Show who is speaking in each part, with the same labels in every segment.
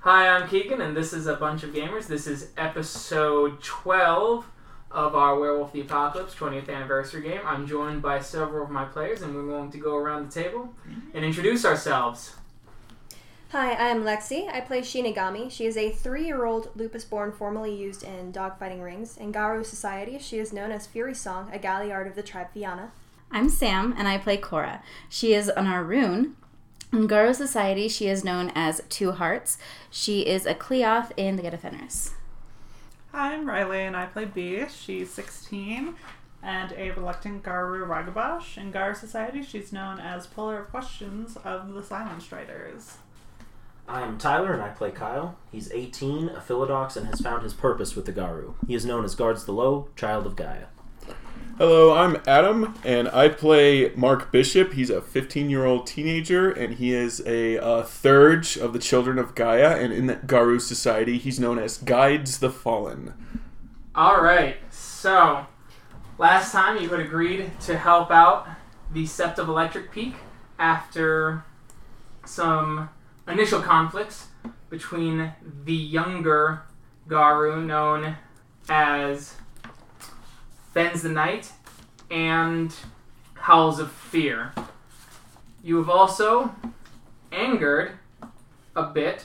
Speaker 1: Hi, I'm Keegan, and this is a bunch of gamers. This is episode 12 of our Werewolf the Apocalypse 20th anniversary game. I'm joined by several of my players, and we're going to go around the table and introduce ourselves.
Speaker 2: Hi, I'm Lexi. I play Shinigami. She is a three year old lupus born formerly used in dogfighting rings. In Garu society, she is known as Fury Song, a galliard of the tribe Fianna.
Speaker 3: I'm Sam, and I play Cora. She is an Arun. In Garo society, she is known as Two Hearts. She is a Cleoth in the Geta Fenris.
Speaker 4: Hi, I'm Riley, and I play B. She's 16 and a reluctant Garu Ragabash. In Garu society, she's known as Puller of Questions of the Silence Striders.
Speaker 5: I'm Tyler, and I play Kyle. He's 18, a Philodox, and has found his purpose with the Garu. He is known as Guards the Low, Child of Gaia.
Speaker 6: Hello, I'm Adam, and I play Mark Bishop. He's a 15 year old teenager, and he is a uh, third of the Children of Gaia. And in that Garu society, he's known as Guides the Fallen.
Speaker 1: All right, so last time you had agreed to help out the Sept of Electric Peak after some initial conflicts between the younger Garu, known as Ben's the Knight, and Howls of Fear. You have also angered a bit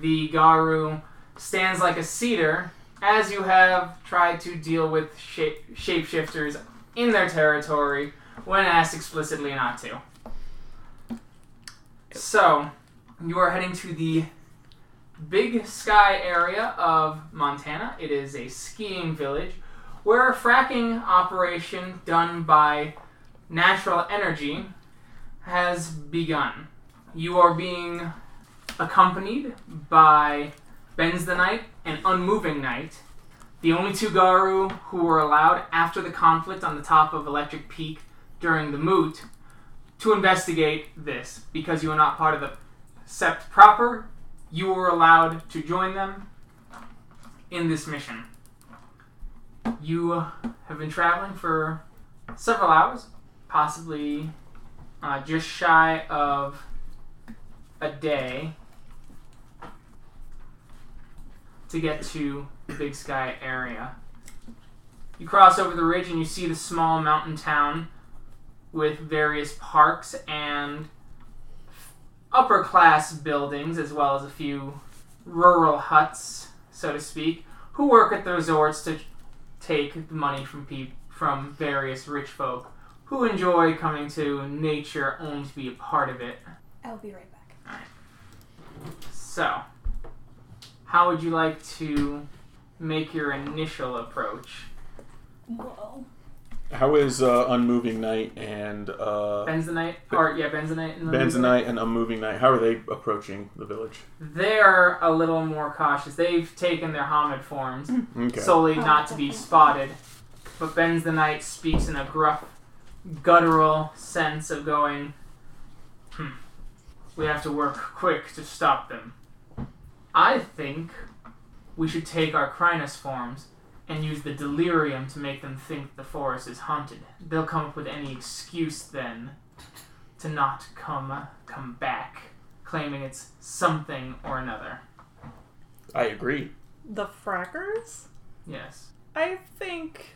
Speaker 1: the Garu stands like a cedar as you have tried to deal with shape- shapeshifters in their territory when asked explicitly not to. So, you are heading to the Big Sky area of Montana. It is a skiing village where a fracking operation done by natural energy has begun. You are being accompanied by Benz the Knight and Unmoving Knight, the only two Garu who were allowed after the conflict on the top of Electric Peak during the moot to investigate this because you are not part of the Sept proper. You were allowed to join them in this mission. You have been traveling for several hours, possibly uh, just shy of a day to get to the Big Sky area. You cross over the ridge and you see the small mountain town with various parks and upper class buildings as well as a few rural huts, so to speak, who work at the resorts to take the money from peop from various rich folk who enjoy coming to nature only to be a part of it.
Speaker 2: I'll be right back.
Speaker 1: So, how would you like to make your initial approach?
Speaker 2: Whoa.
Speaker 6: How is uh, Unmoving Night and uh,
Speaker 1: Benzonite, or yeah, Benzonite. and the-
Speaker 6: Benzonite and Unmoving Night? How are they approaching the village?
Speaker 1: They're a little more cautious. They've taken their Hamid forms
Speaker 6: Okay.
Speaker 1: solely
Speaker 2: Oh,
Speaker 1: not to be
Speaker 2: definitely.
Speaker 1: spotted. But Ben's the Knight speaks in a gruff, guttural sense of going, hmm, we have to work quick to stop them. I think we should take our Crinus forms and use the delirium to make them think the forest is haunted. They'll come up with any excuse then to not come come back, claiming it's something or another.
Speaker 6: I agree.
Speaker 4: The Frackers?
Speaker 1: Yes.
Speaker 4: I think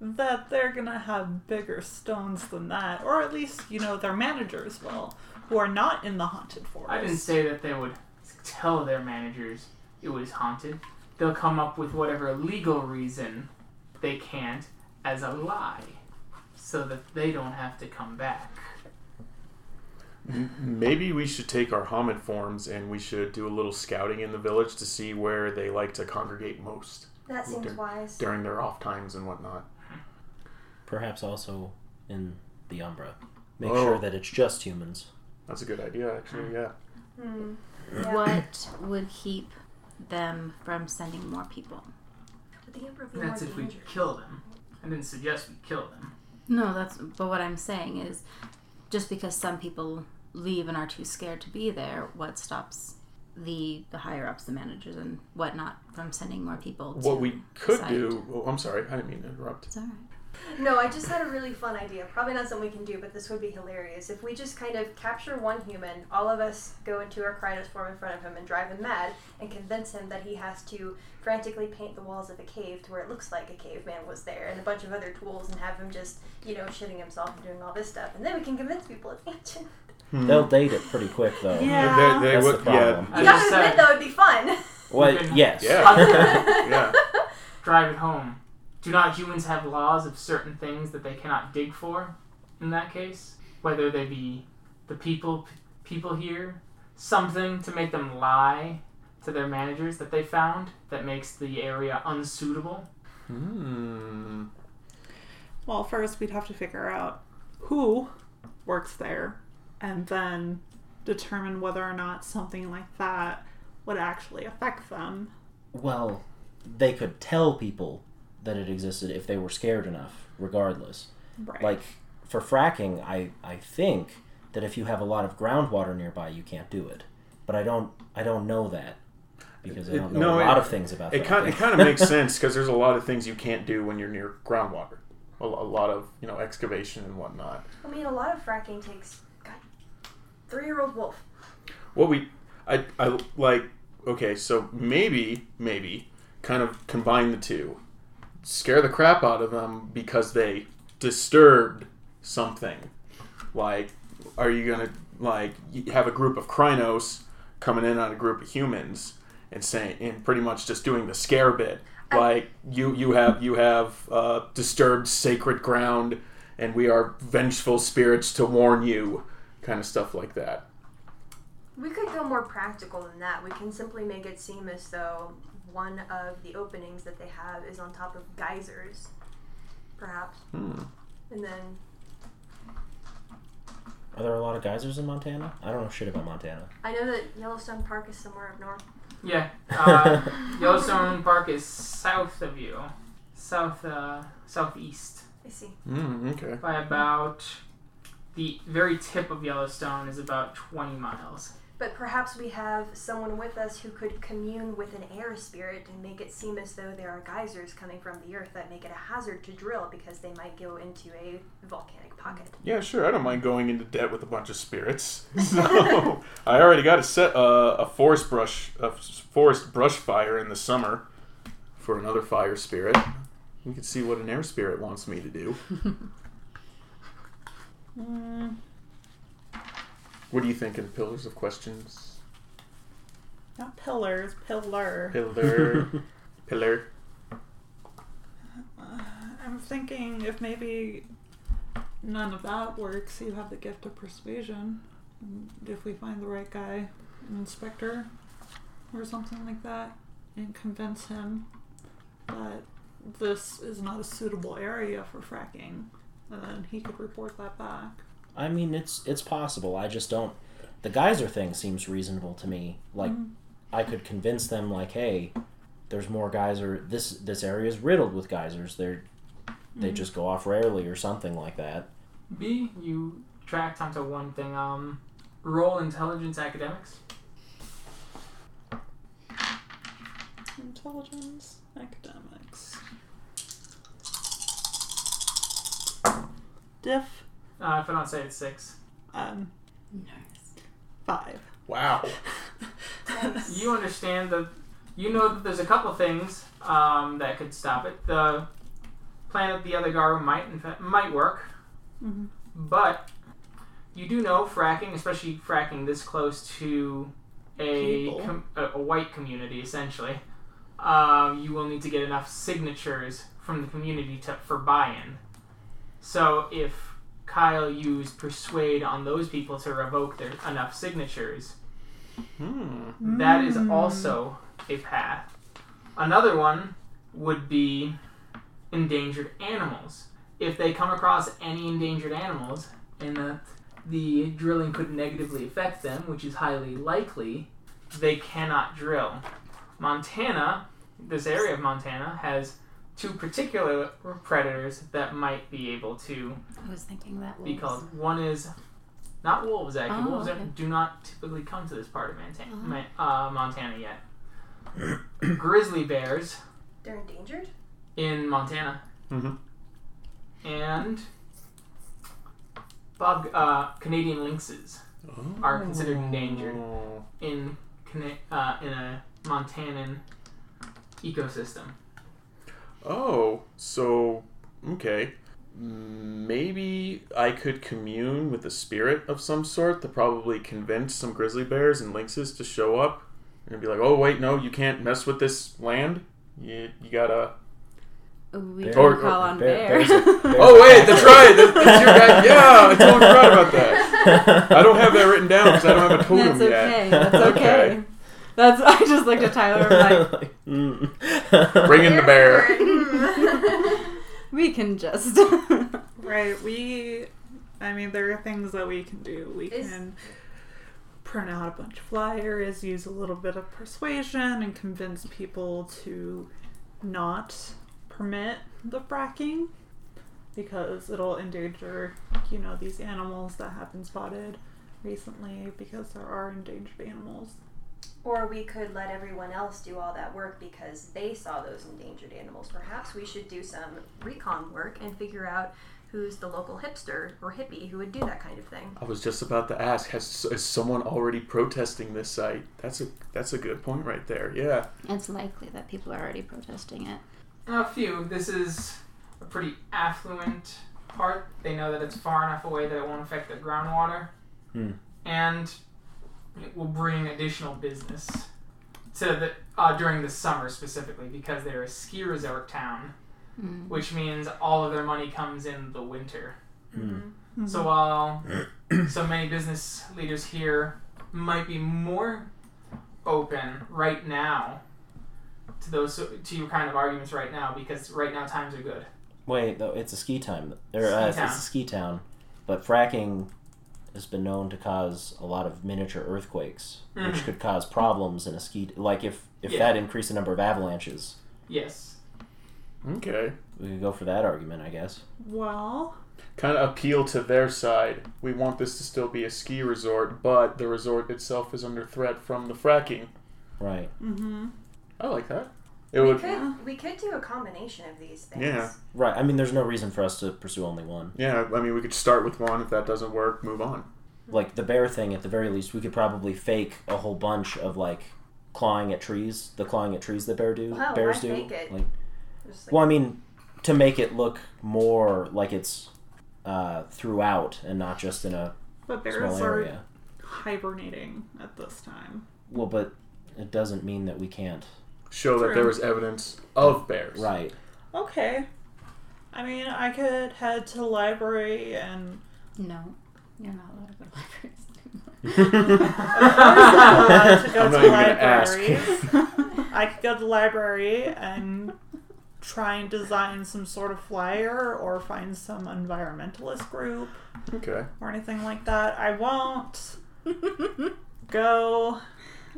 Speaker 4: that they're gonna have bigger stones than that, or at least, you know, their managers will, who are not in the Haunted Forest.
Speaker 1: I didn't say that they would tell their managers it was haunted. They'll come up with whatever legal reason they can't as a lie so that they don't have to come back.
Speaker 6: Maybe we should take our Hamid forms and we should do a little scouting in the village to see where they like to congregate most
Speaker 2: That seems
Speaker 6: Dur-
Speaker 2: wise.
Speaker 6: during their off times and whatnot.
Speaker 5: Perhaps also in the Umbra. Make
Speaker 6: Oh.
Speaker 5: sure that it's just humans.
Speaker 6: That's a good idea, actually. Yeah.
Speaker 2: Hmm. Yeah.
Speaker 3: What would keep them from sending more people?
Speaker 2: Would the Emperor be
Speaker 1: That's
Speaker 2: more
Speaker 1: if we
Speaker 2: danger-
Speaker 1: kill them. I didn't suggest we kill them.
Speaker 3: No, that's but what I'm saying is just because some people leave and are too scared to be there, what stops the the higher ups, the managers and whatnot from sending more people to
Speaker 6: What we could
Speaker 3: site?
Speaker 6: do. Oh, I'm sorry. I didn't mean to interrupt.
Speaker 3: It's all right.
Speaker 2: No, I just had a really fun idea. Probably not something we can do, but this would be hilarious. If we just kind of capture one human, all of us go into our Krynos form in front of him and drive him mad and convince him that he has to frantically paint the walls of a cave to where it looks like a caveman was there and a bunch of other tools and have him just, you know, shitting himself and doing all this stuff. And then we can convince people it's ancient.
Speaker 5: They'll date it pretty quick, though.
Speaker 4: Yeah.
Speaker 6: They, they
Speaker 5: That's
Speaker 6: would,
Speaker 5: the problem.
Speaker 1: I
Speaker 2: You gotta
Speaker 1: just
Speaker 2: admit,
Speaker 1: said-
Speaker 2: though, it'd be fun.
Speaker 5: Well,
Speaker 1: Okay.
Speaker 5: yes.
Speaker 6: Yeah. yeah, yeah.
Speaker 1: Drive it home. Do not humans have laws of certain things that they cannot dig for? In that case, whether they be the people people here, something to make them lie to their managers that they found that makes the area unsuitable.
Speaker 6: Hmm.
Speaker 4: Well, first we'd have to figure out who works there and then determine whether or not something like that would actually affect them.
Speaker 5: Well, they could tell people that it existed if they were scared enough, regardless.
Speaker 4: Right.
Speaker 5: Like, for fracking, I, I think that if you have a lot of groundwater nearby, you can't do it. But I don't I don't know that because I
Speaker 6: It-
Speaker 5: don't know
Speaker 6: no,
Speaker 5: a lot
Speaker 6: it-
Speaker 5: of things about
Speaker 6: It
Speaker 5: fracking.
Speaker 6: kind it kind of makes sense because there's a lot of things you can't do when you're near groundwater. A, lo- a lot of you know excavation and whatnot.
Speaker 2: I mean, a lot of fracking takes, God, three year old wolf.
Speaker 6: What we I I like okay so maybe maybe kind of combine the two, scare the crap out of them because they disturbed something. Like, are you gonna like y- have a group of Krynos coming in on a group of humans and saying and pretty much just doing the scare bit? Like you you have you have uh, disturbed sacred ground, and we are vengeful spirits to warn you, kind of stuff like that.
Speaker 2: We could go more practical than that. We can simply make it seem as though one of the openings that they have is on top of geysers, perhaps.
Speaker 6: Hmm.
Speaker 2: And then,
Speaker 5: Are there a lot of geysers in Montana? I don't know shit about Montana.
Speaker 2: I know that Yellowstone Park is somewhere up north.
Speaker 1: Yeah. Uh, Yellowstone Park is south of you, south uh, southeast.
Speaker 2: I see.
Speaker 6: Mm, okay.
Speaker 1: by about the very tip of Yellowstone is about 20 miles.
Speaker 2: But perhaps we have someone with us who could commune with an air spirit and make it seem as though there are geysers coming from the earth that make it a hazard to drill because they might go into a volcanic pocket.
Speaker 6: Yeah, sure. I don't mind going into debt with a bunch of spirits. So I already got a set uh, a forest brush a s- forest brush fire in the summer for another fire spirit. We can see what an air spirit wants me to do.
Speaker 4: Mm,
Speaker 6: What do you think in pillars of questions?
Speaker 4: not pillars, pillar.
Speaker 6: Pillar, pillar.
Speaker 4: Uh, I'm thinking if maybe none of that works, you have the gift of persuasion. And If we find the right guy, an inspector or something like that, and convince him that this is not a suitable area for fracking, and then he could report that back.
Speaker 5: I mean, it's it's possible. I just don't. The geyser thing seems reasonable to me. Like,
Speaker 6: Mm-hmm.
Speaker 5: I could convince them, like, hey, there's more geyser. This this area is riddled with geysers. They're they
Speaker 6: Mm-hmm.
Speaker 5: just go off rarely or something like that.
Speaker 1: B, you tracked onto one thing. Um, roll intelligence academics.
Speaker 4: Intelligence, academics. Diff,
Speaker 1: Uh, if I don't say it's six,
Speaker 4: um,
Speaker 3: Nice.
Speaker 4: five.
Speaker 6: Wow.
Speaker 1: you understand that you know that there's a couple things um, that could stop it. The planet the other Garu might in fact might work,
Speaker 4: Mhm.
Speaker 1: but you do know fracking, especially fracking this close to a
Speaker 4: People.
Speaker 1: com- a, a white community, essentially. Um, you will need to get enough signatures from the community to, for buy-in. So if Kyle used persuade on those people to revoke their enough signatures,
Speaker 6: Hmm.
Speaker 1: that
Speaker 4: Mm.
Speaker 1: is also a path. Another one would be endangered animals. If they come across any endangered animals and that the drilling could negatively affect them, which is highly likely, they cannot drill. Montana, this area of Montana, has two particular predators that might be able to
Speaker 3: I was thinking that
Speaker 1: be
Speaker 3: was.
Speaker 1: called. One is not wolves, actually.
Speaker 3: Oh,
Speaker 1: wolves
Speaker 3: okay. Uh-huh.
Speaker 1: don't do not typically come to this part of Montana, uh, Montana yet. Grizzly bears
Speaker 2: They're endangered?
Speaker 1: in Montana.
Speaker 6: Mhm.
Speaker 1: and Bob uh, Canadian lynxes are considered endangered
Speaker 6: Oh.
Speaker 1: in Cana- uh, in a Montanan ecosystem.
Speaker 6: Oh, so okay. Maybe I could commune with a spirit of some sort to probably convince some grizzly bears and lynxes to show up and be like, "Oh wait, no, you can't mess with this land. You, you gotta."
Speaker 3: We
Speaker 5: Bear.
Speaker 3: can
Speaker 6: Or-
Speaker 3: call
Speaker 6: or
Speaker 3: on
Speaker 5: bear-
Speaker 3: bear.
Speaker 5: bears are- bears
Speaker 6: Oh wait,
Speaker 5: are-
Speaker 6: that's right. That's, that's your guy. Yeah, I totally forgot about that. I don't have that written down because I don't have a totem
Speaker 3: That's okay. That's
Speaker 6: Okay.
Speaker 3: okay. That's I just looked at Tyler like
Speaker 5: Mm.
Speaker 6: Bring in the bear.
Speaker 2: Hmm.
Speaker 3: we can just
Speaker 4: Right, we. I mean, there are things that we can do. We
Speaker 2: Is-
Speaker 4: can print out a bunch of flyers, use a little bit of persuasion, and convince people to not permit the fracking because it'll endanger, you know, these animals that have been spotted recently because there are endangered animals.
Speaker 2: Or we could let everyone else do all that work because they saw those endangered animals. Perhaps we should do some recon work and figure out who's the local hipster or hippie who would do that kind of thing.
Speaker 6: I was just about to ask: Has is someone already protesting this site? That's a that's a good point right there. Yeah.
Speaker 3: It's likely that people are already protesting it.
Speaker 1: A few. This is a pretty affluent part. They know that it's far enough away that it won't affect their groundwater.
Speaker 5: Hmm.
Speaker 1: And it will bring additional business to the, uh, during the summer specifically because they're a ski resort town,
Speaker 3: Mm.
Speaker 1: which means all of their money comes in the winter.
Speaker 6: Hmm.
Speaker 5: Mm.
Speaker 1: So while so many business leaders here might be more open right now to those to your kind of arguments right now because right now times are good.
Speaker 5: Wait, though it's a ski time, or uh, it's
Speaker 1: Ski town.
Speaker 5: a ski town, but fracking has been known to cause a lot of miniature earthquakes,
Speaker 1: Mhm.
Speaker 5: which could cause problems in a ski. Like if if
Speaker 1: Yeah.
Speaker 5: that increased the number of avalanches,
Speaker 1: Yes.
Speaker 6: Okay.
Speaker 5: we could go for that argument, I guess.
Speaker 4: Well,
Speaker 6: Kind of appeal to their side. We want this to still be a ski resort, but the resort itself is under threat from the fracking.
Speaker 5: Right.
Speaker 4: mm-hmm.
Speaker 6: I like that. It
Speaker 2: We
Speaker 6: would.
Speaker 2: could we could do a combination of these things.
Speaker 6: Yeah.
Speaker 5: Right. I mean, there's no reason for us to pursue only one.
Speaker 6: Yeah. I mean, we could start with one. If that doesn't work, move on.
Speaker 5: Like the bear thing, at the very least, we could probably fake a whole bunch of like clawing at trees, the clawing at trees that bear do,
Speaker 2: Wow,
Speaker 5: bears
Speaker 2: why
Speaker 5: do.
Speaker 2: fake it?
Speaker 5: Like,
Speaker 2: Just
Speaker 5: well,
Speaker 2: like,
Speaker 5: I mean, to make it look more like it's uh, throughout and not just in a
Speaker 4: but
Speaker 5: small
Speaker 4: bears are
Speaker 5: area.
Speaker 4: hibernating at this time.
Speaker 5: Well, but it doesn't mean that we can't.
Speaker 6: Show that
Speaker 4: True.
Speaker 6: there was evidence of bears.
Speaker 5: Right.
Speaker 4: Okay. I mean, I could head to the library and
Speaker 3: No, you're not allowed to go to libraries anymore.
Speaker 4: allowed to go to
Speaker 6: I'm not even gonna ask.
Speaker 4: libraries. I could go to the library and try and design some sort of flyer or find some environmentalist group
Speaker 6: Okay.
Speaker 4: or anything like that. I won't go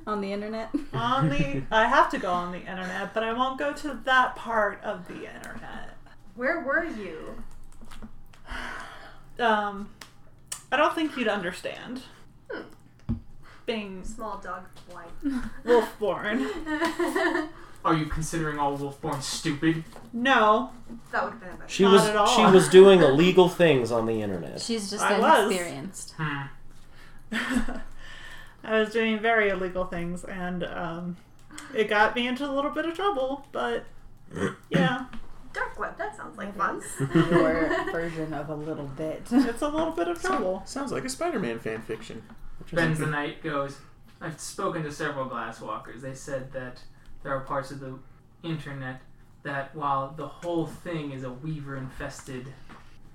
Speaker 3: On the internet.
Speaker 4: on the I have to go on the internet, but I won't go to that part of the internet.
Speaker 2: where were you?
Speaker 4: Um I don't think you'd understand.
Speaker 6: Hmm.
Speaker 4: Being
Speaker 2: Small dog wine.
Speaker 4: wolfborn.
Speaker 2: that
Speaker 1: Are you considering all wolfborn stupid?
Speaker 4: No,
Speaker 2: would have been a better.
Speaker 5: She
Speaker 4: Not
Speaker 5: was
Speaker 4: at all.
Speaker 5: she was doing illegal things on the internet.
Speaker 3: She's just
Speaker 4: I was.
Speaker 3: inexperienced.
Speaker 1: Hmm.
Speaker 4: I was doing very illegal things, and um, it got me into a little bit of trouble. But yeah,
Speaker 2: Dark web. That sounds like
Speaker 3: It
Speaker 2: fun.
Speaker 3: Your version of a little bit.
Speaker 4: it's a little bit of trouble.
Speaker 6: Sounds like a Spider-Man fan fiction.
Speaker 1: Ben's the Knight goes, I've spoken to several glasswalkers. They said that there are parts of the internet that, while the whole thing is a weaver infested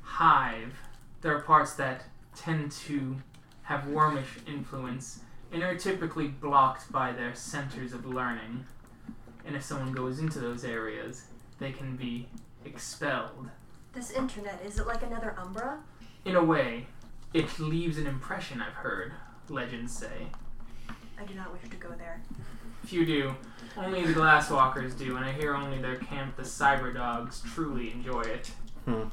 Speaker 1: hive, there are parts that tend to have wormish influence and are typically blocked by their centers of learning. And if someone goes into those areas, they can be expelled.
Speaker 2: This internet is it like another Umbra?
Speaker 1: In a way, it leaves an impression, I've heard legends say.
Speaker 2: I do not wish to go there.
Speaker 1: If you do, only the Glasswalkers do, and I hear only their camp, the Cyberdogs, truly enjoy it.
Speaker 6: Hmm.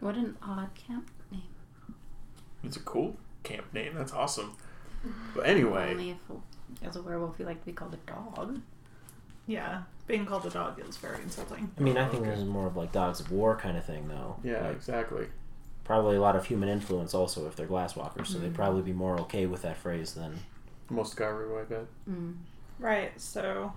Speaker 3: What an odd camp.
Speaker 6: It's a cool camp name. That's awesome. But anyway,
Speaker 3: Only if, as a werewolf, we like to be called a dog.
Speaker 4: Yeah, being called a dog is very insulting.
Speaker 5: I mean, I think this is more of like dogs of war kind of thing, though.
Speaker 6: Yeah,
Speaker 5: Like,
Speaker 6: exactly.
Speaker 5: probably a lot of human influence also if they're glasswalkers, so
Speaker 4: Mm.
Speaker 5: they'd probably be more okay with that phrase than
Speaker 6: Most Garu, I bet.
Speaker 3: Mm.
Speaker 4: Right, so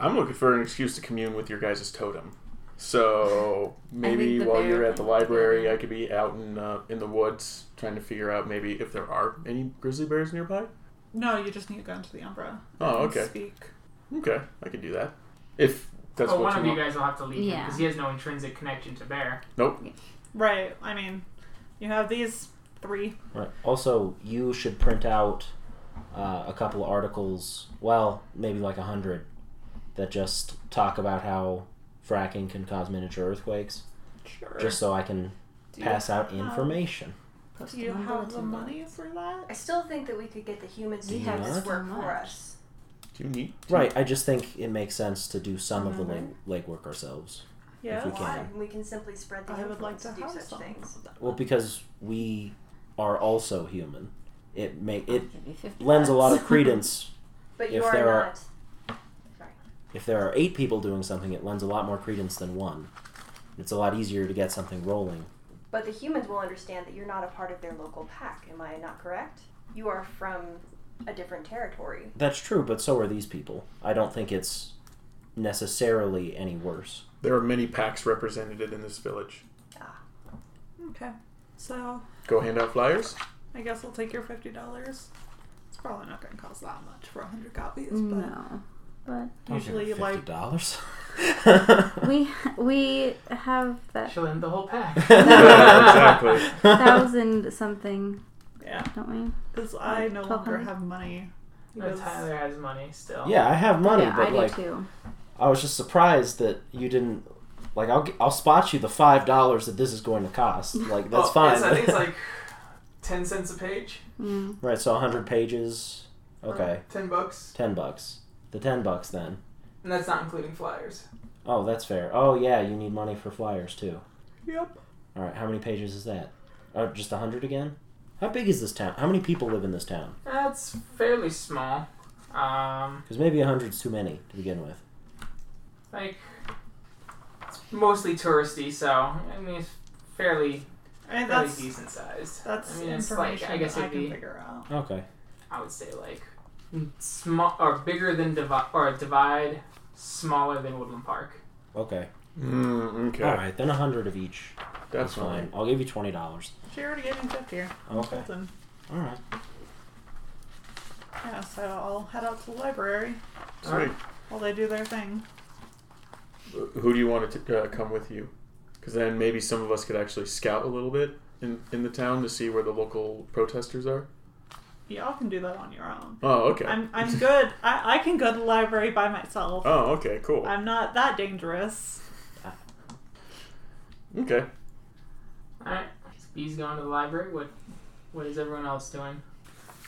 Speaker 6: I'm looking for an excuse to commune with your guys' totem. So maybe
Speaker 3: the
Speaker 6: while
Speaker 3: bear-
Speaker 6: you're at the library, I could be out in uh, in the woods trying to figure out maybe if there are any grizzly bears nearby.
Speaker 4: no, you just need to go into the Umbra.
Speaker 6: Oh,
Speaker 4: and
Speaker 6: okay.
Speaker 4: Speak.
Speaker 6: Okay, I can do that. If that's
Speaker 1: oh, one
Speaker 6: what you
Speaker 1: of
Speaker 6: want.
Speaker 1: you guys will have to leave
Speaker 3: Yeah.
Speaker 1: because he has no intrinsic connection to Bear.
Speaker 6: Nope.
Speaker 4: Right. I mean, you have these three.
Speaker 5: Right. Also, you should print out uh, a couple of articles, well, maybe like a hundred, that just talk about how fracking can cause miniature earthquakes,
Speaker 4: Sure.
Speaker 5: just so I can
Speaker 4: Do you
Speaker 5: pass out
Speaker 4: have-
Speaker 5: information.
Speaker 4: Do you have the money for that?
Speaker 2: I still think that we could get the humans to
Speaker 5: Do
Speaker 2: do
Speaker 5: not
Speaker 2: this work
Speaker 3: so
Speaker 2: for
Speaker 3: much.
Speaker 2: us.
Speaker 6: Do you need?
Speaker 5: Right, I just think it makes sense to do some of the
Speaker 4: Mhm.
Speaker 5: leg legwork ourselves.
Speaker 4: Yes.
Speaker 5: we
Speaker 2: Why?
Speaker 5: can.
Speaker 2: We can simply spread the
Speaker 4: I would like
Speaker 2: influence
Speaker 4: to
Speaker 2: do
Speaker 4: have
Speaker 2: such
Speaker 4: some.
Speaker 2: things.
Speaker 5: Well, because we are also human, it make it
Speaker 3: Give you 50
Speaker 5: lends a lot of
Speaker 3: bucks.
Speaker 5: credence.
Speaker 2: But
Speaker 5: If
Speaker 2: you are
Speaker 5: there are-
Speaker 2: not.
Speaker 5: if there are eight people doing something, it lends a lot more credence than one. It's a lot easier to get something rolling.
Speaker 2: But the humans will understand that you're not a part of their local pack. Am I not correct? You are from a different territory.
Speaker 5: That's true, but so are these people. I don't think it's necessarily any worse.
Speaker 6: There are many packs represented in this village.
Speaker 4: Okay. So
Speaker 6: Go hand out flyers.
Speaker 4: I guess I'll take your fifty dollars. It's probably not going to cost that much for hundred copies,
Speaker 3: Mm, No, but
Speaker 4: but usually like
Speaker 5: dollars.
Speaker 3: we we have that
Speaker 1: She'll end the whole pack.
Speaker 6: exactly.
Speaker 3: thousand something,
Speaker 4: yeah,
Speaker 3: don't we?
Speaker 4: because I no longer
Speaker 3: 1200?
Speaker 4: have money.
Speaker 1: No,
Speaker 4: Because-
Speaker 1: Tyler has money still.
Speaker 5: Yeah, I have money,
Speaker 3: yeah,
Speaker 5: but
Speaker 3: I
Speaker 5: like
Speaker 3: do too.
Speaker 5: I was just surprised that you didn't. Like I'll I'll spot you the five dollars that this is going to cost. Like that's
Speaker 1: Oh,
Speaker 5: fine.
Speaker 1: it's- I think it's like ten cents a page.
Speaker 3: Yeah.
Speaker 5: right, so hundred pages. Okay,
Speaker 1: Ten bucks,
Speaker 5: ten bucks. The ten bucks then.
Speaker 1: and that's not including flyers.
Speaker 5: Oh, that's fair. Oh yeah, you need money for flyers too.
Speaker 4: Yep.
Speaker 5: All right, how many pages is that? Oh, just a hundred again. How big is this town? How many people live in this town?
Speaker 1: That's fairly small. Um,
Speaker 5: Because maybe 100's too many to begin with.
Speaker 1: like it's mostly touristy, so I mean it's fairly
Speaker 4: I mean
Speaker 1: fairly
Speaker 4: that's
Speaker 1: decent sized.
Speaker 4: that's
Speaker 1: I mean, it's like-
Speaker 4: information
Speaker 1: I guess
Speaker 4: that I
Speaker 1: it'd
Speaker 4: can
Speaker 1: be-
Speaker 4: figure out.
Speaker 5: Okay.
Speaker 1: I would say like small or bigger than divide or divide, smaller than Woodland Park.
Speaker 5: Okay.
Speaker 6: Mm, okay,
Speaker 5: All right, then 100 of each.
Speaker 6: that's
Speaker 5: That's fine.
Speaker 6: fine.
Speaker 5: I'll give you $20.
Speaker 4: She already gave me fifty.
Speaker 5: Okay.
Speaker 4: Colton.
Speaker 5: All right.
Speaker 4: Yeah, so I'll head out to the library
Speaker 6: Sweet.
Speaker 1: All right.
Speaker 4: while they do their thing.
Speaker 6: Who do you want to t- uh, come with you? Because then maybe some of us could actually scout a little bit in, in the town to see where the local protesters are.
Speaker 4: Y'all can do that on your own.
Speaker 6: Oh, okay.
Speaker 4: I'm I'm good. I, I can go to the library by myself.
Speaker 6: Oh, okay, cool.
Speaker 4: I'm not that dangerous.
Speaker 6: Okay.
Speaker 1: All right, B's going to the library. What what is everyone else doing?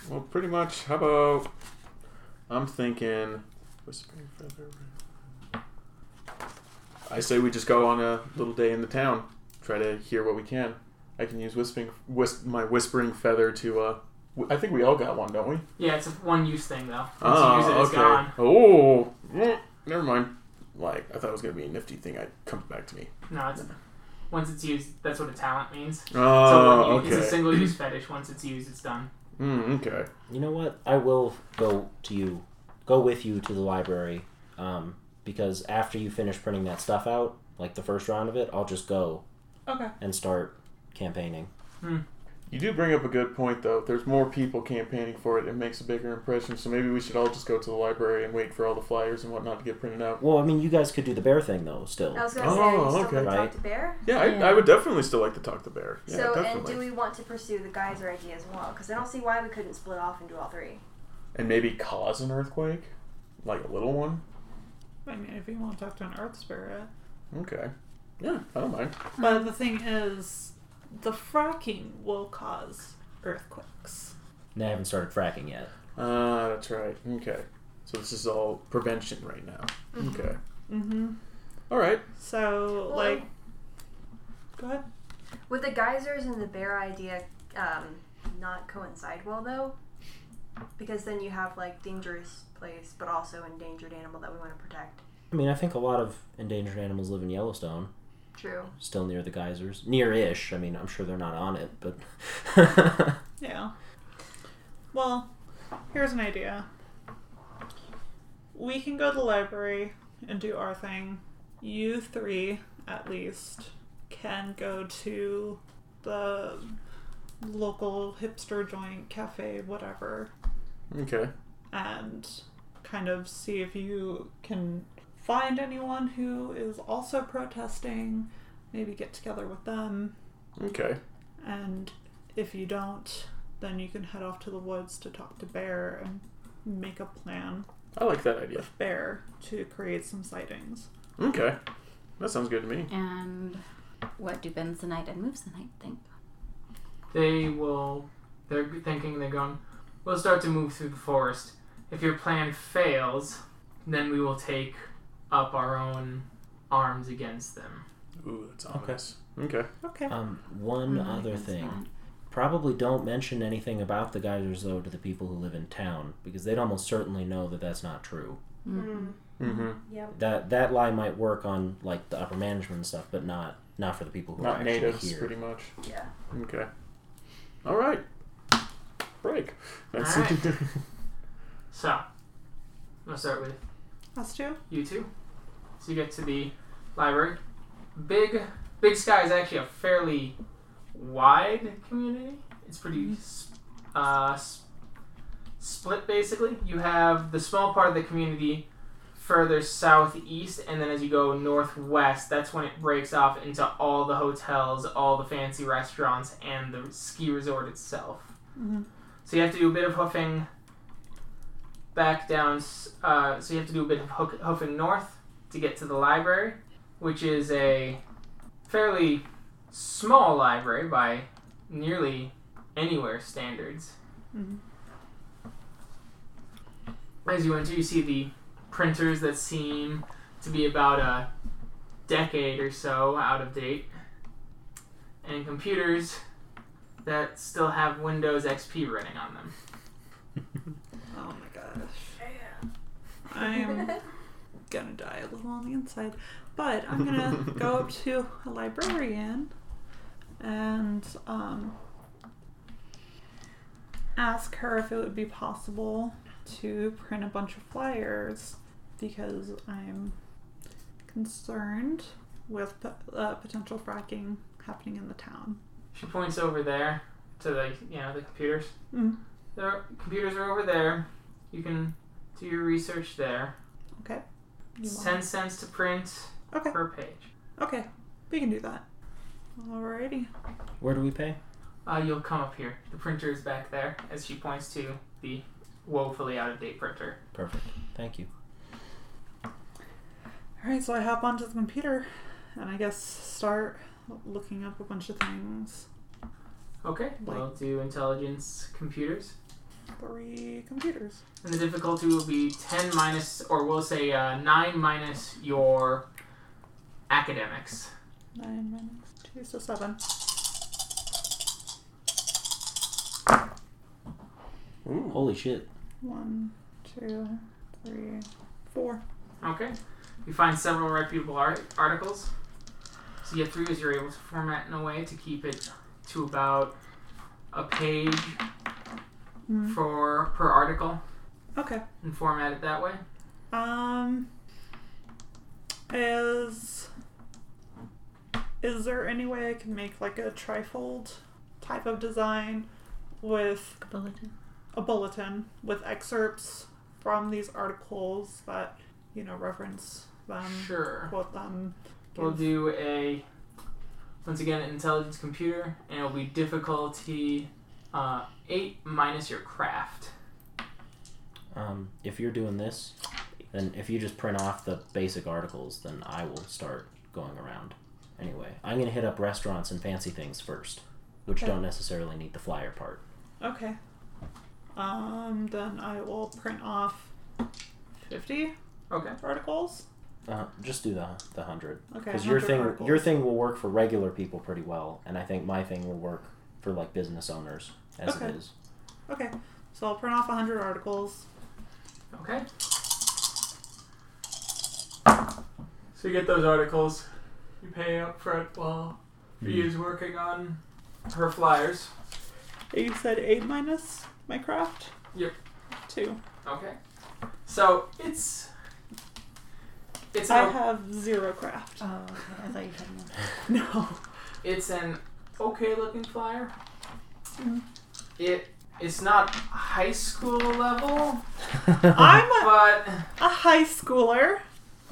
Speaker 6: Well, pretty much. How about I'm thinking whispering feather. I say we just go on a little day in the town, try to hear what we can. I can use whispering whis- my whispering feather to. uh w- I think we all got one, don't we?
Speaker 1: Yeah, it's a one use thing though. Once
Speaker 6: oh,
Speaker 1: you use it, it's
Speaker 6: okay.
Speaker 1: gone.
Speaker 6: Oh, mm, never mind. Like I thought it was gonna be a nifty thing. I come back to me.
Speaker 1: No, it's once it's used. That's what a talent means. so
Speaker 6: Oh,
Speaker 1: when you, it's a single use fetish. Once it's used, it's done.
Speaker 6: Mm, okay.
Speaker 5: You know what? I will go to you, go with you to the library, um, because after you finish printing that stuff out, like the first round of it, I'll just go
Speaker 4: Okay.
Speaker 5: and start campaigning.
Speaker 6: You do bring up a good point, though. If there's more people campaigning for it, it makes a bigger impression. So maybe we should all just go to the library and wait for all the flyers and whatnot to get printed out.
Speaker 5: Well, I mean, you guys could do the bear thing though. Still,
Speaker 2: I was going to
Speaker 6: Oh,
Speaker 2: say, you still
Speaker 6: okay.
Speaker 2: want to
Speaker 5: Right.
Speaker 2: talk to Bear?
Speaker 6: Yeah, I, I would definitely still like to talk to Bear. Yeah,
Speaker 2: so, and
Speaker 6: definitely.
Speaker 2: do we want to pursue the geyser idea as well? Because I don't see why we couldn't split off and do all three.
Speaker 6: And maybe cause an earthquake, like a little one.
Speaker 4: I mean, if you want to talk to an earth spirit.
Speaker 6: Okay. Yeah, I don't mind.
Speaker 4: But the thing is, the fracking will cause earthquakes.
Speaker 5: they haven't started fracking yet.
Speaker 6: Ah, that's right. Okay. So this is all prevention right now. Okay.
Speaker 4: Mm-hmm.
Speaker 6: All right.
Speaker 4: So,
Speaker 2: Well-
Speaker 4: like, go ahead.
Speaker 2: Would the geysers and the bear idea um, not coincide well, though? Because then you have like dangerous place, but also endangered animal that we want to protect.
Speaker 5: I mean, I think a lot of endangered animals live in Yellowstone,
Speaker 2: True.
Speaker 5: still near the geysers. Near ish. I mean, I'm sure they're not on it, but.
Speaker 4: Yeah. Well, here's an idea. We can go to the library and do our thing. You three, at least, can go to the local hipster joint, cafe, whatever,
Speaker 6: Okay.
Speaker 4: and kind of see if you can find anyone who is also protesting. Maybe get together with them.
Speaker 6: Okay.
Speaker 4: And if you don't, then you can head off to the woods to talk to Bear and make a plan
Speaker 6: I like that idea.
Speaker 4: with Bear to create some sightings.
Speaker 6: Okay. That sounds good to me.
Speaker 3: And what do bends the night and moves the night think?
Speaker 1: They will. They're thinking. They're going. We'll start to move through the forest. If your plan fails, then we will take up our own arms against them.
Speaker 6: Ooh, that's ominous. Okay.
Speaker 4: Okay.
Speaker 5: um, one
Speaker 3: Mm,
Speaker 5: other
Speaker 3: that's
Speaker 5: thing.
Speaker 3: fine.
Speaker 5: Probably don't mention anything about the geysers, though, to the people who live in town, because they'd almost certainly know that that's not true.
Speaker 3: Hmm.
Speaker 2: Mm.
Speaker 6: Mm-hmm.
Speaker 2: Yep.
Speaker 5: That that lie might work on like the upper management and stuff, but not not for the people who are
Speaker 6: Not
Speaker 5: actually
Speaker 6: natives,
Speaker 5: here.
Speaker 6: pretty much.
Speaker 2: Yeah.
Speaker 6: Okay. All right. Break. That's
Speaker 1: All right. So, I'm gonna start with
Speaker 4: Us two?
Speaker 1: you two. So you get to the library. Big Big Sky is actually a fairly wide community. It's pretty s- uh, s- split basically. You have the small part of the community further southeast, and then as you go northwest, that's when it breaks off into all the hotels, all the fancy restaurants, and the ski resort itself.
Speaker 4: Mhm.
Speaker 1: So you have to do a bit of hoofing back down. s- Uh, so you have to do a bit of hook, hoofing north to get to the library, which is a fairly small library by nearly anywhere standards.
Speaker 4: Mhm.
Speaker 1: As you enter, you see the printers that seem to be about a decade or so out of date, and computers that still have Windows XP running on them.
Speaker 4: Oh my gosh. I'm gonna die a little on the inside. But I'm gonna go up to a librarian and um, ask her if it would be possible to print a bunch of flyers because I'm concerned with p- uh, potential fracking happening in the town.
Speaker 1: She points over there to the you know the computers.
Speaker 4: Mm,
Speaker 1: The computers are over there. You can do your research there.
Speaker 4: okay. You want-
Speaker 1: Ten cents to print
Speaker 4: Okay.
Speaker 1: per page.
Speaker 4: Okay. We can do that. Alrighty.
Speaker 5: Where do we pay?
Speaker 1: Uh, you'll come up here. The printer is back there. As she points to the woefully out of date printer.
Speaker 5: Perfect. Thank you.
Speaker 4: All right, so I hop onto the computer and I guess start looking up a bunch of things.
Speaker 1: Okay. We'll do intelligence computers.
Speaker 4: Three computers.
Speaker 1: And the difficulty will be 10 minus, or we'll say uh, 9 minus your academics.
Speaker 4: Nine minus two, so seven.
Speaker 6: Ooh.
Speaker 5: Holy shit.
Speaker 4: One, two, three, four.
Speaker 1: Okay. You find several reputable art- articles. So you get through as you're able to format in a way to keep it to about a page
Speaker 4: Mm.
Speaker 1: for per article
Speaker 4: Okay.
Speaker 1: and format it that way.
Speaker 4: Um, is is there any way I can make like a trifold type of design with
Speaker 3: Bulletin.
Speaker 4: a bulletin with excerpts from these articles that you know reference them,
Speaker 1: Sure.
Speaker 4: quote them.
Speaker 1: We'll
Speaker 4: give-
Speaker 1: do a once again an intelligence computer, and it'll be difficulty uh, eight minus your craft.
Speaker 5: Um, if you're doing this, then if you just print off the basic articles, then I will start going around. Anyway, I'm gonna hit up restaurants and fancy things first, which
Speaker 4: Okay.
Speaker 5: don't necessarily need the flyer part.
Speaker 4: Okay. Um, then I will print off fifty
Speaker 1: Okay.
Speaker 4: articles.
Speaker 5: Uh, just do the the hundred,
Speaker 4: Okay.
Speaker 5: because your
Speaker 4: 100
Speaker 5: thing
Speaker 4: articles.
Speaker 5: your thing will work for regular people pretty well, and I think my thing will work for like business owners as
Speaker 4: Okay.
Speaker 5: it is.
Speaker 4: Okay. So I'll print off hundred articles.
Speaker 1: Okay. So you get those articles. You pay up front while he is working on her flyers.
Speaker 4: You said eight minus my craft?
Speaker 1: Yep.
Speaker 4: Two.
Speaker 1: Okay. So it's it's
Speaker 4: I
Speaker 1: an,
Speaker 4: have zero craft.
Speaker 3: Oh, okay. I thought you had more.
Speaker 4: No.
Speaker 1: it's an okay looking flyer.
Speaker 4: Mm.
Speaker 1: It it's not high school level,
Speaker 4: I'm a,
Speaker 1: but
Speaker 4: a high schooler.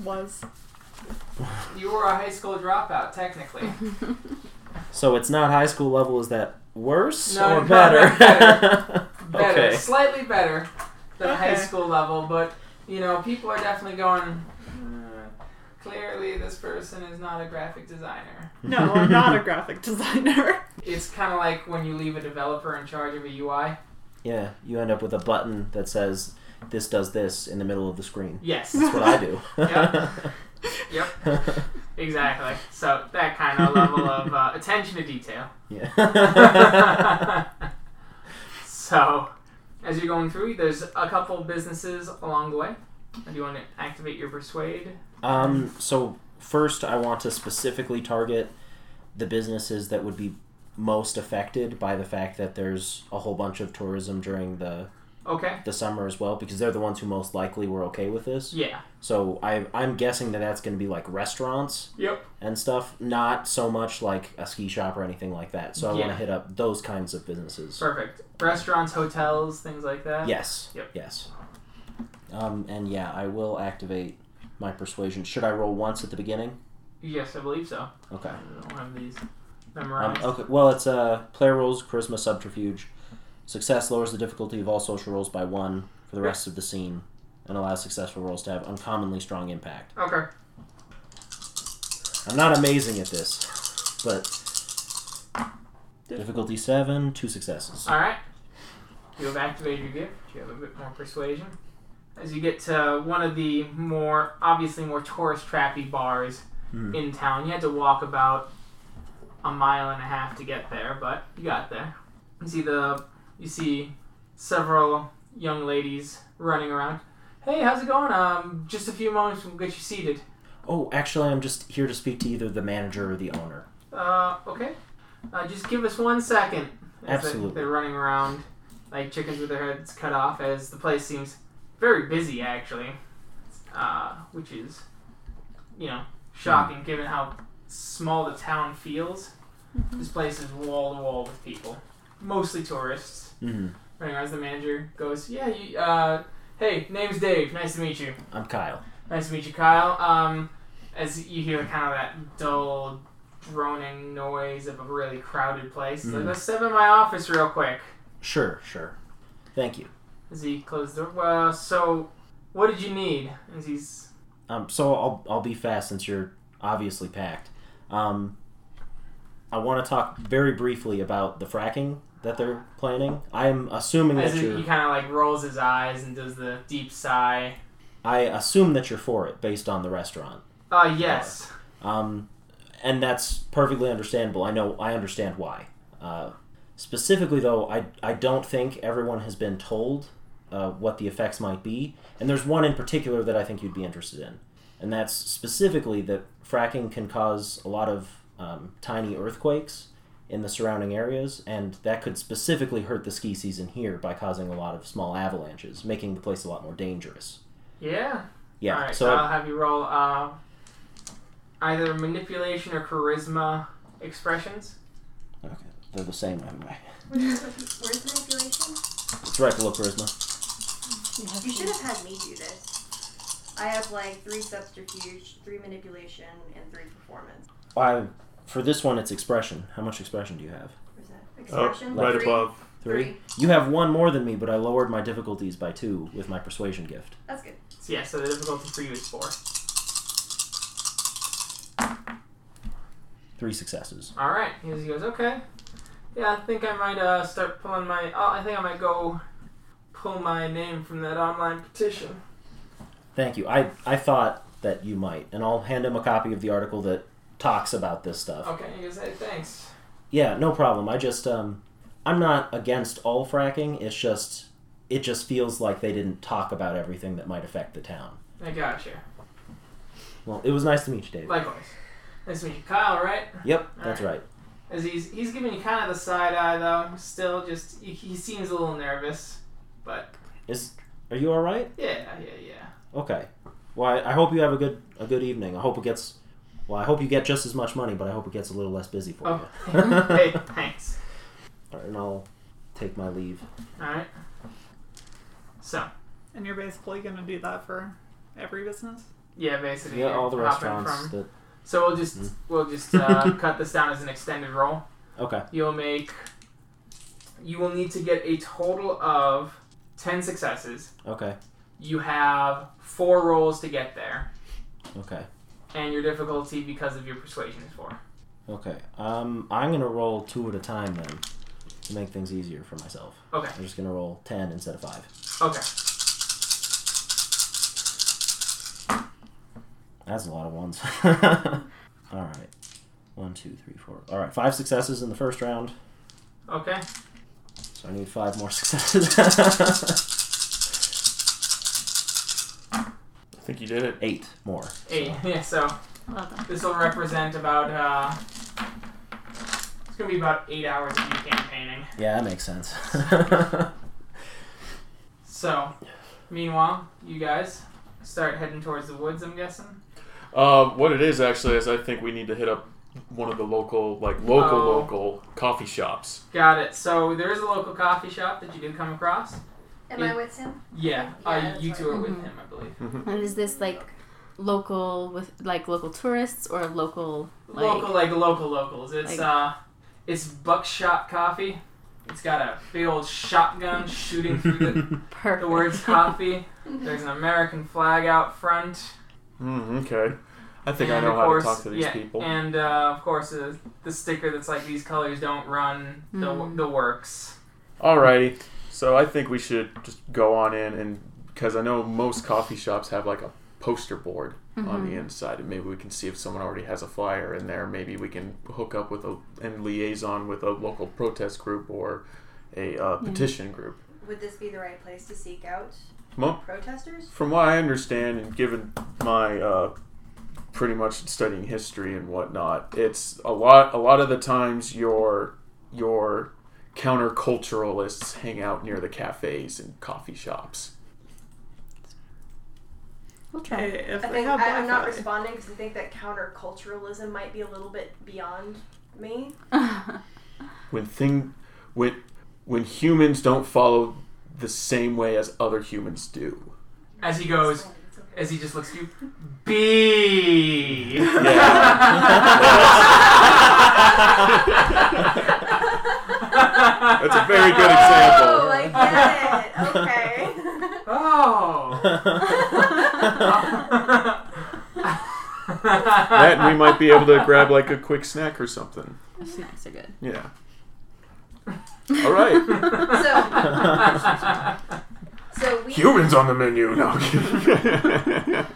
Speaker 4: Was.
Speaker 1: you were a high school dropout technically.
Speaker 5: so it's not high school level. Is that worse
Speaker 1: No,
Speaker 5: or
Speaker 1: no,
Speaker 5: better?
Speaker 1: no, better. better,
Speaker 5: Okay.
Speaker 1: slightly better than high
Speaker 4: Okay.
Speaker 1: school level, but you know, people are definitely going. "Hmm, Clearly, this person is not a graphic designer.
Speaker 4: No, I'm not a graphic designer.
Speaker 1: It's kind of like when you leave a developer in charge of a UI.
Speaker 5: Yeah, you end up with a button that says this does this in the middle of the screen.
Speaker 1: Yes,
Speaker 5: That's what I do.
Speaker 1: Yep. exactly. So that kind of level of uh, attention to detail.
Speaker 5: yeah.
Speaker 1: so, as you're going through, there's a couple businesses along the way. Do you want to activate your persuade?
Speaker 5: um, so first, I want to specifically target the businesses that would be most affected by the fact that there's a whole bunch of tourism during the
Speaker 1: Okay.
Speaker 5: the summer as well, because they're the ones who most likely were okay with this.
Speaker 1: Yeah.
Speaker 5: So I, I'm guessing that that's going to be like restaurants
Speaker 1: Yep.
Speaker 5: and stuff, not so much like a ski shop or anything like that. So I want
Speaker 1: Yeah.
Speaker 5: to hit up those kinds of businesses.
Speaker 1: Perfect. Restaurants, hotels, things like that.
Speaker 5: Yes.
Speaker 1: Yep.
Speaker 5: Yes. Um, and yeah, I will activate my persuasion. Should I roll once at the beginning?
Speaker 1: Yes, I believe so.
Speaker 5: Okay.
Speaker 1: I don't have these
Speaker 5: Um,
Speaker 1: memorized.
Speaker 5: okay. Well, it's uh, player rolls, charisma, subterfuge. Success lowers the difficulty of all social rolls by one for the rest of the scene, and allows successful rolls to have uncommonly strong impact.
Speaker 1: okay.
Speaker 5: I'm not amazing at this, but difficulty seven, two successes.
Speaker 1: All right. You have activated your gift. You have a bit more persuasion. As you get to one of the more obviously more tourist trappy bars
Speaker 5: Hmm.
Speaker 1: in town, you had to walk about a mile and a half to get there, but you got there. You see the you see several young ladies running around. Hey, how's it going? Um, just a few moments, we'll get you seated.
Speaker 5: Oh, actually, I'm just here to speak to either the manager or the owner.
Speaker 1: Uh, okay. Uh, just give us one second. As they-
Speaker 5: Absolutely.
Speaker 1: They're running around like chickens with their heads cut off as the place seems very busy, actually. Uh, which is, you know, shocking given how small the town feels. This place is wall to wall with people, mostly tourists.
Speaker 5: hmm
Speaker 1: Running around as the manager goes, Yeah, you, uh, hey, name's Dave. Nice to meet you.
Speaker 5: I'm Kyle.
Speaker 1: Nice to meet you, Kyle. Um, as you hear kind of that dull droning noise of a really crowded place, like,
Speaker 5: Mm.
Speaker 1: let's step in my office real quick.
Speaker 5: Sure, sure. Thank you.
Speaker 1: As he closes the door, well, so what did you need? As he's
Speaker 5: Um, so I'll, I'll be fast since you're obviously packed. Um, I want to talk very briefly about the fracking that they're planning. I'm assuming
Speaker 1: as
Speaker 5: that
Speaker 1: he, he
Speaker 5: you're.
Speaker 1: kind of like rolls his eyes and does the deep sigh.
Speaker 5: I assume that you're for it based on the restaurant.
Speaker 1: Uh, yes.
Speaker 5: Um, and that's perfectly understandable. I know. I understand why. Uh, specifically, though, I I don't think everyone has been told uh, what the effects might be. And there's one in particular that I think you'd be interested in, and that's specifically that fracking can cause a lot of um, tiny earthquakes in the surrounding areas, and that could specifically hurt the ski season here by causing a lot of small avalanches, making the place a lot more dangerous.
Speaker 1: Yeah.
Speaker 5: Yeah.
Speaker 1: All right.
Speaker 5: so
Speaker 1: So I'll have you roll uh, either manipulation or charisma expressions.
Speaker 5: okay, they're the same. anyway.
Speaker 2: Where's manipulation?
Speaker 5: It's right below charisma.
Speaker 2: You should have had me do this. I have like three subterfuge, three manipulation, and three performance.
Speaker 5: I for this one it's expression. How much expression do you have?
Speaker 2: Where's that?
Speaker 6: Oh,
Speaker 2: Expression?
Speaker 6: right
Speaker 2: Three?
Speaker 6: above.
Speaker 2: Three.
Speaker 5: You have one more than me, but I lowered my difficulties by two with my persuasion gift.
Speaker 2: That's good.
Speaker 1: So, yeah. So the difficulty for you is four.
Speaker 5: Three successes.
Speaker 1: All right. He goes- he goes, okay. Yeah, I think I might uh, start pulling my. Oh, I think I might go pull my name from that online petition.
Speaker 5: Thank you. I I thought that you might, and I'll hand him a copy of the article that talks about this stuff.
Speaker 1: Okay. He goes, hey, thanks.
Speaker 5: Yeah, no problem. I just um I'm not against all fracking. It's just it just feels like they didn't talk about everything that might affect the town.
Speaker 1: I got you.
Speaker 5: Well, it was nice to meet you, Dave.
Speaker 1: Likewise. Nice to meet you, Kyle. Right?
Speaker 5: Yep, that's right.
Speaker 1: As he's he's giving you kind of the side eye though. Still, just he, he seems a little nervous, but
Speaker 5: Is are you all right?
Speaker 1: yeah, yeah, yeah.
Speaker 5: Okay. Well, I, I hope you have a good a good evening. I hope it gets. Well, I hope you get just as much money, but I hope it gets a little less busy for
Speaker 1: Oh,
Speaker 5: you.
Speaker 1: hey, thanks.
Speaker 5: All right, and I'll take my leave.
Speaker 1: All right. So
Speaker 4: And you're basically going to do that for every business?
Speaker 1: yeah, basically,
Speaker 5: Yeah, all the
Speaker 1: you're hopping
Speaker 5: restaurants.
Speaker 1: From.
Speaker 5: That,
Speaker 1: So we'll just
Speaker 5: Mm.
Speaker 1: we'll just uh, cut this down as an extended roll.
Speaker 5: okay.
Speaker 1: You'll make. You will need to get a total of ten successes.
Speaker 5: Okay.
Speaker 1: You have four rolls to get there,
Speaker 5: Okay.
Speaker 1: and your difficulty because of your persuasion is four.
Speaker 5: Okay. Um, I'm gonna roll two at a time then, to make things easier for myself.
Speaker 1: Okay.
Speaker 5: I'm just gonna roll ten instead of five.
Speaker 1: Okay.
Speaker 5: That's a lot of ones. All right. One, two, three, four. All right. Five successes in the first round.
Speaker 1: Okay.
Speaker 5: So I need five more successes.
Speaker 6: I think you did it.
Speaker 5: Eight more.
Speaker 1: Eight. Yeah. So
Speaker 3: Well done.
Speaker 1: this will represent about. Uh, it's gonna be about eight hours of you campaigning.
Speaker 5: Yeah, that makes sense.
Speaker 1: So, meanwhile, you guys start heading towards the woods. I'm guessing.
Speaker 6: Uh, what it is actually is I think we need to hit up one of the local, like local,
Speaker 1: Oh.
Speaker 6: local coffee shops.
Speaker 1: Got it. So there is a local coffee shop that you did come across.
Speaker 2: Am I with him?
Speaker 1: Yeah.
Speaker 2: Yeah,
Speaker 1: Uh,
Speaker 2: that's
Speaker 1: you
Speaker 2: right. Mm-hmm.
Speaker 1: two are with
Speaker 3: Mhm.
Speaker 1: him, I believe.
Speaker 3: And is this like local with like local tourists or local like
Speaker 1: local, like local locals. It's
Speaker 3: like-
Speaker 1: uh, it's buckshot coffee. It's got a big old shotgun shooting through the,
Speaker 3: perfect?
Speaker 1: the words coffee. There's an American flag out front.
Speaker 6: Mm, okay. I think
Speaker 1: and
Speaker 6: I know
Speaker 1: of
Speaker 6: how
Speaker 1: course,
Speaker 6: to talk to these
Speaker 1: yeah,
Speaker 6: people.
Speaker 1: And uh, of course, uh, the sticker that's like these colors don't run
Speaker 3: Mm.
Speaker 1: the, the works.
Speaker 6: Alrighty. So I think we should just go on in, and because I know most coffee shops have like a poster board on
Speaker 3: Mm-hmm.
Speaker 6: the inside, and maybe we can see if someone already has a flyer in there. Maybe we can hook up with a and liaison with a local protest group or a uh, petition group.
Speaker 2: Would this be the right place to seek out
Speaker 6: Mo-
Speaker 2: protesters?
Speaker 6: From what I understand, and given my uh, pretty much studying history and whatnot, it's a lot. A lot of the times, your your counterculturalists hang out near the cafes and coffee shops.
Speaker 3: We'll try.
Speaker 4: Hey, Eh, if
Speaker 2: I
Speaker 4: they
Speaker 2: think
Speaker 4: have
Speaker 2: I, I'm not
Speaker 4: Wi-Fi.
Speaker 2: responding because I think that counterculturalism might be a little bit beyond me.
Speaker 6: When thing when when humans don't follow the same way as other humans do.
Speaker 1: As he goes,
Speaker 2: It's fine, it's okay.
Speaker 1: as he just looks at you, B.
Speaker 6: That's a very good
Speaker 2: Oh,
Speaker 6: example.
Speaker 2: I get it. Okay.
Speaker 1: Oh.
Speaker 6: That and we might be able to grab like a quick snack or something.
Speaker 3: Snacks are good.
Speaker 6: Yeah. All right.
Speaker 2: so, so we.
Speaker 6: Humans on the menu. No. I'm kidding.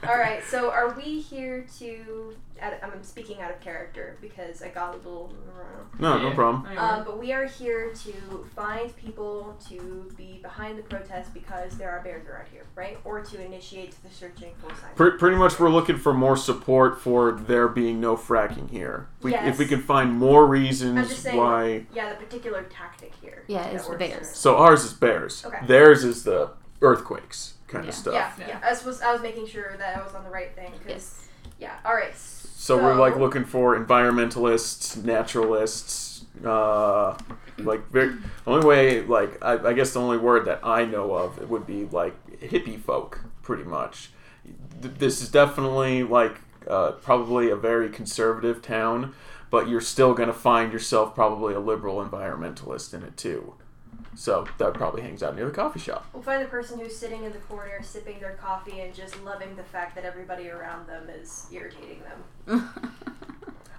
Speaker 2: All right. So, are we here to? I- I'm speaking out of character because I got a little.
Speaker 6: no, no
Speaker 1: Yeah.
Speaker 6: problem.
Speaker 2: Um, but we are here to find people to be behind the protest because there are bears around here, right? Or to initiate the searching for signs.
Speaker 6: Pre- pretty much, we're looking for more support for there being no fracking here. We, If we
Speaker 2: Yes.
Speaker 6: can find more
Speaker 2: I'm
Speaker 6: reasons
Speaker 2: just saying.
Speaker 6: why.
Speaker 2: Yeah, the particular tactic here.
Speaker 3: Yeah,
Speaker 2: that
Speaker 3: it's the
Speaker 2: works.
Speaker 3: bears.
Speaker 6: So ours is bears.
Speaker 2: Okay.
Speaker 6: Theirs is the earthquakes kind
Speaker 3: Yeah.
Speaker 6: of stuff.
Speaker 2: Yeah,
Speaker 1: Yeah.
Speaker 2: yeah. I was I was making sure that I was on the right thing. 'cause-
Speaker 3: Yes.
Speaker 2: Yeah. All right.
Speaker 6: So, we're like looking for environmentalists, naturalists, uh, like very, only way like I, I guess the only word that I know of would be like hippie folk, pretty much. Th- This is definitely like uh, probably a very conservative town, but you're still gonna find yourself probably a liberal environmentalist in it too. So that probably hangs out near the coffee shop.
Speaker 2: We'll find the person who's sitting in the corner sipping their coffee and just loving the fact that everybody around them is irritating them.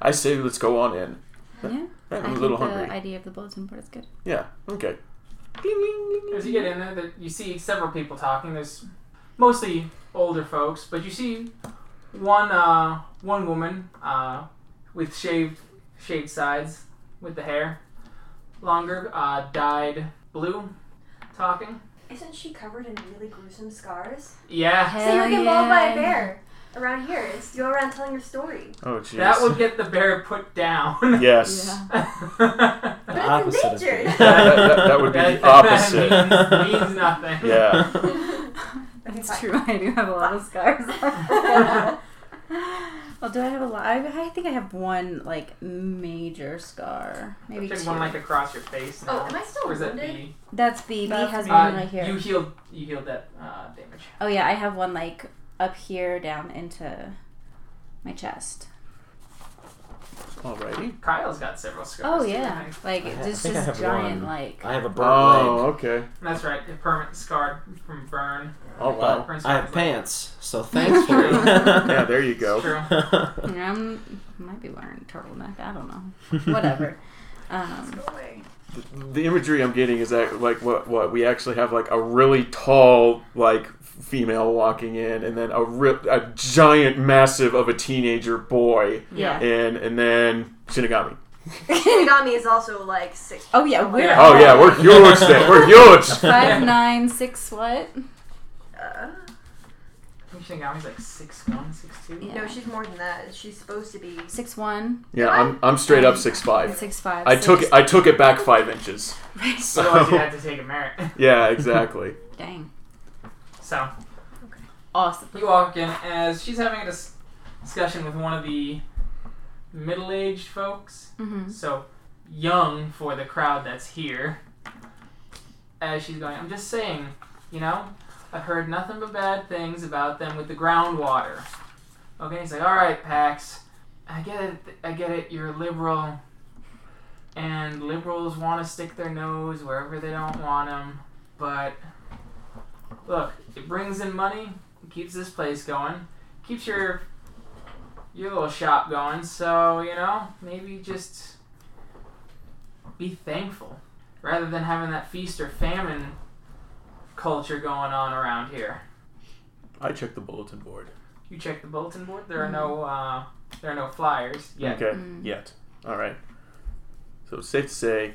Speaker 6: I say let's go on in.
Speaker 3: yeah. I
Speaker 6: I'm a
Speaker 3: think
Speaker 6: little
Speaker 3: the
Speaker 6: hungry.
Speaker 3: idea of the bulletin board is good.
Speaker 6: Yeah. Okay.
Speaker 1: As you get in there, that you see several people talking. There's mostly older folks, but you see one uh, one woman uh, with shaved shaved sides, with the hair longer, uh, dyed blue, talking.
Speaker 2: Isn't she covered in really gruesome scars?
Speaker 1: Yeah,
Speaker 2: so you were
Speaker 3: Hell
Speaker 2: involved by a
Speaker 3: yeah.
Speaker 2: bear. around here is to go around telling your story.
Speaker 6: Oh, jeez.
Speaker 1: That would get the bear put down.
Speaker 6: Yes.
Speaker 4: Yeah.
Speaker 1: that,
Speaker 2: But it's
Speaker 5: opposite of
Speaker 2: endangered.
Speaker 6: that, that- that would be the opposite.
Speaker 1: that means, means nothing.
Speaker 6: Yeah.
Speaker 2: Okay,
Speaker 3: That's
Speaker 2: fine.
Speaker 3: true. I do have a lot of scars. well, do I have a lot? I, I think I have one like major scar. Maybe
Speaker 1: Take
Speaker 3: two.
Speaker 1: one like across your face. Now.
Speaker 2: Oh, am I still
Speaker 1: or is that
Speaker 2: wounded?
Speaker 1: B?
Speaker 3: That's B. B
Speaker 4: That's
Speaker 3: has
Speaker 4: me.
Speaker 3: one
Speaker 1: Uh,
Speaker 3: right here.
Speaker 1: You healed. You healed that uh, damage.
Speaker 3: Oh yeah, I have one like up here, down into my chest.
Speaker 6: Alrighty.
Speaker 1: Kyle's got several scars.
Speaker 3: Oh
Speaker 1: too, I
Speaker 3: yeah,
Speaker 1: think.
Speaker 3: like
Speaker 5: I ha- I
Speaker 3: it's
Speaker 5: think I
Speaker 3: just
Speaker 5: have
Speaker 3: giant
Speaker 5: one.
Speaker 3: like.
Speaker 5: I have a burnt leg.
Speaker 6: Oh, okay.
Speaker 1: That's right. You're permanent scarred from burn.
Speaker 6: Oh, wow.
Speaker 5: But
Speaker 1: Burn
Speaker 5: I
Speaker 1: scar
Speaker 5: have
Speaker 1: is like-
Speaker 5: pants, so thankfully.
Speaker 6: Yeah, there you go.
Speaker 1: True.
Speaker 3: Um, might be wearing a turtleneck. I don't know. Whatever. Um,
Speaker 2: Go away.
Speaker 6: The imagery I'm getting is that like what what we actually have like a really tall like female walking in, and then a ri a giant massive of a teenager boy,
Speaker 3: yeah.
Speaker 6: and and then Shinigami.
Speaker 2: Shinigami is also like six.
Speaker 3: Oh yeah, we're
Speaker 1: Yeah.
Speaker 6: Oh yeah, we're huge. Then. We're huge.
Speaker 3: five nine six what?
Speaker 2: Uh,
Speaker 1: I think Shinigami's like six one, six two.
Speaker 3: Yeah.
Speaker 2: No, she's more than that. She's supposed to be.
Speaker 3: Six one
Speaker 6: Yeah, I'm I'm straight up six
Speaker 3: and
Speaker 6: five.
Speaker 3: six five.
Speaker 6: I took it- I took it back five inches.
Speaker 3: it.
Speaker 1: Otherwise, you had to take a merit.
Speaker 6: Yeah, exactly.
Speaker 3: Dang.
Speaker 1: So
Speaker 3: Awesome.
Speaker 1: you walk in as she's having a dis- discussion with one of the middle-aged folks.
Speaker 3: Mm-hmm.
Speaker 1: So young for the crowd that's here. As she's going, I'm just saying, you know, I've heard nothing but bad things about them with the groundwater. Okay, he's like, all right, Pax, I get it, I get it. You're liberal, and liberals want to stick their nose wherever they don't want them. But look, it brings in money, it keeps this place going, keeps your your little shop going, so you know, maybe just be thankful rather than having that feast or famine culture going on around here.
Speaker 6: I checked the bulletin board.
Speaker 1: You check the bulletin board. There are no uh, there are no flyers yet.
Speaker 6: Okay.
Speaker 3: Mm.
Speaker 6: Yet. All right. So it's safe to say,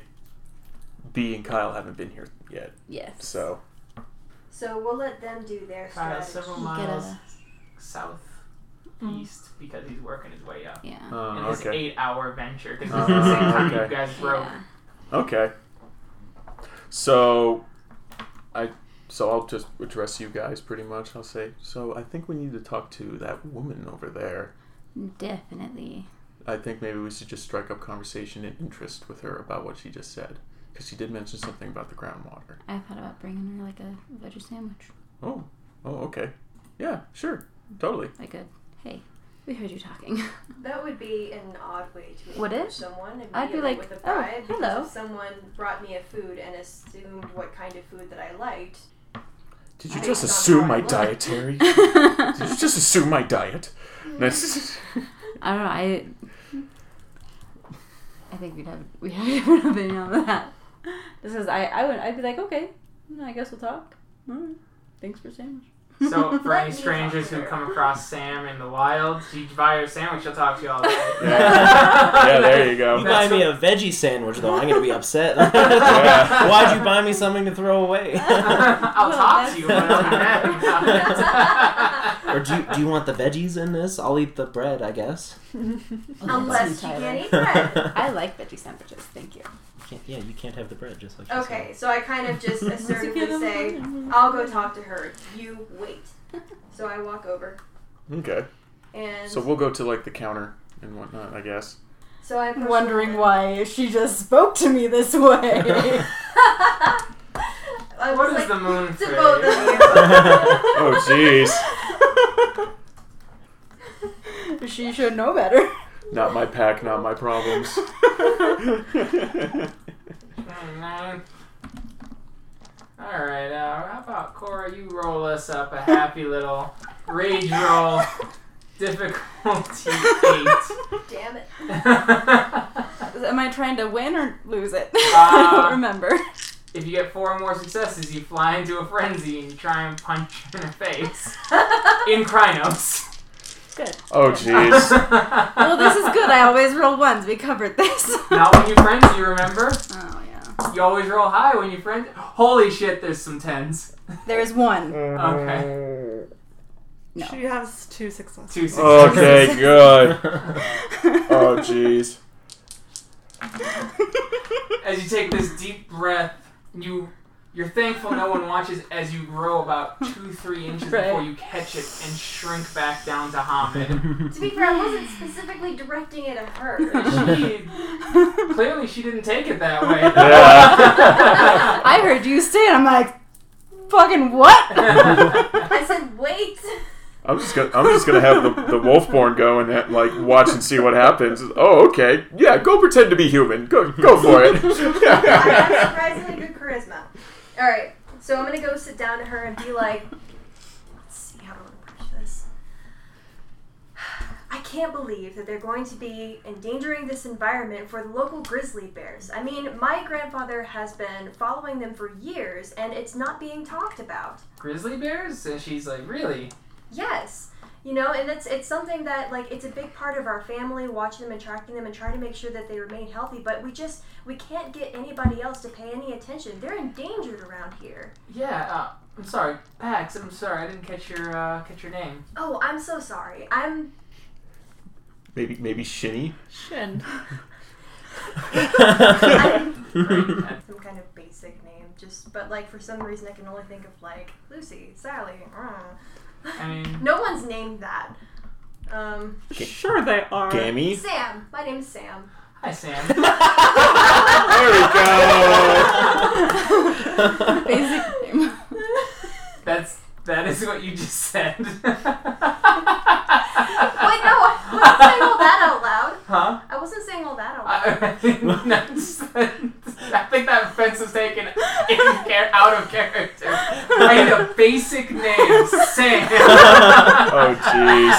Speaker 6: B and Kyle haven't been here yet.
Speaker 3: Yes.
Speaker 6: So
Speaker 2: So we'll let them do their
Speaker 1: Kind of
Speaker 2: strategy.
Speaker 1: several
Speaker 3: You get
Speaker 1: miles
Speaker 3: a-
Speaker 1: south
Speaker 4: Mm.
Speaker 1: east because he's working his way up
Speaker 3: Yeah.
Speaker 1: in
Speaker 6: oh,
Speaker 1: his
Speaker 6: okay.
Speaker 1: eight-hour venture because this is the same
Speaker 6: Uh,
Speaker 1: time
Speaker 6: okay.
Speaker 1: you guys broke.
Speaker 3: Yeah.
Speaker 6: Okay. So I so I'll just address you guys pretty much. I'll say so. I think we need to talk to that woman over there.
Speaker 3: Definitely.
Speaker 6: I think maybe we should just strike up conversation and interest with her about what she just said because she did mention something about the groundwater.
Speaker 3: I thought about bringing her like a veggie sandwich,
Speaker 6: Oh. Oh. Okay. Yeah. Sure. Totally.
Speaker 3: like a hey. We heard you talking.
Speaker 2: That would be an odd way to
Speaker 3: Would
Speaker 2: approach
Speaker 3: it?
Speaker 2: someone.
Speaker 3: I'd be
Speaker 2: immediately
Speaker 3: like,
Speaker 2: with a
Speaker 3: "Oh,
Speaker 2: bribe, because
Speaker 3: hello."
Speaker 2: If someone brought me a food and assumed what kind of food that I liked.
Speaker 6: Did
Speaker 2: I
Speaker 6: you just
Speaker 2: think that's
Speaker 6: assume
Speaker 2: how I
Speaker 6: my
Speaker 2: look.
Speaker 6: dietary? Did you just assume my diet? That's-
Speaker 3: I don't know. I I think we'd have we have a different opinion on that. This is I I would I'd be like okay, mm, I guess we'll talk. Alright, Thanks for sandwich.
Speaker 1: So for
Speaker 2: Let
Speaker 1: any
Speaker 2: me talk
Speaker 1: strangers
Speaker 2: to
Speaker 1: who
Speaker 2: her.
Speaker 1: come across Sam in the wild, you buy her a sandwich. She'll talk to you all day.
Speaker 6: yeah, there you
Speaker 5: You
Speaker 6: go.
Speaker 5: buy me a veggie sandwich, though, I'm gonna be upset.
Speaker 1: Yeah.
Speaker 5: Why'd you buy me something to throw away?
Speaker 1: I'll
Speaker 3: Well,
Speaker 1: talk to you when I'm mad about it.
Speaker 5: or do you, do you want the veggies in this? I'll eat the bread, I guess.
Speaker 2: Unless you
Speaker 3: Tyler.
Speaker 2: can eat bread.
Speaker 5: Can't-
Speaker 3: I like veggie sandwiches. Thank you.
Speaker 5: yeah, you can't have the bread just like. you
Speaker 2: Okay, so I kind of just assertively say,
Speaker 3: I'll
Speaker 2: I'll go talk to her. You wait. So I walk over
Speaker 6: Okay.
Speaker 2: and
Speaker 6: So we'll go to like the counter and whatnot, I guess.
Speaker 2: so I approach
Speaker 3: wondering
Speaker 2: her.
Speaker 3: why she just spoke to me this way.
Speaker 2: I was
Speaker 1: What is
Speaker 2: like,
Speaker 1: the moon
Speaker 2: "To
Speaker 1: for?
Speaker 2: both of
Speaker 1: you?
Speaker 2: you."
Speaker 6: Oh jeez,
Speaker 3: she should know better.
Speaker 6: not my pack, not my problems.
Speaker 1: Oh, man. All right. Uh, how about Cora? You roll us up a happy little rage roll, difficulty eight.
Speaker 2: Damn it.
Speaker 3: Am I trying to win or lose it? I
Speaker 1: Uh,
Speaker 3: don't remember.
Speaker 1: if you get four or more successes, you fly into a frenzy and you try and punch her in the face in Krynos.
Speaker 3: Good.
Speaker 6: oh jeez.
Speaker 3: Well, this is good. I always roll ones. We covered this.
Speaker 1: Not when you frenzy, remember?
Speaker 3: Oh yeah.
Speaker 1: You always roll high when you frenzy. Holy shit! There's some tens.
Speaker 3: There is one.
Speaker 1: Okay.
Speaker 3: No.
Speaker 4: She has two successes.
Speaker 1: Two successes.
Speaker 6: Oh, Okay, good. Oh, jeez.
Speaker 1: As you take this deep breath, you you're thankful no one watches as you grow about two, three inches
Speaker 3: Right.
Speaker 1: before you catch it and shrink back down to Hamid.
Speaker 2: To be fair, I wasn't specifically directing it at her.
Speaker 1: she clearly she didn't take it that way.
Speaker 6: Yeah.
Speaker 3: I heard you say it. I'm like, fucking what?
Speaker 2: I said, wait.
Speaker 6: I'm just gonna I'm just gonna have the, the wolfborn go and ha- like watch and see what happens. Oh, okay. Yeah, go pretend to be human. Go go for it.
Speaker 2: I have surprisingly good charisma. All right, so I'm gonna go sit down to her and be like, let's see how to approach this. I can't believe that they're going to be endangering this environment for the local grizzly bears. I mean, my grandfather has been following them for years, and it's not being talked about.
Speaker 1: Grizzly bears? And she's like, really?
Speaker 2: Yes. You know, and it's it's something that like it's a big part of our family, watching them and tracking them and trying to make sure that they remain healthy, but we just we can't get anybody else to pay any attention. They're endangered around here.
Speaker 1: Yeah. Uh, I'm sorry, Pax. I'm sorry, I didn't catch your uh, catch your name.
Speaker 2: Oh, I'm so sorry. I'm
Speaker 6: Maybe maybe Shinny.
Speaker 4: Shin.
Speaker 2: I'm some kind of basic name, just but like for some reason I can only think of like Lucy, Sally. uh.
Speaker 1: I mean-
Speaker 2: no one's named that. Um,
Speaker 4: Sure they are.
Speaker 6: Gammy.
Speaker 2: Sam. My name's Sam.
Speaker 1: Hi, Sam.
Speaker 6: There we go.
Speaker 3: Basic name.
Speaker 1: That's that is what you just said.
Speaker 2: Wait, no, I wasn't saying all that out loud.
Speaker 1: Huh?
Speaker 2: I wasn't saying all that out loud.
Speaker 1: I, I think that's- I think that offense was taken in, char- out of character. I need a basic name, Sam.
Speaker 6: Oh jeez.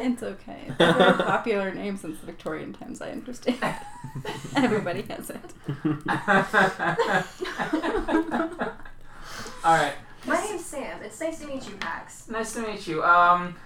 Speaker 3: It's okay. It's a very popular name since the Victorian times, I understand. Everybody has it.
Speaker 1: All right.
Speaker 2: My name's Sam. It's nice to meet you, Pax.
Speaker 1: Nice to meet you. Um,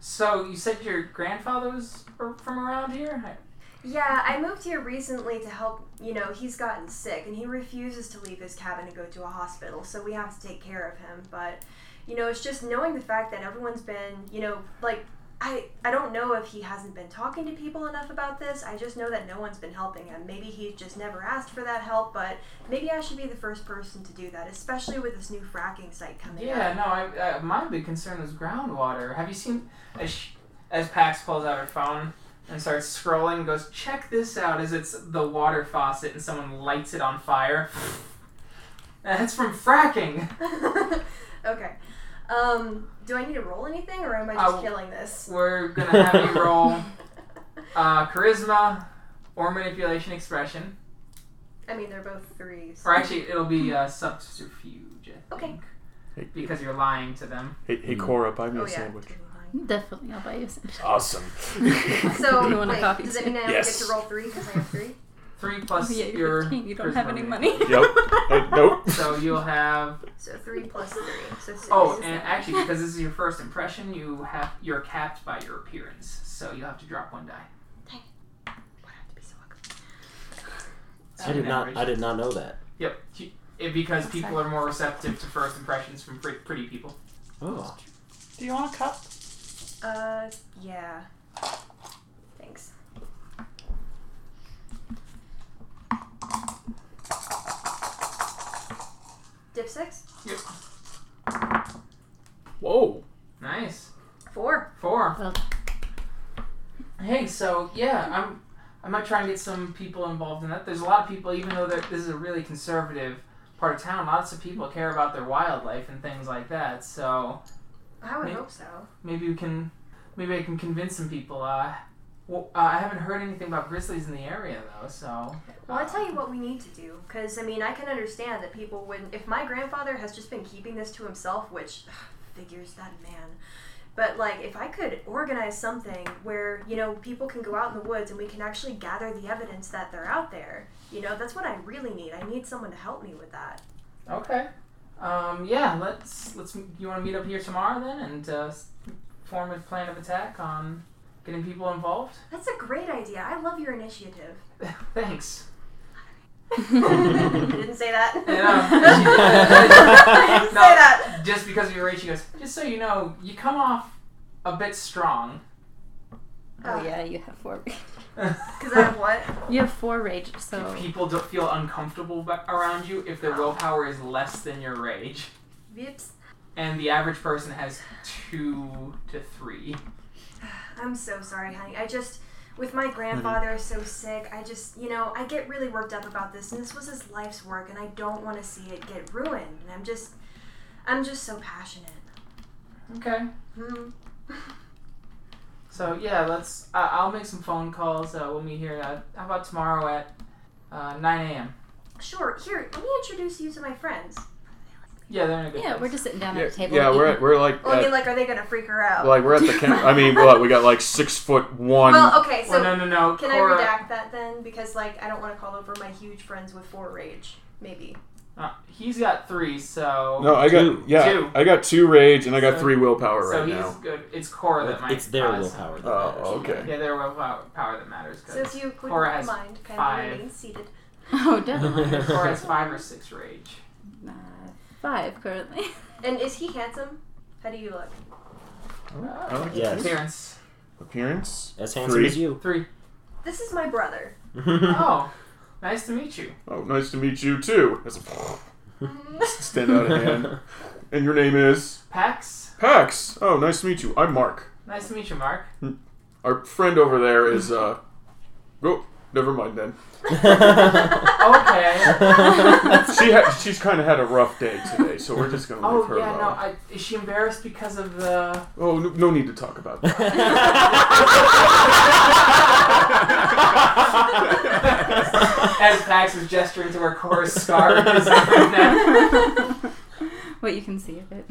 Speaker 1: so you said your grandfather was ar- from around here?
Speaker 2: Yeah, I moved here recently to help. You know, he's gotten sick and he refuses to leave his cabin to go to a hospital, so we have to take care of him. But, you know, it's just knowing the fact that everyone's been, you know, like, I, I don't know if he hasn't been talking to people enough about this. I just know that no one's been helping him. Maybe he just never asked for that help, but maybe I should be the first person to do that, especially with this new fracking site coming up.
Speaker 1: Yeah, no. I, uh, my big concern is groundwater. Have you seen as sh as Pax pulls out her phone and starts scrolling, goes check this out as it's the water faucet and someone lights it on fire. That's from fracking.
Speaker 2: okay. Um, do I need to roll anything, or am I just
Speaker 6: Oh.
Speaker 1: I'll-
Speaker 2: killing this?
Speaker 1: We're gonna have you roll uh, charisma or manipulation expression,
Speaker 2: I mean, they're both threes.
Speaker 1: or actually it'll be uh, subterfuge. I
Speaker 2: Okay.
Speaker 1: think, Because you're lying to them.
Speaker 6: Hey, hey Cora, buy me
Speaker 2: Oh
Speaker 6: a
Speaker 2: yeah.
Speaker 6: sandwich.
Speaker 3: Definitely, I'll buy you some.
Speaker 6: Awesome.
Speaker 2: So
Speaker 3: You want a
Speaker 2: wait,
Speaker 3: coffee
Speaker 2: does that
Speaker 3: too?
Speaker 2: mean I only
Speaker 6: Yes.
Speaker 2: get to roll three because I have three?
Speaker 1: Three plus
Speaker 3: yeah, you're
Speaker 1: your
Speaker 3: 15, You don't have
Speaker 1: charisma
Speaker 3: any
Speaker 1: rating.
Speaker 3: money.
Speaker 6: Yep. Uh, nope.
Speaker 1: So you'll have
Speaker 2: So three plus three, so six.
Speaker 1: Oh, and actually, because this is your first impression, you have you're capped by your appearance, so you'll have to drop one die.
Speaker 2: Why do I have to be so ugly?
Speaker 5: I did not. I did not know that.
Speaker 1: Yep, you- it- because people are more receptive to first impressions from pre- pretty people.
Speaker 5: Oh,
Speaker 4: Do you want a cup?
Speaker 2: Uh, yeah. Thanks. Dip six,
Speaker 6: Whoa.
Speaker 1: Nice
Speaker 2: four.
Speaker 1: four.
Speaker 3: Well-
Speaker 1: Hey, so yeah, I'm. I might try and get some people involved in that. There's a lot of people, even though that this is a really conservative part of town. Lots of people care about their wildlife and things like that. So
Speaker 2: I would
Speaker 1: Maybe-
Speaker 2: hope so.
Speaker 1: Maybe we can, maybe I can convince some people. Uh, well, uh, I haven't heard anything about grizzlies in the area though, so.
Speaker 2: Well, I tell you what we need to do, because I mean, I can understand that people wouldn't. If my grandfather has just been keeping this to himself, which ugh, figures that man. But like, if I could organize something where you know people can go out in the woods and we can actually gather the evidence that they're out there, you know, that's what I really need. I need someone to help me with that.
Speaker 1: uh, Okay. Um, yeah, let's let's. You want to meet up here tomorrow then, and uh, s- form a plan of attack on getting people involved.
Speaker 2: That's a great idea. I love your initiative.
Speaker 1: Thanks.
Speaker 2: I didn't say that. I
Speaker 1: Yeah.
Speaker 2: didn't say that.
Speaker 1: Just because of your age, she goes, just so you know, you come off a bit strong.
Speaker 3: Oh yeah, you have four.
Speaker 2: Because Oh, I have what?
Speaker 3: You have four rage. So
Speaker 1: People don't feel uncomfortable ba- around you if their willpower is less than your rage.
Speaker 2: Vips.
Speaker 1: And the average person has two to three.
Speaker 2: I'm so sorry, honey. I just, with my grandfather so sick, I just, you know, I get really worked up about this, and this was his life's work, and I don't want to see it get ruined. And I'm just, I'm just so passionate.
Speaker 1: Okay. Mm-hmm.
Speaker 2: Hmm.
Speaker 1: So yeah, let's. Uh, I'll make some phone calls. Uh, we'll meet here. Uh, how about tomorrow at uh, 9 a.m.
Speaker 2: Sure. Here, let me introduce you to my friends.
Speaker 1: Yeah, they're in a good
Speaker 3: yeah,
Speaker 1: place.
Speaker 3: we're just sitting down
Speaker 6: Yeah,
Speaker 3: at a table.
Speaker 6: yeah,
Speaker 3: and
Speaker 6: we're
Speaker 3: eating.
Speaker 6: at, we're like
Speaker 2: Well, I mean,
Speaker 6: at,
Speaker 2: like, are they gonna freak her out?
Speaker 6: like um, we're at the camp. I mean, what we got like six foot one.
Speaker 2: well, okay. So
Speaker 1: Well, no, no, no.
Speaker 2: can
Speaker 1: Cora,
Speaker 2: I redact that then? Because like, I don't want to call over my huge friends with four rage. Maybe.
Speaker 1: Uh, he's got three, so
Speaker 6: no, I
Speaker 5: Two.
Speaker 6: got yeah,
Speaker 1: oh, Two.
Speaker 6: I got two rage and I got
Speaker 1: So-
Speaker 6: three willpower
Speaker 1: so
Speaker 6: right
Speaker 1: he's
Speaker 6: now.
Speaker 1: good. It's Cora that might.
Speaker 5: it's their
Speaker 1: cause-
Speaker 5: willpower that
Speaker 6: Oh,
Speaker 5: matters.
Speaker 6: okay.
Speaker 1: Yeah, their willpower power that matters. 'cause
Speaker 2: So if you would
Speaker 1: Cora has
Speaker 2: mind kind
Speaker 1: five.
Speaker 2: of remaining seated.
Speaker 3: Oh, definitely.
Speaker 1: Cora has five or six rage.
Speaker 3: Uh, five currently.
Speaker 2: And is he handsome? How do you look?
Speaker 6: Oh,
Speaker 5: Yes.
Speaker 1: Uh, Appearance
Speaker 6: Appearance.
Speaker 5: As handsome
Speaker 6: Three.
Speaker 5: as you.
Speaker 1: three.
Speaker 2: This is my brother.
Speaker 1: Oh, nice to meet you.
Speaker 6: Oh, nice to meet you too. That's a
Speaker 2: Mm.
Speaker 6: stand out of hand. And your name is
Speaker 1: Pax,
Speaker 6: Pax. Oh, nice to meet you. I'm Mark.
Speaker 1: nice to meet you, Mark.
Speaker 6: Our friend over there is uh. Oh, never mind then.
Speaker 1: Okay.
Speaker 6: She ha- she's kind of had a rough day today, so we're just gonna leave
Speaker 1: Oh
Speaker 6: her
Speaker 1: yeah, no.
Speaker 6: alone.
Speaker 1: I, is she embarrassed because of the?
Speaker 6: Oh, no, no need to talk about that.
Speaker 1: As Pax was gesturing to where Cora's scar is right now.
Speaker 3: what you can see of it.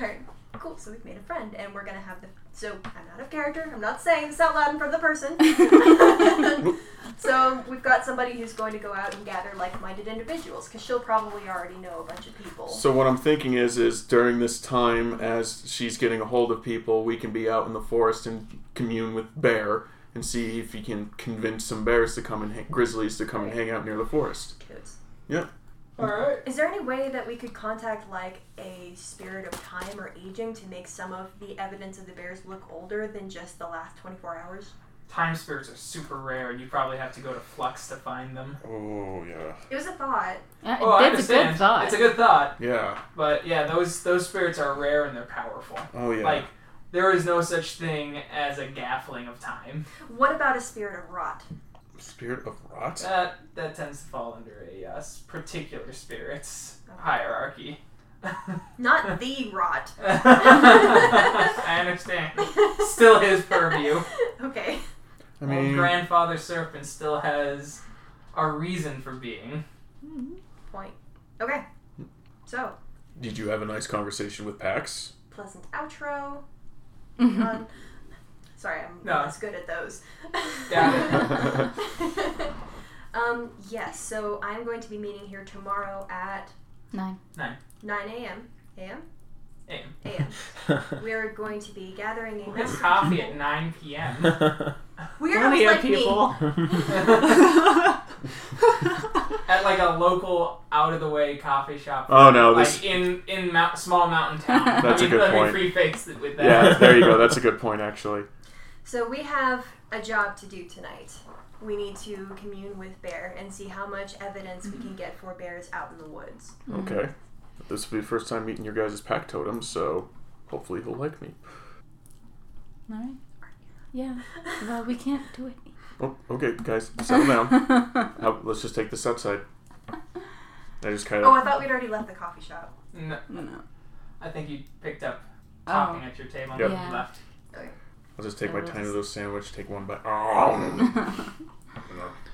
Speaker 2: Alright, cool. So we've made a friend, and we're gonna have the. So I'm out of character. I'm not saying this out loud in front of the person. so we've got somebody who's going to go out and gather like-minded individuals, because she'll probably already know a bunch of people.
Speaker 6: So what I'm thinking is, is during this time, as she's getting a hold of people, we can be out in the forest and commune with Bear and see if he can convince some bears to come and hang, grizzlies to come and hang out near the forest.
Speaker 2: Cutes.
Speaker 1: All right.
Speaker 2: Is there any way that we could contact like a spirit of time or aging to make some of the evidence of the bears look older than just the last 24 hours?
Speaker 1: Time spirits are super rare, and you probably have to go to Flux to find them.
Speaker 6: Oh yeah,
Speaker 2: It was a thought.
Speaker 3: Uh,
Speaker 1: Oh, I
Speaker 3: that's a
Speaker 1: understand.
Speaker 3: good thought.
Speaker 1: It's a good thought,
Speaker 6: yeah.
Speaker 1: but yeah, those those spirits are rare and they're powerful.
Speaker 6: Oh yeah.
Speaker 1: Like there is no such thing as a gaffling of time.
Speaker 2: What about a spirit of rot?
Speaker 6: Spirit of rot.
Speaker 1: That that tends to fall under a uh, s- particular spirits hierarchy.
Speaker 2: Not the rot.
Speaker 1: I understand. Still his purview.
Speaker 2: Okay.
Speaker 6: I
Speaker 1: Old
Speaker 6: mean,
Speaker 1: grandfather serpent still has a reason for being.
Speaker 2: Point. Okay. So,
Speaker 6: did you have a nice conversation with Pax?
Speaker 2: pleasant outro.
Speaker 3: Mhm.
Speaker 2: Um, sorry, I'm
Speaker 1: No.
Speaker 2: not as good at those.
Speaker 1: Yeah.
Speaker 2: um, yes, so I'm going to be meeting here tomorrow at
Speaker 3: Nine.
Speaker 2: 9 a.m. A.m.?
Speaker 1: Hey,
Speaker 2: A.m. We are going to be gathering a
Speaker 1: who has
Speaker 2: mass-
Speaker 1: coffee at 9 p.m.
Speaker 2: Weirdos like me.
Speaker 1: at like a local out of the way coffee shop.
Speaker 6: Oh, no,
Speaker 1: like
Speaker 6: this-
Speaker 1: in in mount, small mountain town.
Speaker 6: That's
Speaker 1: I
Speaker 6: a
Speaker 1: mean,
Speaker 6: good
Speaker 1: let me
Speaker 6: point.
Speaker 1: preface it with that.
Speaker 6: yeah, there you go. That's a good point, actually.
Speaker 2: So we have a job to do tonight. We need to commune with Bear and see how much evidence we
Speaker 3: Mm-hmm.
Speaker 2: can get for bears out in the woods.
Speaker 1: Mm-hmm.
Speaker 6: Okay. This will be the first time meeting your guys' pack totem, so hopefully he'll like me.
Speaker 3: All right. Yeah. Well, we can't do it.
Speaker 6: Oh, okay, guys, settle down. How, let's just take this outside. I just kind of.
Speaker 2: Oh, I thought we'd already left the coffee shop.
Speaker 1: No,
Speaker 3: no.
Speaker 1: I think you picked up
Speaker 3: Oh.
Speaker 1: talking at your table
Speaker 6: Yep.
Speaker 1: and
Speaker 3: Yeah.
Speaker 1: left.
Speaker 6: I'll just take my
Speaker 3: Oh,
Speaker 6: tiny
Speaker 3: that's-
Speaker 6: little sandwich, take one bite, oh,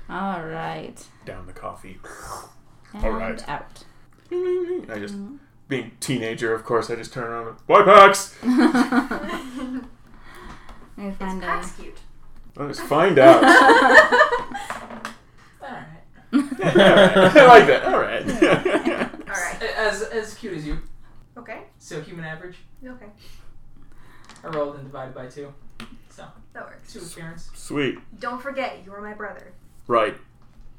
Speaker 3: All right.
Speaker 6: down the coffee.
Speaker 3: And
Speaker 6: All right.
Speaker 3: Out.
Speaker 6: I just, being teenager, of course, I just turn around. and, Why packs?
Speaker 3: We
Speaker 2: It's
Speaker 3: find a
Speaker 2: Pax cute.
Speaker 6: Let's find out.
Speaker 1: All right.
Speaker 6: Yeah, all right. I like that. All right.
Speaker 2: All right.
Speaker 1: As as cute as you.
Speaker 2: Okay.
Speaker 1: So human average.
Speaker 2: Okay.
Speaker 1: I rolled and divided by two. So
Speaker 2: That works.
Speaker 1: two appearance.
Speaker 6: Sweet.
Speaker 2: Don't forget, you're my brother.
Speaker 6: Right.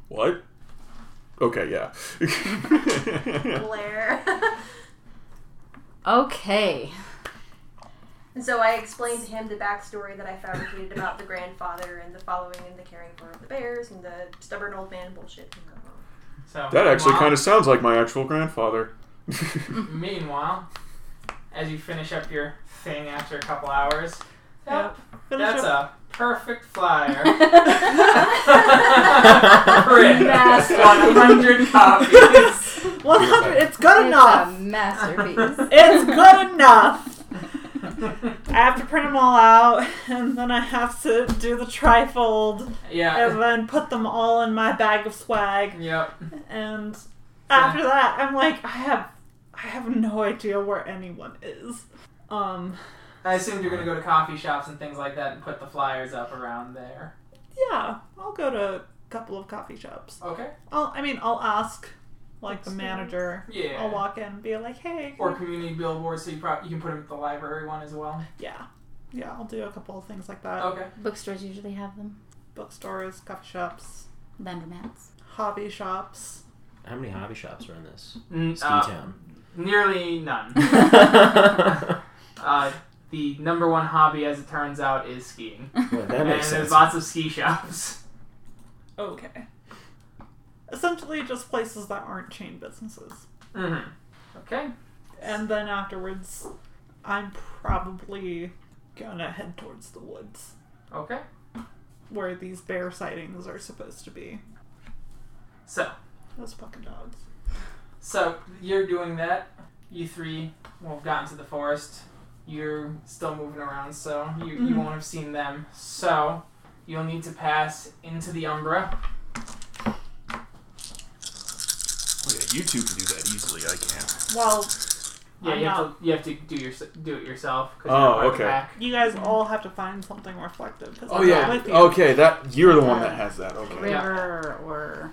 Speaker 6: What? Okay, yeah.
Speaker 2: Blair.
Speaker 3: Okay.
Speaker 2: and so I explained to him the backstory that I fabricated about the grandfather and the following and the caring for the bears and the stubborn old man bullshit.
Speaker 1: So
Speaker 6: that actually
Speaker 1: meanwhile-
Speaker 6: kind of sounds like my actual grandfather.
Speaker 1: Meanwhile, as you finish up your thing after a couple hours, yep,
Speaker 4: Finish
Speaker 1: that's
Speaker 4: up.
Speaker 1: a perfect flyer. Print.
Speaker 3: Masterpiece.
Speaker 1: 100 copies.
Speaker 4: 100. It's good enough.
Speaker 3: It's a masterpiece.
Speaker 4: It's good enough. I have to print them all out, and then I have to do the trifold,
Speaker 1: yeah.
Speaker 4: and then put them all in my bag of swag.
Speaker 1: Yep.
Speaker 4: And after that, I'm like, I have, I have no idea where anyone is. Um,
Speaker 1: I assumed you're going to go to coffee shops and things like that and put the flyers up around there.
Speaker 4: yeah, I'll go to a couple of coffee shops.
Speaker 1: Okay.
Speaker 4: I'll, I mean, I'll ask, like
Speaker 2: Let's
Speaker 4: the
Speaker 2: see.
Speaker 4: manager.
Speaker 1: Yeah.
Speaker 4: I'll walk in and be like, hey.
Speaker 1: Or community billboards, so you, prob- you can put them at the library one as well.
Speaker 4: yeah, yeah, I'll do a couple of things like that.
Speaker 1: Okay.
Speaker 3: Bookstores usually have them.
Speaker 4: Bookstores, coffee shops,
Speaker 3: Landmats.
Speaker 4: hobby shops.
Speaker 5: How many hobby shops are in this
Speaker 1: N-
Speaker 5: Mm, ski
Speaker 1: uh,
Speaker 5: town?
Speaker 1: nearly none.
Speaker 5: Well,
Speaker 1: Uh, the number one hobby, as it turns out, is skiing.
Speaker 5: that
Speaker 1: and there's
Speaker 5: makes sense.
Speaker 1: lots of ski shops.
Speaker 4: Okay. Essentially, just places that aren't chain businesses.
Speaker 1: Mm-hmm. Okay.
Speaker 4: And then afterwards, I'm probably gonna head towards the woods
Speaker 1: Okay.
Speaker 4: where these bear sightings are supposed to be.
Speaker 1: So,
Speaker 4: Those fucking dogs.
Speaker 1: so you're doing that. You three will have gotten to the forest. You're still moving around, so you, you
Speaker 5: Mm-hmm.
Speaker 4: Mhm.
Speaker 1: won't have seen them. So you'll need to pass into the Umbra.
Speaker 6: you two can do that easily. I can't.
Speaker 4: Well,
Speaker 1: Yeah,
Speaker 4: I'm
Speaker 1: you have,
Speaker 4: out.
Speaker 1: to, you have to do your do it yourself. 'cause
Speaker 6: Oh,
Speaker 1: you're part of the
Speaker 6: okay.
Speaker 1: pack.
Speaker 4: you guys all have to find something reflective. 'cause
Speaker 6: Oh
Speaker 4: I'm not
Speaker 6: yeah.
Speaker 4: With you.
Speaker 6: Okay, that you're the one that has that. Okay.
Speaker 1: Yeah.
Speaker 3: River or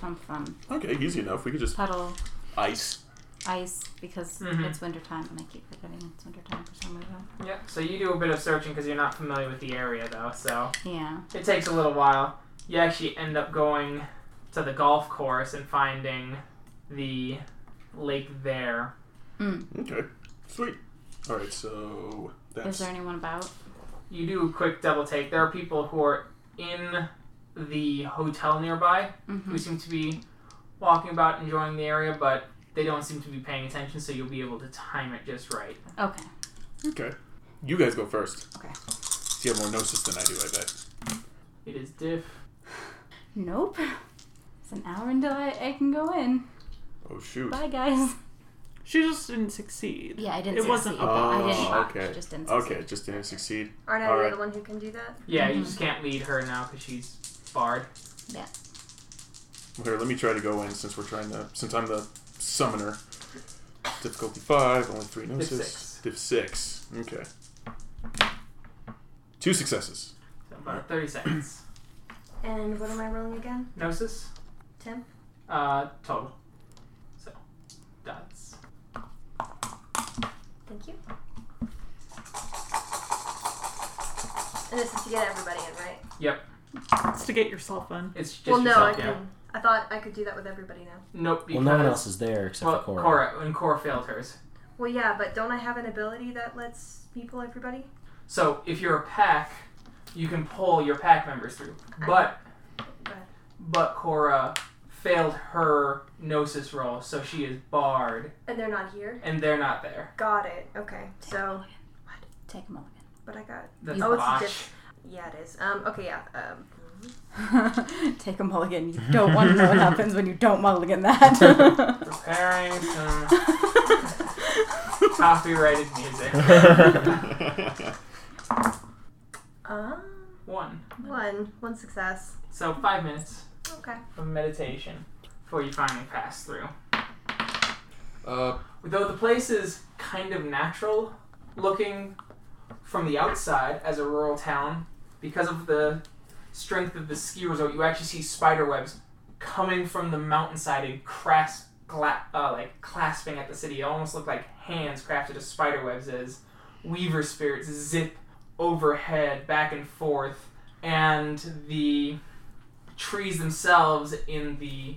Speaker 3: something.
Speaker 6: Okay, easy enough. We could just
Speaker 3: Puddle.
Speaker 6: ice.
Speaker 3: Ice. Because
Speaker 1: Mhm.
Speaker 3: it's wintertime and I keep forgetting it's wintertime for some reason.
Speaker 1: Yeah. So you do a bit of searching because you're not familiar with the area, though. So
Speaker 3: Yeah.
Speaker 1: it takes a little while. You actually end up going to the golf course and finding the lake there.
Speaker 3: Mm.
Speaker 6: Okay. Sweet. All right. So
Speaker 3: Is
Speaker 6: that's
Speaker 3: there anyone about?
Speaker 1: you do a quick double take. There are people who are in the hotel nearby
Speaker 3: Mm-hmm.
Speaker 1: who seem to be walking about enjoying the area, but they don't seem to be paying attention, so you'll be able to time it just right.
Speaker 3: Okay.
Speaker 6: okay. You guys go first.
Speaker 3: Okay.
Speaker 6: You have more gnosis than I do. I bet.
Speaker 1: It is diff.
Speaker 3: Nope. It's an hour until I, I can go in.
Speaker 6: Oh shoot.
Speaker 3: Bye, guys.
Speaker 4: She just didn't succeed.
Speaker 3: Yeah, I didn't.
Speaker 4: It wasn't
Speaker 3: succeed.
Speaker 6: about-
Speaker 3: I didn't.
Speaker 6: Oh,
Speaker 3: watch,
Speaker 6: okay.
Speaker 3: Just didn't. succeed.
Speaker 6: Okay, just didn't succeed.
Speaker 2: Aren't I
Speaker 6: All
Speaker 2: really
Speaker 6: right.
Speaker 2: the one who can do that?
Speaker 1: Yeah, you
Speaker 3: Mhm.
Speaker 1: just can't lead her now because she's barred.
Speaker 6: Well, Here, let me try to go in since we're trying to. Since I'm the summoner. Difficulty five, only three gnosis.
Speaker 1: six.
Speaker 6: Diff six. Okay. Two successes.
Speaker 1: So about 30 seconds.
Speaker 2: And what am I rolling again?
Speaker 1: Gnosis?
Speaker 2: Ten.
Speaker 1: Uh, total. So, dots.
Speaker 2: Thank you. And this is to get everybody in, right?
Speaker 4: It's to get yourself in.
Speaker 1: It's just
Speaker 2: well, no, I
Speaker 1: yourself.
Speaker 2: can.
Speaker 1: yeah.
Speaker 2: I thought I could do that with everybody now.
Speaker 1: Nope, because...
Speaker 5: Well, no one else is there except
Speaker 1: Well,
Speaker 5: for Cora.
Speaker 1: and Cora failed hers.
Speaker 2: Well, yeah, but don't I have an ability that lets people everybody?
Speaker 1: So if you're a pack, you can pull your pack members through. But
Speaker 2: Go ahead.
Speaker 1: but Cora failed her gnosis roll, so she is barred,
Speaker 2: And they're not here.
Speaker 1: and they're not there.
Speaker 2: Got it. Okay. So,
Speaker 3: Take a moment.
Speaker 2: but I got.
Speaker 1: That's
Speaker 2: Oh, it's a
Speaker 1: botch.
Speaker 2: diff- Yeah, it is. Um. Okay. Yeah. Um.
Speaker 3: Take a mulligan. You don't want to know what happens when you don't mulligan that.
Speaker 1: Preparing some copyrighted music.
Speaker 3: Ah.
Speaker 2: Um.
Speaker 1: One.
Speaker 2: One. One success.
Speaker 1: So five minutes
Speaker 2: Okay.
Speaker 1: of meditation before you finally pass through.
Speaker 6: uh,
Speaker 1: Though the place is kind of natural looking from the outside as a rural town, because of the strength of the ski resort, you actually see spider webs coming from the mountainside and cras- gla- uh, like clasping at the city. It almost looked like hands crafted of spider webs as weaver spirits zip overhead, back and forth, and the trees themselves in the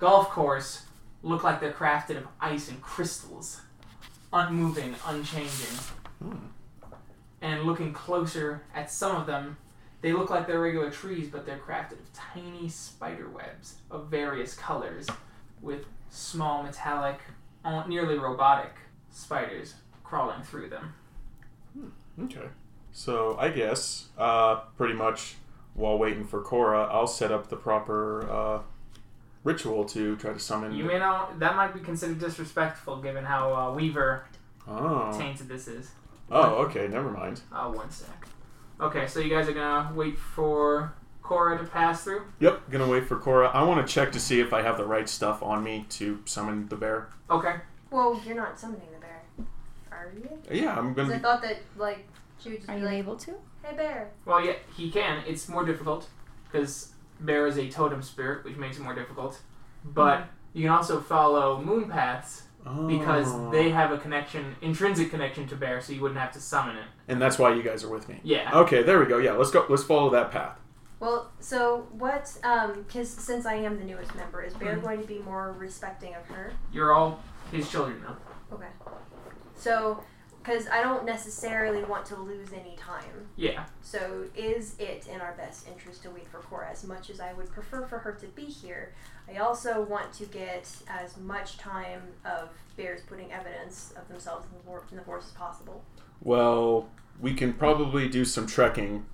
Speaker 1: golf course look like they're crafted of ice and crystals, unmoving, unchanging.
Speaker 6: Hmm.
Speaker 1: And looking closer at some of them, they look like they're regular trees, but they're crafted of tiny spider webs of various colors, with small metallic, al- nearly robotic spiders crawling through them.
Speaker 6: Okay. So I guess uh, pretty much while waiting for Cora, I'll set up the proper uh, ritual to try to summon.
Speaker 1: You may not, that might be considered disrespectful given how uh, Weaver
Speaker 6: oh.
Speaker 1: tainted this is.
Speaker 6: Oh. Okay. Never mind.
Speaker 1: Uh, one sec. Okay, so you guys are gonna wait for Cora to pass through.
Speaker 6: Yep. Gonna wait for Cora. I want to check to see if I have the right stuff on me to summon the bear.
Speaker 1: Okay.
Speaker 2: Well, you're not summoning the bear, are you?
Speaker 6: Yeah. I'm
Speaker 2: 'Cause I
Speaker 6: gonna.
Speaker 2: thought that like she would just
Speaker 3: Are
Speaker 2: be
Speaker 3: you
Speaker 2: like,
Speaker 3: able to?
Speaker 2: "Hey, bear."
Speaker 1: Well, yeah, he can. It's more difficult because bear is a totem spirit, which makes it more difficult. But you can also follow moon paths
Speaker 6: Oh.
Speaker 1: because they have a connection, intrinsic connection to bear, so you wouldn't have to summon it.
Speaker 6: Oh. And that's why you guys are with me.
Speaker 1: Yeah.
Speaker 6: Okay. There we go. Yeah. Let's go. Let's follow that path.
Speaker 2: Well, so what? Um, because since I am the newest member, is Bear
Speaker 3: Mm-hmm.
Speaker 1: Mhm.
Speaker 2: going to be more respecting of her?
Speaker 1: You're all his children now.
Speaker 2: Okay. So, because I don't necessarily want to lose any time.
Speaker 1: Yeah.
Speaker 2: So, is it in our best interest to wait for Cora as much as I would prefer for her to be here? I also want to get as much time of bears putting evidence of themselves in the, war- in the force as possible.
Speaker 6: Well, we can probably do some trekking,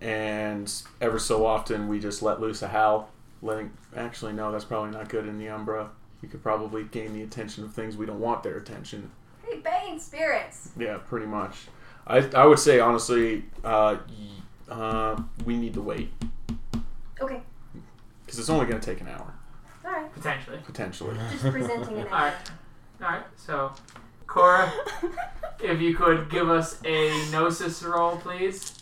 Speaker 6: and ever so often we just let loose a howl. Letting actually no, that's probably not good in the Umbra. We could probably gain the attention of things we don't want their attention.
Speaker 2: Hey, Bane spirits!
Speaker 6: Yeah, pretty much. I I would say honestly, uh, y- uh, we need to wait
Speaker 2: Okay,
Speaker 6: because it's only going to take an hour
Speaker 2: alright.
Speaker 1: Potentially.
Speaker 6: potentially.
Speaker 2: Just presenting an
Speaker 1: Alright.
Speaker 2: idea.
Speaker 1: Alright, so Cora, if you could give us a gnosis roll, please.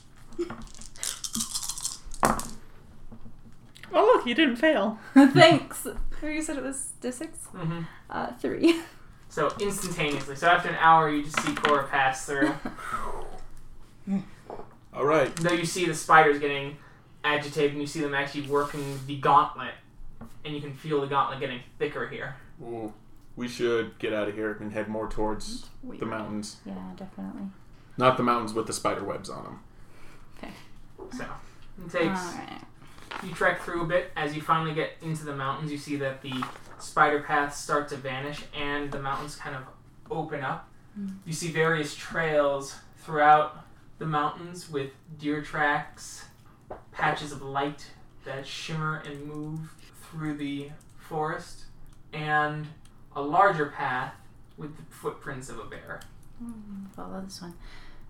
Speaker 4: Oh, look, you didn't fail.
Speaker 3: Thanks. You said it was d six,
Speaker 1: Mm-hmm.
Speaker 3: uh, three.
Speaker 1: So instantaneously. So after an hour, you just see Cora pass through.
Speaker 6: All right.
Speaker 1: Though you see the spiders getting agitated, and you see them actually working the gauntlet, and you can feel the gauntlet getting thicker here.
Speaker 6: Ooh, we should get out of here and head more towards
Speaker 3: Weird.
Speaker 6: the mountains.
Speaker 3: Yeah, definitely.
Speaker 6: Not the mountains with the spider webs on them.
Speaker 1: So it takes
Speaker 3: Alright.
Speaker 1: you trek through a bit. As you finally get into the mountains, you see that the spider paths start to vanish, and the mountains kind of open up. You see various trails throughout the mountains with deer tracks, patches of light that shimmer and move through the forest, and a larger path with the footprints of a bear.
Speaker 3: Follow this one.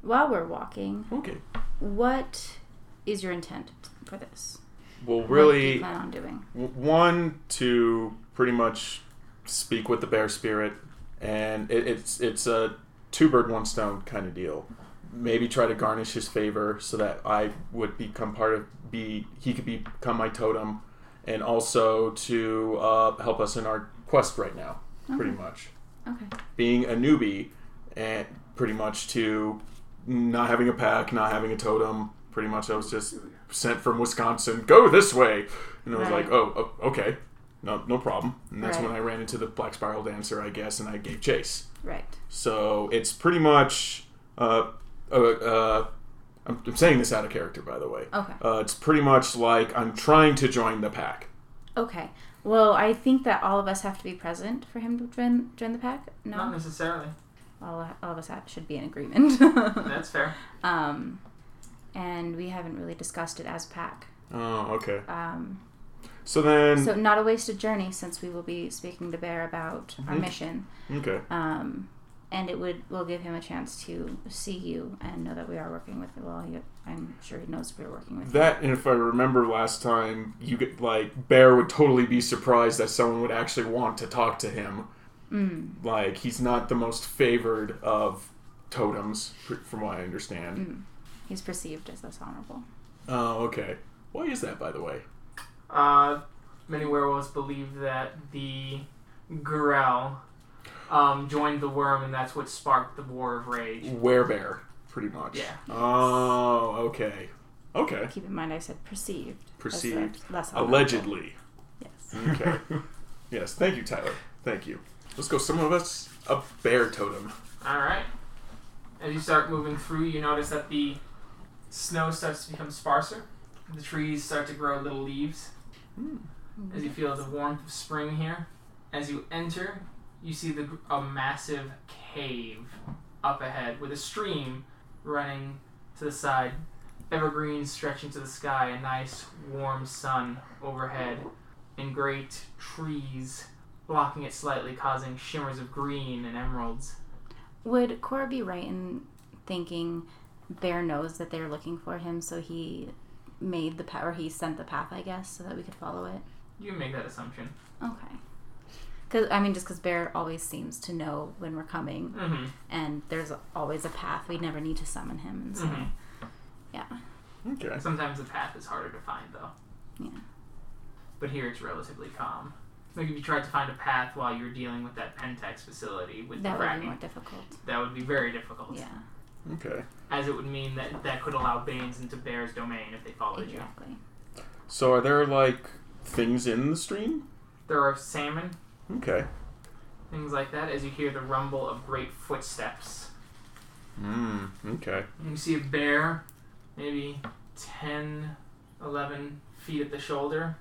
Speaker 3: While we're walking,
Speaker 6: Okay.
Speaker 3: what is your intent for this?
Speaker 6: Well,
Speaker 3: What do you
Speaker 6: really,
Speaker 3: plan on doing?
Speaker 6: W- one to pretty much speak with the bear spirit and it, it's it's a two bird one stone kind of deal maybe try to garnish his favor so that i would become part of be he could become my totem and also to uh, help us in our quest right now pretty much
Speaker 3: Okay.
Speaker 6: being a newbie and pretty much to not having a pack not having a totem pretty much i was just sent from wisconsin go this way and i was
Speaker 3: Right.
Speaker 6: like oh o- okay no, no problem and that's when
Speaker 3: Right.
Speaker 6: i ran into the black spiral dancer i guess and i gave chase
Speaker 3: Right.
Speaker 6: so it's pretty much uh, uh, uh, I'm, I'm saying this out of character by the way
Speaker 3: Okay.
Speaker 6: uh, it's pretty much like i'm trying to join the pack
Speaker 3: Okay. Well, I think that all of us have to be present for him to join, join the pack.
Speaker 1: Not
Speaker 3: No,
Speaker 1: necessarily.
Speaker 3: all, all of us have, should be in agreement.
Speaker 1: That's fair.
Speaker 3: um, and we haven't really discussed it as pack.
Speaker 6: oh okay
Speaker 3: Um,
Speaker 6: so then
Speaker 3: so not a wasted journey since we will be speaking to Bear about our
Speaker 6: Mhm.
Speaker 3: mission.
Speaker 6: okay
Speaker 3: Um, and it would will give him a chance to see you and know that we are working with you. Well, you, I'm sure he knows we're working with
Speaker 6: That and if I remember last time, you get like Bear would totally be surprised that someone would actually want to talk to him.
Speaker 3: you.
Speaker 6: Like he's not the most favored of totems, fr- from what I
Speaker 3: Mm,
Speaker 6: understand.
Speaker 3: mm. He's perceived as less honorable.
Speaker 6: Oh, okay. Why is that, by the way?
Speaker 1: Uh, many werewolves believe that the Gurel um, joined the worm, and that's what sparked the War of Rage.
Speaker 6: Werebear, pretty much.
Speaker 1: Yeah.
Speaker 6: Oh, okay. Okay.
Speaker 3: Keep in mind, I said perceived. as
Speaker 6: Perceived.
Speaker 3: less- less honorable.
Speaker 6: Allegedly.
Speaker 3: Yes.
Speaker 6: Okay. Yes, thank you, Tyler. Thank you. Let's go. Some of us a bear totem.
Speaker 1: All right. As you start moving through, you notice that the snow starts to become sparser. The trees start to grow little leaves. As you feel the warmth of spring here, as you enter, you see the, gr- a massive cave up ahead with a stream running to the side, evergreens stretching to the sky, a nice warm sun overhead, and great trees blocking it slightly, causing shimmers of green and emeralds.
Speaker 3: Would Cora be right in thinking Bear knows that they're looking for him, so he made the path, or he sent the path, I guess, so that we could follow it?
Speaker 1: You can make that assumption.
Speaker 3: Okay. Cause I mean, just because Bear always seems to know when we're coming,
Speaker 1: Mm-hmm.
Speaker 3: and there's always a path. We never need to summon him, and so
Speaker 1: Mhm.
Speaker 3: yeah.
Speaker 6: Okay.
Speaker 1: Sometimes the path is harder to find, though.
Speaker 3: Yeah.
Speaker 1: But here it's relatively calm. Like if you tried to find a path while you're dealing with that Pentax facility with the
Speaker 3: That would be
Speaker 1: cracking,
Speaker 3: more difficult.
Speaker 1: that would be very difficult.
Speaker 3: Yeah,
Speaker 6: Okay.
Speaker 1: As it would mean that that could allow Banes into Bear's domain if they followed you.
Speaker 3: exactly.
Speaker 6: So are there like things in the stream?
Speaker 1: There are salmon,
Speaker 6: Okay.
Speaker 1: things like that, as you hear the rumble of great footsteps.
Speaker 6: Mm, okay.
Speaker 1: And you see a bear, maybe 10, 11 feet at the shoulder,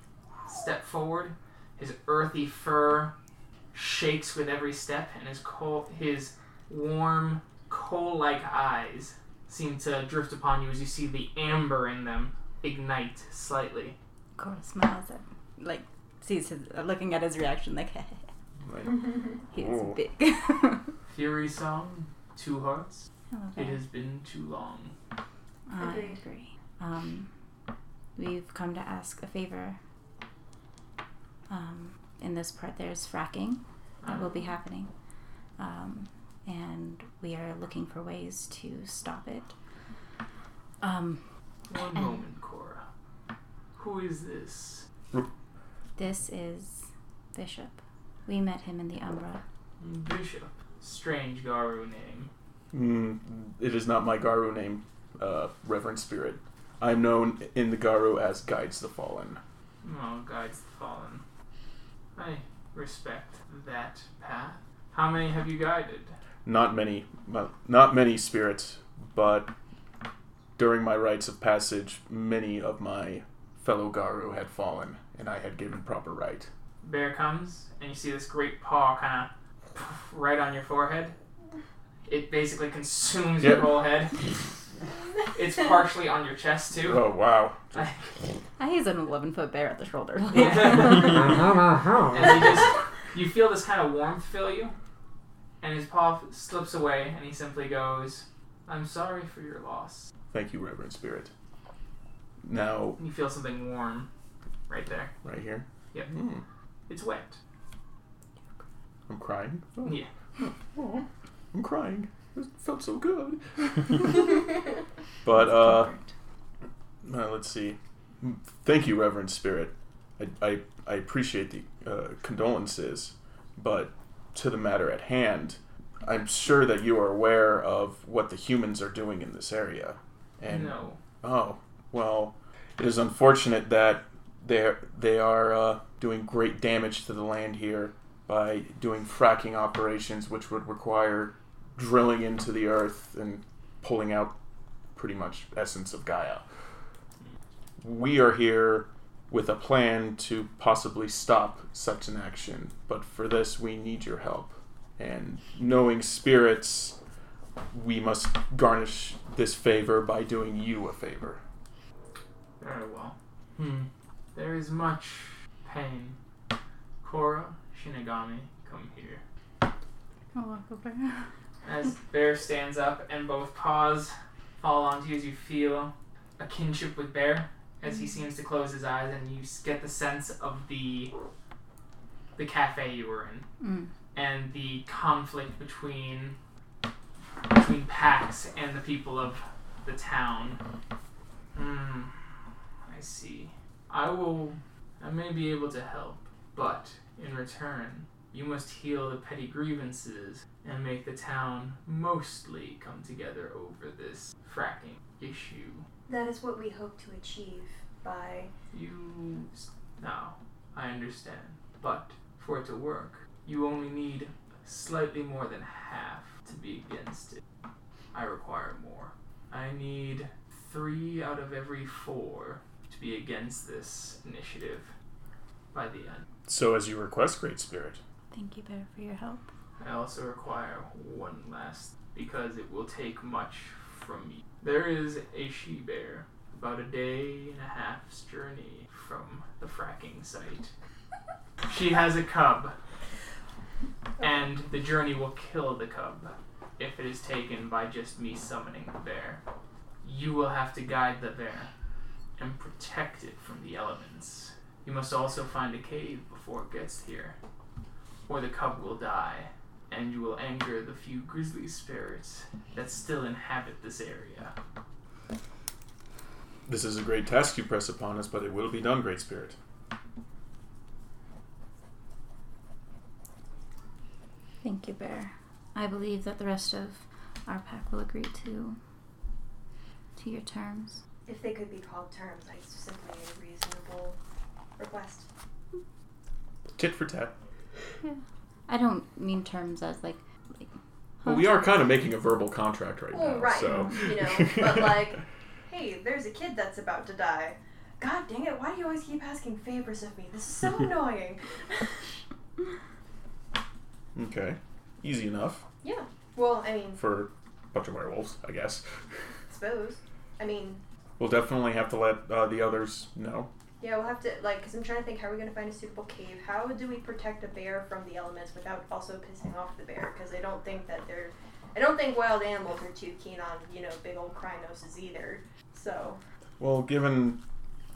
Speaker 1: step forward. His earthy fur shakes with every step, and his coal, his warm, coal-like eyes seem to drift upon you as you see the amber in them ignite slightly.
Speaker 3: Cora smiles at, like, sees his, looking at his reaction, like,
Speaker 6: Like,
Speaker 3: he's
Speaker 6: Ooh.
Speaker 3: big. uh,
Speaker 1: Fury song, two hearts. It has been too long.
Speaker 3: I
Speaker 2: Agree.
Speaker 3: agree. Um, we've come to ask a favor. Um, in this part, there's fracking that will be
Speaker 1: Mm-hmm.
Speaker 3: happening, um, and we are looking for ways to stop it. Um,
Speaker 1: One moment, Cora. Who is this?
Speaker 3: this is Bishop. We met him in the Umbra.
Speaker 1: Bishop. Strange Garu name.
Speaker 6: mm, it is not my Garu name, uh, Reverend Spirit. I'm known in the Garu as Guides the Fallen.
Speaker 1: Oh, guides the fallen. I respect that path. How many have you guided?
Speaker 6: Not many, well, not many spirits, but during my rites of passage, many of my fellow Garu had fallen, and I had given proper right.
Speaker 1: Bear comes, and you see this great paw kind of right on your forehead. It basically consumes your
Speaker 6: Yep.
Speaker 1: whole head. It's partially on your chest, too.
Speaker 6: Oh wow!
Speaker 1: Like,
Speaker 3: Ah, He's an 11 foot bear at the shoulder.
Speaker 1: Yeah.
Speaker 5: Uh-huh.
Speaker 6: oh
Speaker 1: and you just you feel this kind of warmth fill you, and his paw slips away, and he simply goes, "I'm sorry for your loss."
Speaker 6: Thank you, Reverend Spirit. Now,
Speaker 1: And you feel something warm right there.
Speaker 6: right here.
Speaker 1: Yep.
Speaker 6: Mm,
Speaker 1: It's wet.
Speaker 6: I'm crying. Oh,
Speaker 1: Yeah.
Speaker 6: oh, I'm crying. It felt so good. But uh, uh, let's see. Thank you, Reverend Spirit. I I, I appreciate the uh, condolences, but to the matter at hand, I'm sure that you are aware of what the humans are doing in this area. And
Speaker 1: no.
Speaker 6: Oh, well, it is unfortunate that they they are uh, doing great damage to the land here by doing fracking operations, which would require drilling into the earth and pulling out pretty much essence of Gaia. We are here with a plan to possibly stop such an action, but for this we need your help. And knowing spirits, we must garnish this favor by doing you a favor.
Speaker 1: Very well. Hmm. There is much pain. Korra, Shinigami, come here. As Bear stands up and both paws fall onto you as you feel a kinship with Bear as he seems to close his eyes and you s- get the sense of the the cafe you were in
Speaker 3: Mm.
Speaker 1: and the conflict between between Pax and the people of the town. Hmm. I see. I will. I may be able to help, but in return, you must heal the petty grievances and make the town mostly come together over this fracking issue.
Speaker 2: That is what we hope to achieve by
Speaker 1: You. s- No, I understand. But for it to work. You only need slightly more than half to be against it. I require more. I need three out of every four to be against this initiative by the end.
Speaker 6: So as you request, Great Spirit.
Speaker 3: Thank you, Bear, for your help.
Speaker 1: I also require one last because it will take much from you. There is a she bear about a day and a half's journey from the fracking site. She has a cub, and the journey will kill the cub if it is taken by just me summoning the bear. You will have to guide the bear and protect it from the elements. You must also find a cave before it gets here, or the cub will die, and you will anger the few grizzly spirits that still inhabit this area.
Speaker 6: This is a great task you press upon us, but it will be done, Great Spirit.
Speaker 3: Thank you, Bear. I believe that the rest of our pack will agree to to your terms.
Speaker 2: If they could be called terms, like simply a reasonable request.
Speaker 6: Tit for tat.
Speaker 3: I don't mean terms as like like
Speaker 6: Well, we are kind of making a verbal contract right
Speaker 2: Oh,
Speaker 6: now,
Speaker 2: right.
Speaker 6: so
Speaker 2: You know, but like- Hey, there's a kid that's about to die. God dang it, why do you always keep asking favors of me? This is so annoying.
Speaker 6: okay, easy enough
Speaker 2: Yeah. Well, I mean,
Speaker 6: for a bunch of werewolves, I guess.
Speaker 2: suppose. I mean,
Speaker 6: We'll definitely have to let uh, the others know.
Speaker 2: yeah, we'll have to, like, because I'm trying to think how are we going to find a suitable cave? How do we protect a bear from the elements without also pissing off the bear? Because I don't think that they're. I don't think wild animals are too keen on, you know, big old crinoses either. So,
Speaker 6: Well, given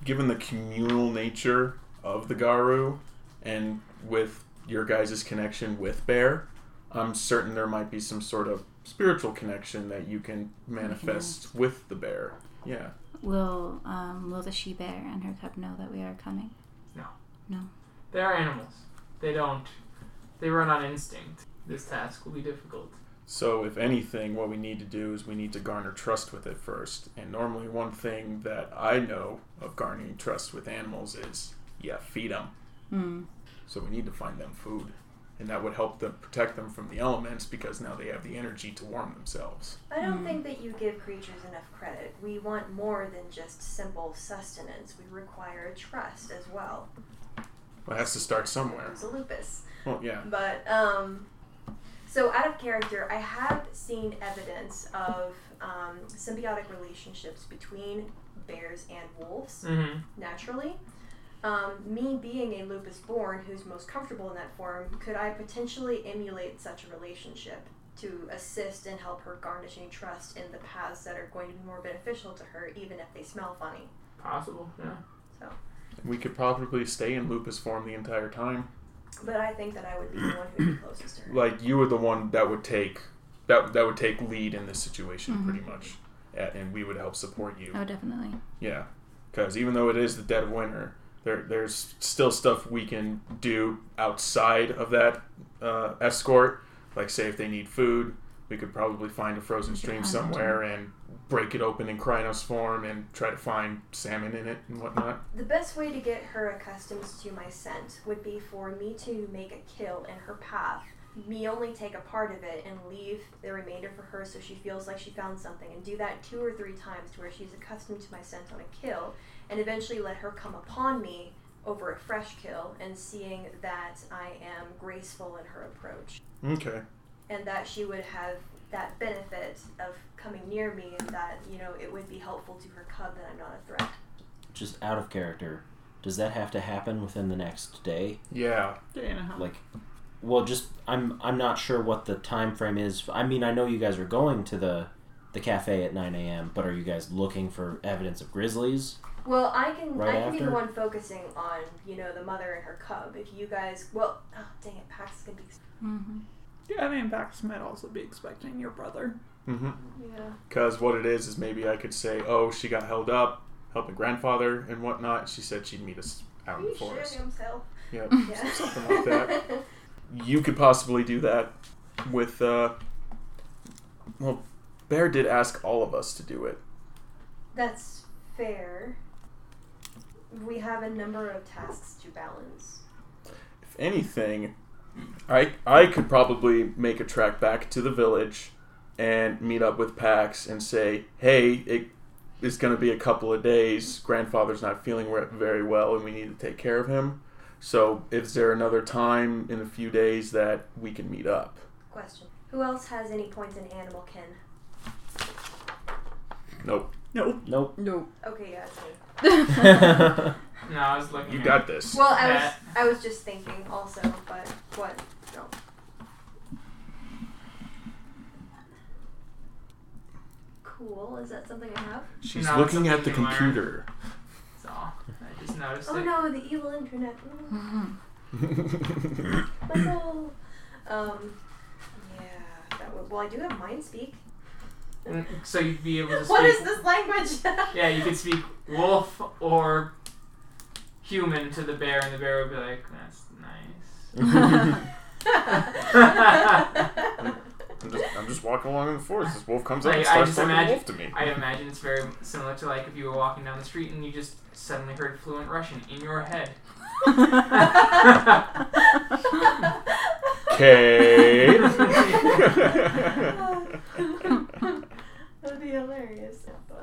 Speaker 6: given the communal nature of the Garu, and with your guys' connection with Bear, I'm certain there might be some sort of spiritual connection that you can manifest with the bear. Yeah.
Speaker 3: will um will the she bear and her cub know that we are coming?
Speaker 1: They're animals. They don't. They run on instinct. This task will be difficult.
Speaker 6: So, if anything, what we need to do is we need to garner trust with it first. And normally, one thing that I know of garnering trust with animals is, yeah, feed them.
Speaker 3: Hmm.
Speaker 6: So, we need to find them food. And that would help them protect them from the elements because now they have the energy to warm themselves.
Speaker 2: I don't
Speaker 3: Mm.
Speaker 2: think that you give creatures enough credit. We want more than just simple sustenance. We require a trust as well.
Speaker 6: Well, it has to start somewhere.
Speaker 2: There's a lupus.
Speaker 6: Well, yeah.
Speaker 2: But um, so out of character, I have seen evidence of um, symbiotic relationships between bears and wolves
Speaker 1: Mm-hmm.
Speaker 2: naturally. Um, me being a lupus born who's most comfortable in that form, could I potentially emulate such a relationship to assist and help her garnish any trust in the paths that are going to be more beneficial to her, even if they smell funny?
Speaker 1: Possible, yeah.
Speaker 6: We could probably stay in lupus form the entire time.
Speaker 2: But I think that I would be the one who'd be closest to her.
Speaker 6: Like, you were the one that would take. That, that would take lead in this situation
Speaker 3: Mhm.
Speaker 6: pretty much A- and we would help support you
Speaker 3: Oh definitely.
Speaker 6: Yeah, because even though it is the dead of winter, there there's still stuff we can do outside of that uh, escort. Like say if they need food, we could probably find a frozen stream
Speaker 3: Yeah.
Speaker 6: somewhere and break it open in Krynos form and try to find salmon in it and whatnot.
Speaker 2: The best way to get her accustomed to my scent would be for me to make a kill in her path, me only take a part of it and leave the remainder for her so she feels like she found something, and do that two or three times to where she's accustomed to my scent on a kill, and eventually let her come upon me over a fresh kill and seeing that I am graceful in her approach
Speaker 6: Okay.
Speaker 2: and that she would have that benefit of coming near me and that, you know, it would be helpful to her cub that I'm not a threat.
Speaker 5: Just out of character. Does that have to happen within the next day?
Speaker 6: Yeah.
Speaker 4: Day and a half.
Speaker 5: Like, well, just I'm I'm not sure what the time frame is. I mean, I know you guys are going to the the cafe at 9 a.m., but are you guys looking for evidence of grizzlies?
Speaker 2: Well, I can
Speaker 5: Right
Speaker 2: I can be the
Speaker 5: after?
Speaker 2: one focusing on you know the mother and her cub. If you guys, well, oh, dang it, Pax is gonna be.
Speaker 3: Mm-hmm.
Speaker 4: yeah, I mean, Bax might also be expecting your brother.
Speaker 6: Mm-hmm.
Speaker 2: Yeah.
Speaker 6: Because what it is is maybe I could say, oh, she got held up helping grandfather and whatnot. She said she'd meet us out in
Speaker 2: He
Speaker 6: the forest.
Speaker 2: shit himself.
Speaker 6: Yeah.
Speaker 2: Yeah.
Speaker 6: Something like that. you could possibly do that with uh well bear did ask all of us to do it
Speaker 2: That's fair. We have a number of tasks to balance.
Speaker 6: if anything, I I could probably make a track back to the village and meet up with Pax and say, "Hey, it is going to be a couple of days. Grandfather's not feeling re- very well, and we need to take care of him. So, is there another time in a few days that we can meet up?"
Speaker 2: Question. Who else has any points in animal kin?
Speaker 6: Nope.
Speaker 4: Nope.
Speaker 5: Nope.
Speaker 4: Nope.
Speaker 2: Okay, yeah, it's me.
Speaker 1: No, I was looking.
Speaker 6: You
Speaker 1: at-
Speaker 6: got this.
Speaker 2: Well, I was
Speaker 1: Matt.
Speaker 2: I was just thinking also, but what? No. Cool. Is that something I have?
Speaker 6: She's
Speaker 1: No, it's
Speaker 6: looking at the
Speaker 1: something you learn.
Speaker 6: computer.
Speaker 1: That's all. I just noticed
Speaker 2: Oh
Speaker 1: it.
Speaker 2: no, the evil internet. Mm, My soul. Um. Yeah. That would, well, I do have mind speak.
Speaker 1: And So you'd be able to speak.
Speaker 2: What is this language?
Speaker 1: Yeah, you could speak wolf or human to the bear, and the bear would be like, "That's nice."
Speaker 6: I'm just, I'm just walking along in the forest. This wolf comes
Speaker 1: up
Speaker 6: up
Speaker 1: and I-
Speaker 6: and
Speaker 1: I starts
Speaker 6: starts
Speaker 1: just
Speaker 6: talking
Speaker 1: talking imagine-
Speaker 6: wolf to me.
Speaker 1: I imagine it's very similar to like if you were walking down the street and you just suddenly heard fluent Russian in your head.
Speaker 6: Okay.
Speaker 2: That'd be hilarious.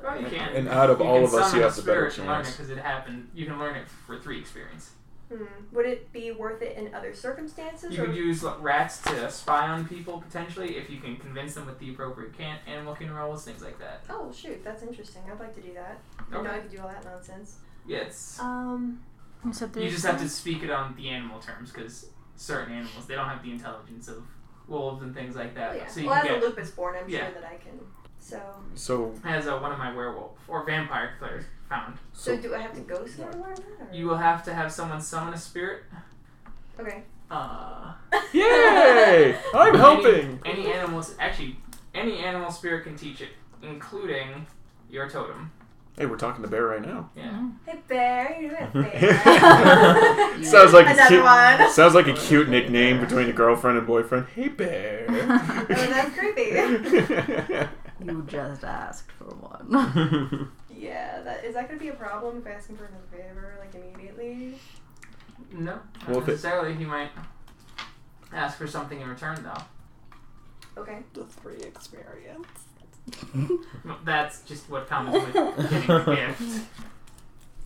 Speaker 1: Oh, you can.
Speaker 6: And out of
Speaker 1: you
Speaker 6: all
Speaker 1: can
Speaker 6: of us,
Speaker 1: summon
Speaker 6: you
Speaker 1: a
Speaker 6: have the better
Speaker 1: spirit and learn it
Speaker 6: chance.
Speaker 1: because it happened. You can learn it for three experience.
Speaker 2: Hmm. Would it be worth it in other circumstances?
Speaker 1: You
Speaker 2: or
Speaker 1: could use like, rats to spy on people potentially if you can convince them with the appropriate can- animal can rolls, things like that.
Speaker 2: Oh shoot, that's interesting. I'd like to do that. I know I
Speaker 1: Okay.
Speaker 2: could do all that nonsense.
Speaker 1: Yeah, it's
Speaker 2: Um,
Speaker 1: you just have to speak it on the animal terms because certain animals they don't have the intelligence of wolves and things like that.
Speaker 2: well, Oh, yeah.
Speaker 1: So you
Speaker 2: well,
Speaker 1: can
Speaker 2: as
Speaker 1: get
Speaker 2: a lupus born, I'm
Speaker 1: Yeah.
Speaker 2: sure that I can. So,
Speaker 6: so,
Speaker 1: as a, one of my werewolf or vampire players found.
Speaker 2: so,
Speaker 6: so
Speaker 2: do I have to go somewhere to learn that? Or?
Speaker 1: You will have to have someone summon a spirit.
Speaker 2: okay.
Speaker 1: Uh,
Speaker 6: yay! I'm helping.
Speaker 1: Any, any animals, actually, any animal spirit can teach it, including your totem.
Speaker 6: Hey, we're talking to Bear right now.
Speaker 1: Yeah.
Speaker 3: Mm-hmm.
Speaker 2: Hey bear, you know what, bear.
Speaker 6: sounds like a
Speaker 2: Another
Speaker 6: cute,
Speaker 2: one.
Speaker 6: sounds like a cute nickname between a girlfriend and boyfriend. Hey, Bear.
Speaker 3: Oh,
Speaker 2: that's creepy.
Speaker 3: You just asked for one.
Speaker 2: yeah, that is that gonna be a problem if I ask him for another favor like immediately?
Speaker 1: No, not
Speaker 6: Well, if it-
Speaker 1: necessarily. He might ask for something in return, though.
Speaker 2: Okay.
Speaker 4: The three experience.
Speaker 1: That's just what comes with getting a gift.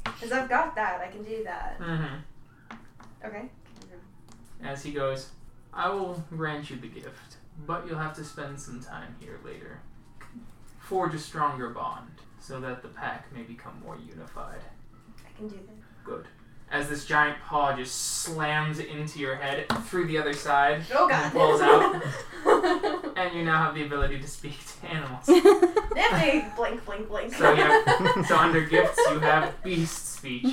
Speaker 2: Because I've got that, I can do that.
Speaker 1: hmm
Speaker 2: Okay.
Speaker 1: As he goes, I will grant you the gift, but you'll have to spend some time here later. Forge a stronger bond, so that the pack may become more unified.
Speaker 2: I can do that.
Speaker 1: Good. As this giant paw just slams into your head through the other side,
Speaker 2: Oh
Speaker 1: and
Speaker 2: god.
Speaker 1: pulls out, and you now have the ability to speak to animals.
Speaker 2: Nifty. blink, blink, blink.
Speaker 1: So, yeah. so under gifts, you have beast speech,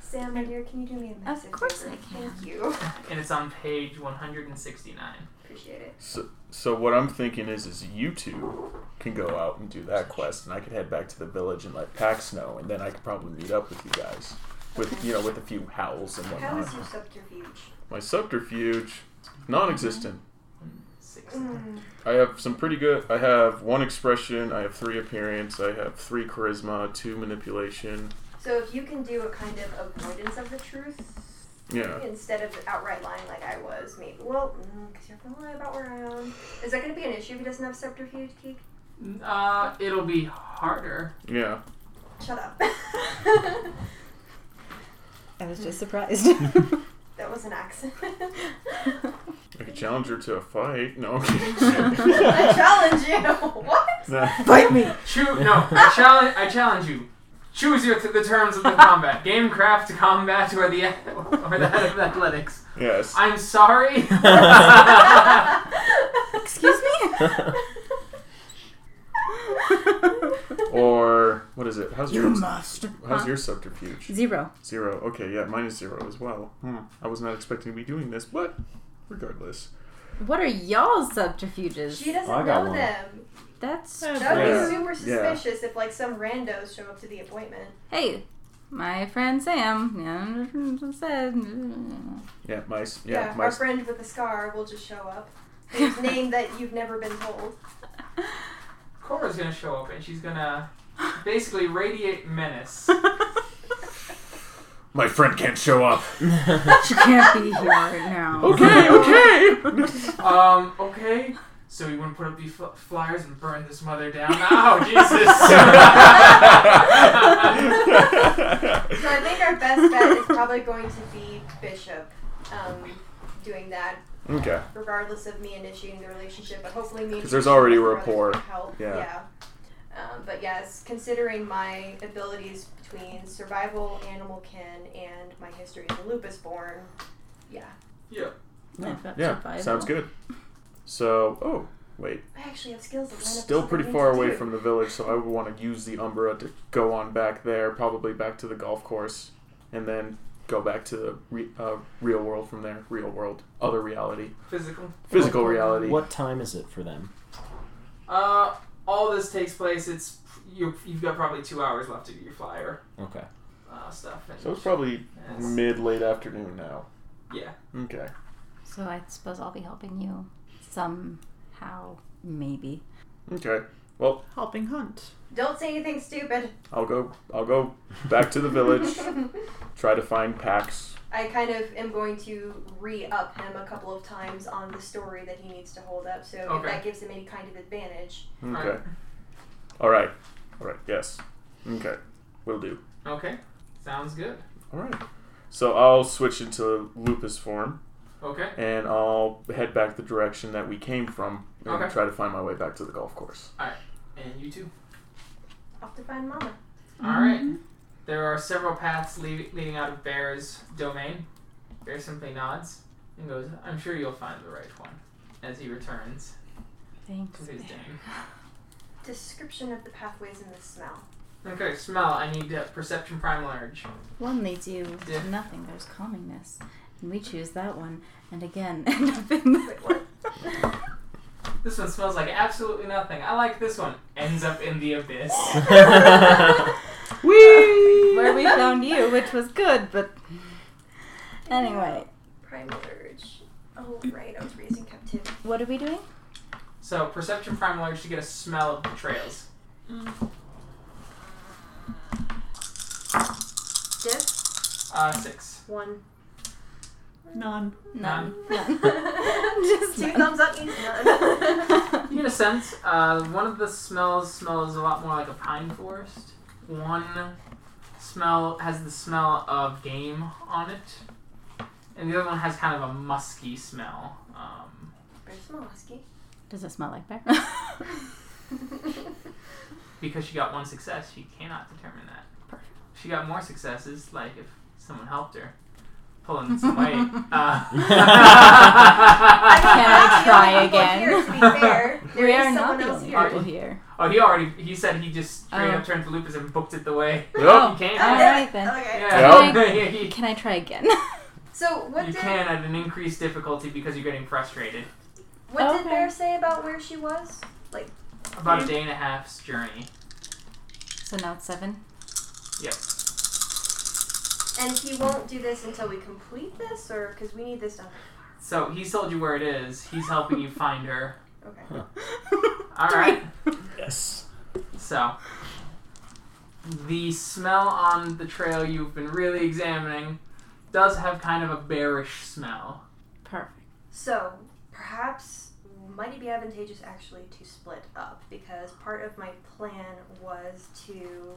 Speaker 2: Sam, my dear, can you do me a massive
Speaker 3: course
Speaker 2: favor?
Speaker 3: I can.
Speaker 2: Thank you.
Speaker 1: and it's on page 169.
Speaker 2: Appreciate it.
Speaker 6: so, so what I'm thinking is, is you two can go out and do that quest, and I could head back to the village and let Pax know, and then I could probably meet up with you guys, with you know, with a few howls and
Speaker 2: How
Speaker 6: whatnot.
Speaker 2: is your subterfuge?
Speaker 6: My subterfuge, non-existent.
Speaker 1: Six.
Speaker 2: Mm.
Speaker 6: I have some pretty good. I have one expression. I have three appearance. I have three charisma, two manipulation.
Speaker 2: So if you can do a kind of avoidance of the truth
Speaker 6: Yeah.
Speaker 2: instead of outright lying like I was, maybe. Well, because you're going to lie about where I am. Is that going to be an issue if he doesn't have subterfuge, Keek?
Speaker 1: Uh, it'll be harder.
Speaker 6: Yeah.
Speaker 2: Shut up.
Speaker 3: I was just surprised.
Speaker 2: that was an accent.
Speaker 6: I could challenge her to a fight. No. I'm
Speaker 2: I
Speaker 6: kidding.
Speaker 2: challenge you. What?
Speaker 6: Nah.
Speaker 3: Bite me.
Speaker 1: Choo- no, I challenge, I challenge you. Choose your the terms of the combat: gamecraft, combat, or the or the head of athletics.
Speaker 6: Yes.
Speaker 1: I'm sorry.
Speaker 3: Excuse me.
Speaker 6: Or what is it? How's your
Speaker 4: must.
Speaker 6: How's your subterfuge?
Speaker 3: Zero.
Speaker 6: Zero. Okay. Yeah. Mine is zero as well. Hmm. I was not expecting to be doing this, but regardless.
Speaker 3: What are y'all's subterfuges?
Speaker 2: She doesn't
Speaker 5: Oh, I got
Speaker 2: know
Speaker 5: one.
Speaker 2: them.
Speaker 3: That's
Speaker 4: Yeah.
Speaker 2: That would
Speaker 6: Yeah.
Speaker 2: be super
Speaker 6: Yeah.
Speaker 2: suspicious if like some randos show up to the appointment.
Speaker 3: hey, my friend Sam yeah, said.
Speaker 6: Yeah. My. s-
Speaker 2: Yeah,
Speaker 6: Yeah. my.
Speaker 2: our
Speaker 6: s-
Speaker 2: friend with the scar will just show up. His name that you've never been told.
Speaker 1: Cora's gonna show up and she's gonna basically radiate menace.
Speaker 6: My friend can't show up.
Speaker 3: She can't be here right now.
Speaker 6: Okay, okay.
Speaker 1: Um, okay. So you want to put up these fl- flyers and burn this mother down? Oh, Jesus.
Speaker 2: So I think our best bet is probably going to be Bishop um, doing that,
Speaker 6: okay.
Speaker 2: regardless of me initiating the relationship. But hopefully, me and
Speaker 6: 'Cause there's
Speaker 2: Bishop
Speaker 6: already a
Speaker 2: brother can
Speaker 6: rapport.
Speaker 2: Help.
Speaker 6: Yeah.
Speaker 2: Um, but yes, considering my abilities between survival, animal kin, and my history as a lupus born, yeah.
Speaker 1: yeah.
Speaker 6: Yeah, sounds good. So, oh, wait.
Speaker 2: I actually have skills that line up with
Speaker 6: Still
Speaker 2: what
Speaker 6: pretty
Speaker 2: I need
Speaker 6: far
Speaker 2: to
Speaker 6: away
Speaker 2: do.
Speaker 6: from the village, so I would want to use the Umbra to go on back there, probably back to the golf course, and then go back to the re- uh, real world from there. Real world, other reality,
Speaker 1: Physical.
Speaker 6: physical reality.
Speaker 5: What time is it for them?
Speaker 1: Uh, all this takes place. It's you. You've got probably two hours left to do your flyer
Speaker 5: Okay.
Speaker 1: uh, stuff. and-
Speaker 6: So it's probably
Speaker 1: Yes.
Speaker 6: mid late afternoon now.
Speaker 1: yeah.
Speaker 6: Okay.
Speaker 3: So I suppose I'll be helping you somehow, maybe.
Speaker 6: Okay.
Speaker 4: Helping hunt.
Speaker 2: Don't say anything stupid.
Speaker 6: I'll go. I'll go back to the village. try to find Pax.
Speaker 2: I kind of am going to re up him a couple of times on the story that he needs to hold up. So if
Speaker 1: Okay.
Speaker 2: that gives him any kind of advantage,
Speaker 6: Okay.
Speaker 1: Alright.
Speaker 6: All right. All right. Yes. Okay. Will do.
Speaker 1: Okay. Sounds good.
Speaker 6: All right. So I'll switch into lupus form.
Speaker 1: Okay.
Speaker 6: and I'll head back the direction that we came from and
Speaker 1: Okay.
Speaker 6: try to find my way back to the golf course.
Speaker 1: And you too.
Speaker 2: off to find Mama.
Speaker 1: All right. There are several paths le- leading out of Bear's domain. Bear simply nods and goes, "I'm sure you'll find the right one." As he returns
Speaker 3: Thanks.
Speaker 1: to his den.
Speaker 2: Description of the pathways in the smell.
Speaker 1: Okay, smell. I need uh, perception primal urge.
Speaker 3: One leads you
Speaker 1: Yeah.
Speaker 3: to nothing. There's calmingness. And we choose that one. And again, end up in
Speaker 2: Wait, what?
Speaker 1: This one smells like absolutely nothing. I like this one. Ends up in the abyss.
Speaker 3: where we found you, which was good, but. Anyway,
Speaker 2: Primal urge. Oh right, I was raising captivity.
Speaker 3: what are we doing?
Speaker 1: So perception primal urge to get a smell of the trails.
Speaker 2: This
Speaker 1: Uh, six.
Speaker 2: one.
Speaker 4: None.
Speaker 1: None.
Speaker 3: None.
Speaker 2: Just two
Speaker 3: none.
Speaker 2: thumbs up means none.
Speaker 1: You get a sense. Uh, one of the smells smells a lot more like a pine forest. One smell has the smell of game on it, and the other one has kind of a musky smell. Um,
Speaker 2: Very small, husky.
Speaker 3: Does it smell like bear?
Speaker 1: because she got one success, she cannot determine that.
Speaker 3: Perfect.
Speaker 1: She got more successes, like if someone helped her, pulling some weight. Uh,
Speaker 2: I mean,
Speaker 3: Can I
Speaker 2: that's the
Speaker 3: try
Speaker 2: only people
Speaker 3: again?
Speaker 2: Here, to be fair, There
Speaker 3: we
Speaker 2: is
Speaker 3: are
Speaker 2: someone
Speaker 3: not the
Speaker 2: else
Speaker 3: only
Speaker 2: here.
Speaker 3: people here.
Speaker 1: Oh, he already. He said he just straight
Speaker 3: Oh.
Speaker 1: up turned to Lupus and booked it the way. Oh,
Speaker 6: Yep.
Speaker 1: You can.
Speaker 3: All right then.
Speaker 2: Okay.
Speaker 1: Yeah.
Speaker 3: Can
Speaker 1: Yeah, he-
Speaker 3: Can I try again?
Speaker 2: So what
Speaker 1: you
Speaker 2: did
Speaker 1: can at an increased difficulty because you're getting frustrated.
Speaker 2: what did
Speaker 3: Okay.
Speaker 2: Bear say about where she was?
Speaker 1: About a day and a half's journey.
Speaker 3: so now it's seven.
Speaker 2: And he won't do this until we complete this, or because we need this done.
Speaker 1: So he's told you where it is. He's helping you find her.
Speaker 2: Okay.
Speaker 1: All right.
Speaker 5: Yes.
Speaker 1: So the smell on the trail you've been really examining does have kind of a bearish smell.
Speaker 3: Perfect.
Speaker 2: So perhaps might it be advantageous actually to split up because part of my plan was to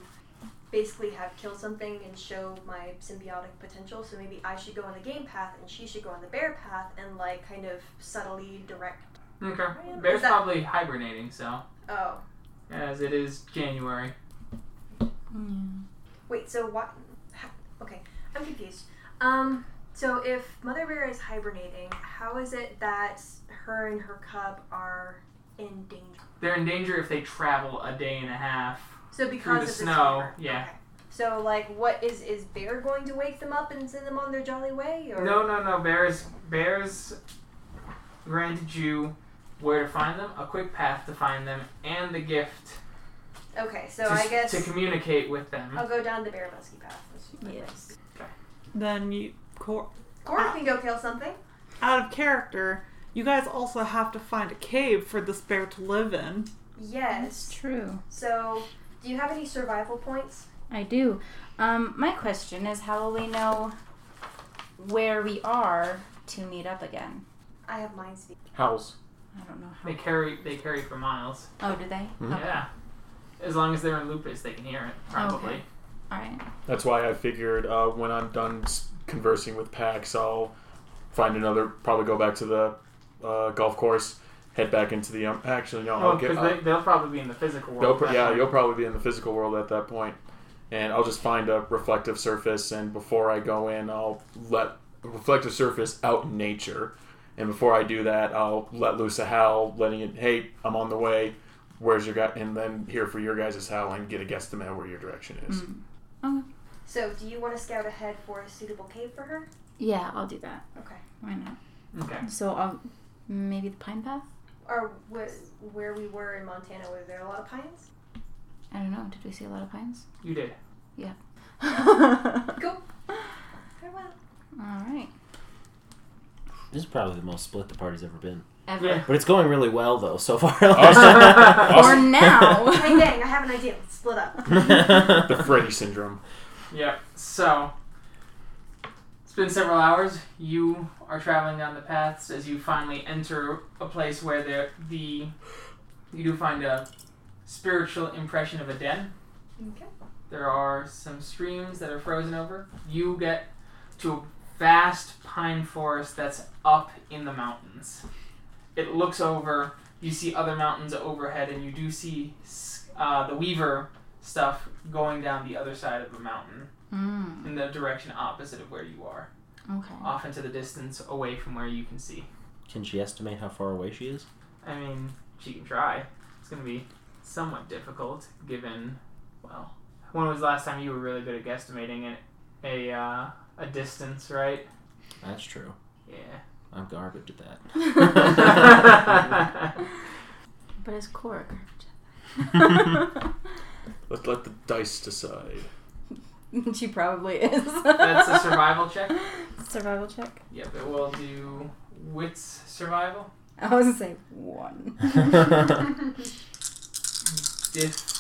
Speaker 2: basically have kill something and show my symbiotic potential. So maybe I should go on the game path and she should go on the bear path and like kind of subtly direct.
Speaker 1: Okay.
Speaker 2: Is
Speaker 1: Bear's
Speaker 2: that-
Speaker 1: probably hibernating, so
Speaker 2: Oh
Speaker 1: as it is January.
Speaker 3: Mm.
Speaker 2: wait, so what? ha- Okay, I'm confused. Um, so if Mother Bear is hibernating, how is it that her and her cub are in danger?
Speaker 1: They're in danger if they travel a day and a half.
Speaker 2: So because
Speaker 1: the
Speaker 2: of
Speaker 1: snow,
Speaker 2: hammer.
Speaker 1: yeah.
Speaker 2: Okay. So like, what is is Bear going to wake them up and send them on their jolly way? Or
Speaker 1: No, no, no. Bears, bears granted you where to find them, a quick path to find them, and the gift
Speaker 2: Okay, so
Speaker 1: to,
Speaker 2: I guess Oh.
Speaker 1: to communicate with them.
Speaker 2: I'll go down the Bear Muskie path. That's what I
Speaker 3: Yes.
Speaker 4: Then you, cor-
Speaker 2: think. Or we can go kill something.
Speaker 4: out of character, you guys also have to find a cave for this bear to live in.
Speaker 2: Yes.
Speaker 3: That's true.
Speaker 2: So, do you have any survival points?
Speaker 3: I do. Um, my question is how will we know where we are to meet up again?
Speaker 2: I have mine speak.
Speaker 6: Howls.
Speaker 3: I don't know how.
Speaker 1: They carry they carry for miles.
Speaker 3: Oh, do they? Okay.
Speaker 6: Mhm.
Speaker 1: Hmm? Yeah. As long as they're in lupus, they can hear it. Probably.
Speaker 3: Okay. All right.
Speaker 6: That's why I figured uh, when I'm done s- conversing with Pax, I'll find another. Probably go back to the uh, golf course, head back into the. Um, actually, no.
Speaker 1: Well,
Speaker 6: I'll get.
Speaker 1: because
Speaker 6: I'll-
Speaker 1: Oh, they, they'll probably be in the physical world.
Speaker 6: They'll, pr-
Speaker 1: at that
Speaker 6: yeah,
Speaker 1: point.
Speaker 6: you'll probably be in the physical world at that point, and I'll just find a reflective surface. And before I go in, I'll let a reflective surface out in nature. And before I do that, I'll let loose a howl, letting it. Hey, I'm on the way. Where's your guy? And then here for your guys' howl and get a guesstimate where your direction is.
Speaker 3: Mm.
Speaker 2: So, do you want to scout ahead for a suitable cave for her?
Speaker 3: Yeah, I'll do that.
Speaker 2: Okay.
Speaker 3: Why not?
Speaker 1: Okay.
Speaker 3: So I'll maybe the pine path.
Speaker 2: Or wh- where we were in Montana, were there a lot of pines?
Speaker 3: I don't know. Did we see a lot of pines?
Speaker 1: You did.
Speaker 2: Cool. Farewell.
Speaker 3: All right.
Speaker 5: This is probably the most split the party's ever been.
Speaker 3: Ever.
Speaker 1: Yeah.
Speaker 5: But it's going really well though so far.
Speaker 3: For
Speaker 6: Awesome.
Speaker 2: hey,
Speaker 3: now.
Speaker 2: dang, I have an idea. Let's split up.
Speaker 6: The Freddy syndrome.
Speaker 1: Yep. So it's been several hours. You are traveling down the paths as you finally enter a place where the the you do find a spiritual impression of a den.
Speaker 2: Okay.
Speaker 1: There are some streams that are frozen over. You get to a vast pine forest that's up in the mountains. It looks over. You see other mountains overhead, and you do see s- uh, the Weaver stuff going down the other side of a mountain
Speaker 3: mm,
Speaker 1: in the direction opposite of where you are,
Speaker 3: okay.
Speaker 1: off into the distance, away from where you can see.
Speaker 5: Can she estimate how far away she is?
Speaker 1: I mean, she can try. It's going to be somewhat difficult, given, well, when was the last time you were really good at guesstimating it, a uh, a distance, right?
Speaker 5: That's true. I'm garbage at that.
Speaker 1: Yeah.
Speaker 3: But it's Korg.
Speaker 6: Let's let the dice decide.
Speaker 3: she probably is.
Speaker 1: That's a survival check.
Speaker 3: Survival check.
Speaker 1: Yep, it will do wits survival.
Speaker 3: I was gonna say one.
Speaker 5: Oh,
Speaker 1: Diff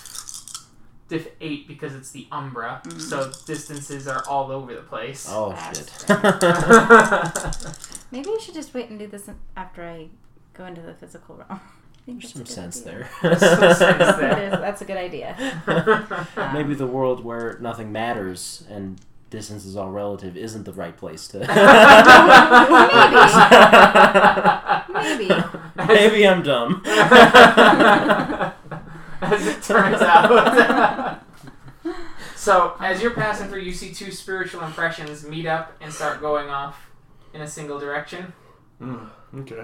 Speaker 1: diff eight because it's the Umbra, so distances are all over the place.
Speaker 5: oh shit.
Speaker 1: Oh.
Speaker 3: Maybe I should just wait and do this after I go into the physical realm. I think
Speaker 5: There's
Speaker 3: that's a
Speaker 5: some
Speaker 3: good
Speaker 5: sense
Speaker 3: idea.
Speaker 5: there.
Speaker 1: There's some sense there.
Speaker 3: It is, that's a good idea. Um,
Speaker 5: Maybe the world where nothing matters and distance is all relative isn't the right place to.
Speaker 3: Maybe.
Speaker 5: Maybe I'm dumb.
Speaker 1: as it turns out. so, as you're passing through, you see two spiritual impressions meet up and start going off in a single direction.
Speaker 6: Mm, okay.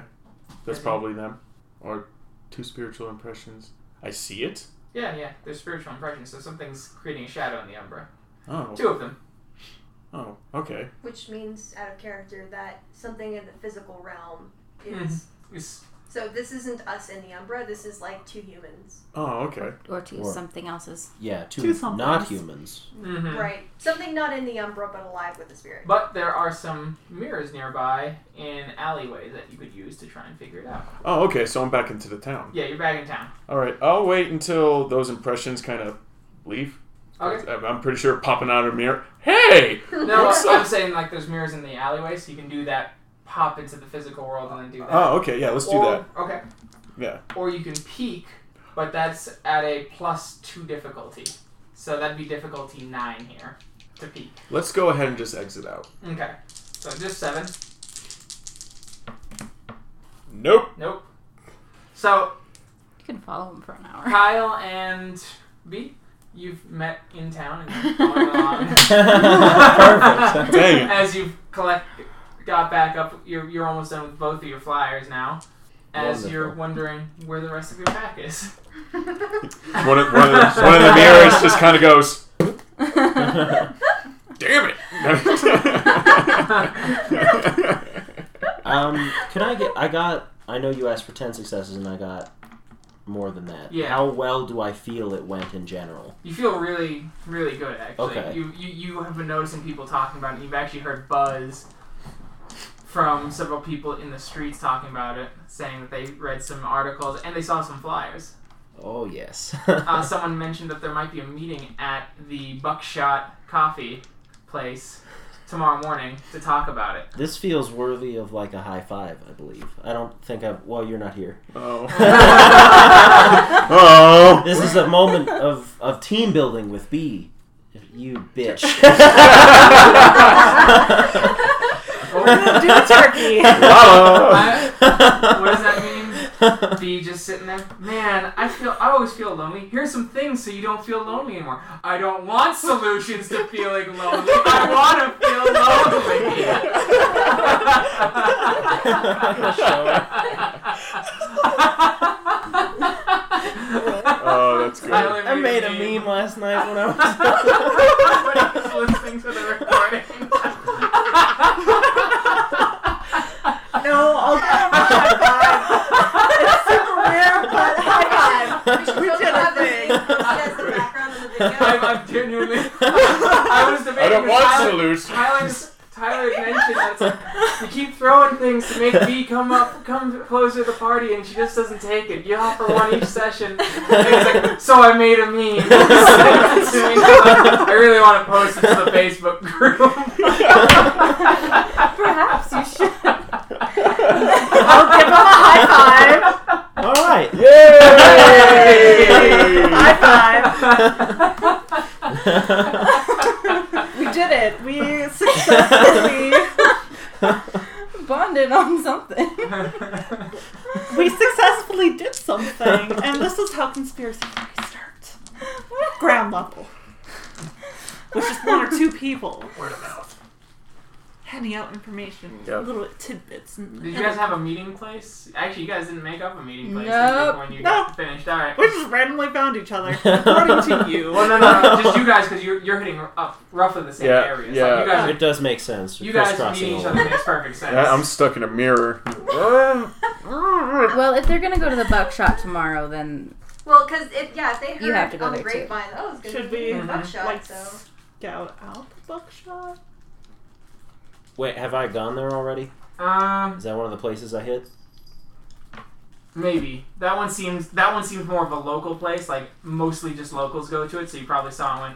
Speaker 6: That's probably them. Or two spiritual impressions. I see it.
Speaker 1: Yeah, yeah, they're spiritual impressions, so something's creating a shadow in the umbra.
Speaker 6: Oh.
Speaker 1: Two of them.
Speaker 6: Oh, okay.
Speaker 2: Which means, out of character, that something in the physical realm is.
Speaker 1: It's-
Speaker 2: So, this isn't us in the Umbra, this is like two humans.
Speaker 6: Oh, okay.
Speaker 3: Or to
Speaker 5: Or-
Speaker 3: use something else's.
Speaker 5: Yeah, two,
Speaker 4: Do something.
Speaker 5: not humans.
Speaker 1: mhm.
Speaker 2: Right. Something not in the Umbra, but alive with the spirit.
Speaker 1: But there are some mirrors nearby in alleyways that you could use to try and figure it out.
Speaker 6: Oh, okay. So I'm back into the town.
Speaker 1: Yeah, you're back in town.
Speaker 6: All right. I'll wait until those impressions kind of leave.
Speaker 1: Okay.
Speaker 6: I'm- I'm pretty sure popping out a mirror. Hey.
Speaker 1: No,
Speaker 6: What's
Speaker 1: I'm
Speaker 6: up?
Speaker 1: saying like there's mirrors in the alleyway, so you can do that, pop into the physical world, and then do that.
Speaker 6: Oh, okay. Yeah. Let's do
Speaker 1: or,
Speaker 6: that.
Speaker 1: Okay.
Speaker 6: Yeah.
Speaker 1: Or you can peek, but that's at a plus two difficulty. So that'd be difficulty nine here to peek.
Speaker 6: Let's go ahead and just exit out.
Speaker 1: Okay. So just seven.
Speaker 6: Nope.
Speaker 1: Nope. So
Speaker 3: You can follow him for an hour.
Speaker 1: Kyle and B, you've met in town and you're going along.
Speaker 5: Perfect.
Speaker 6: Dang it.
Speaker 1: As you've collect, got back up, you're, you're almost done with both of your flyers now. As you're
Speaker 5: Wonderful.
Speaker 1: wondering where the rest of your pack is.
Speaker 6: One of, one, of the, one of the mirrors just kind of goes. Damn it.
Speaker 5: um, can I get? I got. I know you asked for ten successes, and I got more than that.
Speaker 1: Yeah.
Speaker 5: How well do I feel it went in general?
Speaker 1: You feel really, really good actually.
Speaker 5: Okay.
Speaker 1: You, you you have been noticing people talking about it. You've actually heard buzz from several people in the streets talking about it, saying that they read some articles and they saw some flyers.
Speaker 5: Oh yes.
Speaker 1: Uh, someone mentioned that there might be a meeting at the Buckshot Coffee place tomorrow morning to talk about it.
Speaker 5: this feels worthy of like a high five. I believe. I don't think I. Well, you're not here.
Speaker 6: Oh. oh.
Speaker 5: This is a moment of of team building with B. You bitch.
Speaker 1: What was that?
Speaker 4: Do a turkey.
Speaker 1: What does that mean? Be just sitting there, man. I feel I always feel lonely. Here's some things so you don't feel lonely anymore. I don't want solutions to feeling lonely. I
Speaker 6: Oh, that's good.
Speaker 1: I only
Speaker 5: I made a meme last night when I was.
Speaker 1: Everybody's listening to the recording.
Speaker 4: No, I'll give him a high five. It's super rare, but high
Speaker 2: We should
Speaker 4: We
Speaker 2: still
Speaker 4: did a
Speaker 2: have the
Speaker 4: thing.
Speaker 2: thing as the background of the video.
Speaker 1: I'm, I'm genuinely. I was debating.
Speaker 6: I don't
Speaker 1: with
Speaker 6: want
Speaker 1: Tyler-
Speaker 6: solutions.
Speaker 1: Tyler's Tyler mentioned that it's like, you keep throwing things to make B come up, come closer to the party, and she just doesn't take it. You offer one each session. And it's like, so I made a meme. I really want to post it to the Facebook group.
Speaker 2: Perhaps you should.
Speaker 4: I'll give him a high five.
Speaker 5: All right.
Speaker 6: Yay!
Speaker 4: High five. We did it. We successfully
Speaker 3: Bonded on something.
Speaker 4: we successfully did something, and this is how conspiracy theories start. Ground level, with just one or two people
Speaker 1: Word of mouth.
Speaker 4: handing out information,
Speaker 6: Yep.
Speaker 4: little tidbits. And,
Speaker 1: Did you guys have a meeting place? Actually, you guys didn't make up a meeting place
Speaker 3: Nope.
Speaker 1: when you
Speaker 4: No.
Speaker 1: finished. All right.
Speaker 4: we just randomly found each other, according to you.
Speaker 1: Well, no, no, no, just you guys, because you're, you're hitting up roughly the same
Speaker 6: Yeah,
Speaker 1: areas.
Speaker 6: yeah.
Speaker 1: Like, you guys,
Speaker 5: It does make sense.
Speaker 1: you guys
Speaker 5: Crisscrossing
Speaker 1: meeting each
Speaker 5: over.
Speaker 1: other makes perfect sense.
Speaker 6: Yeah, I'm stuck in a mirror.
Speaker 3: Well, if they're gonna go to the buckshot tomorrow, then
Speaker 2: Well, because if yeah, if they heard
Speaker 3: You have to go
Speaker 2: on the
Speaker 3: there, too.
Speaker 2: grapevine, oh, it's gonna
Speaker 4: Should
Speaker 2: be
Speaker 4: we
Speaker 2: a buckshot,
Speaker 4: Mm-hmm. like
Speaker 2: so
Speaker 4: scout out the buckshot?
Speaker 5: Wait, have I gone there already?
Speaker 1: Um,
Speaker 5: Is that one of the places I hit?
Speaker 1: Maybe that one seems that one seems more of a local place, like mostly just locals go to it. So you probably saw it. When,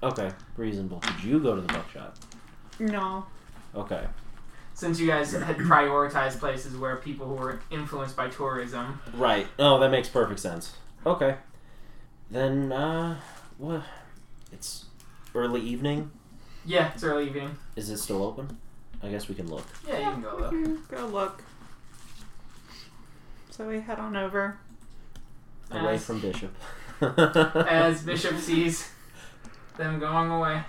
Speaker 5: Okay, reasonable. Did you go to the buckshot?
Speaker 4: No.
Speaker 5: Okay.
Speaker 1: since you guys had prioritized places where people who were influenced by tourism,
Speaker 5: Right. Oh, that makes perfect sense. Okay. Then, uh, what? It's early evening.
Speaker 1: yeah, it's early evening.
Speaker 5: Is it still open? I guess we can look.
Speaker 1: Yeah, you can go though.
Speaker 4: Go look. So we head on over.
Speaker 5: Away
Speaker 1: As-
Speaker 5: from Bishop.
Speaker 1: As Bishop sees them going away,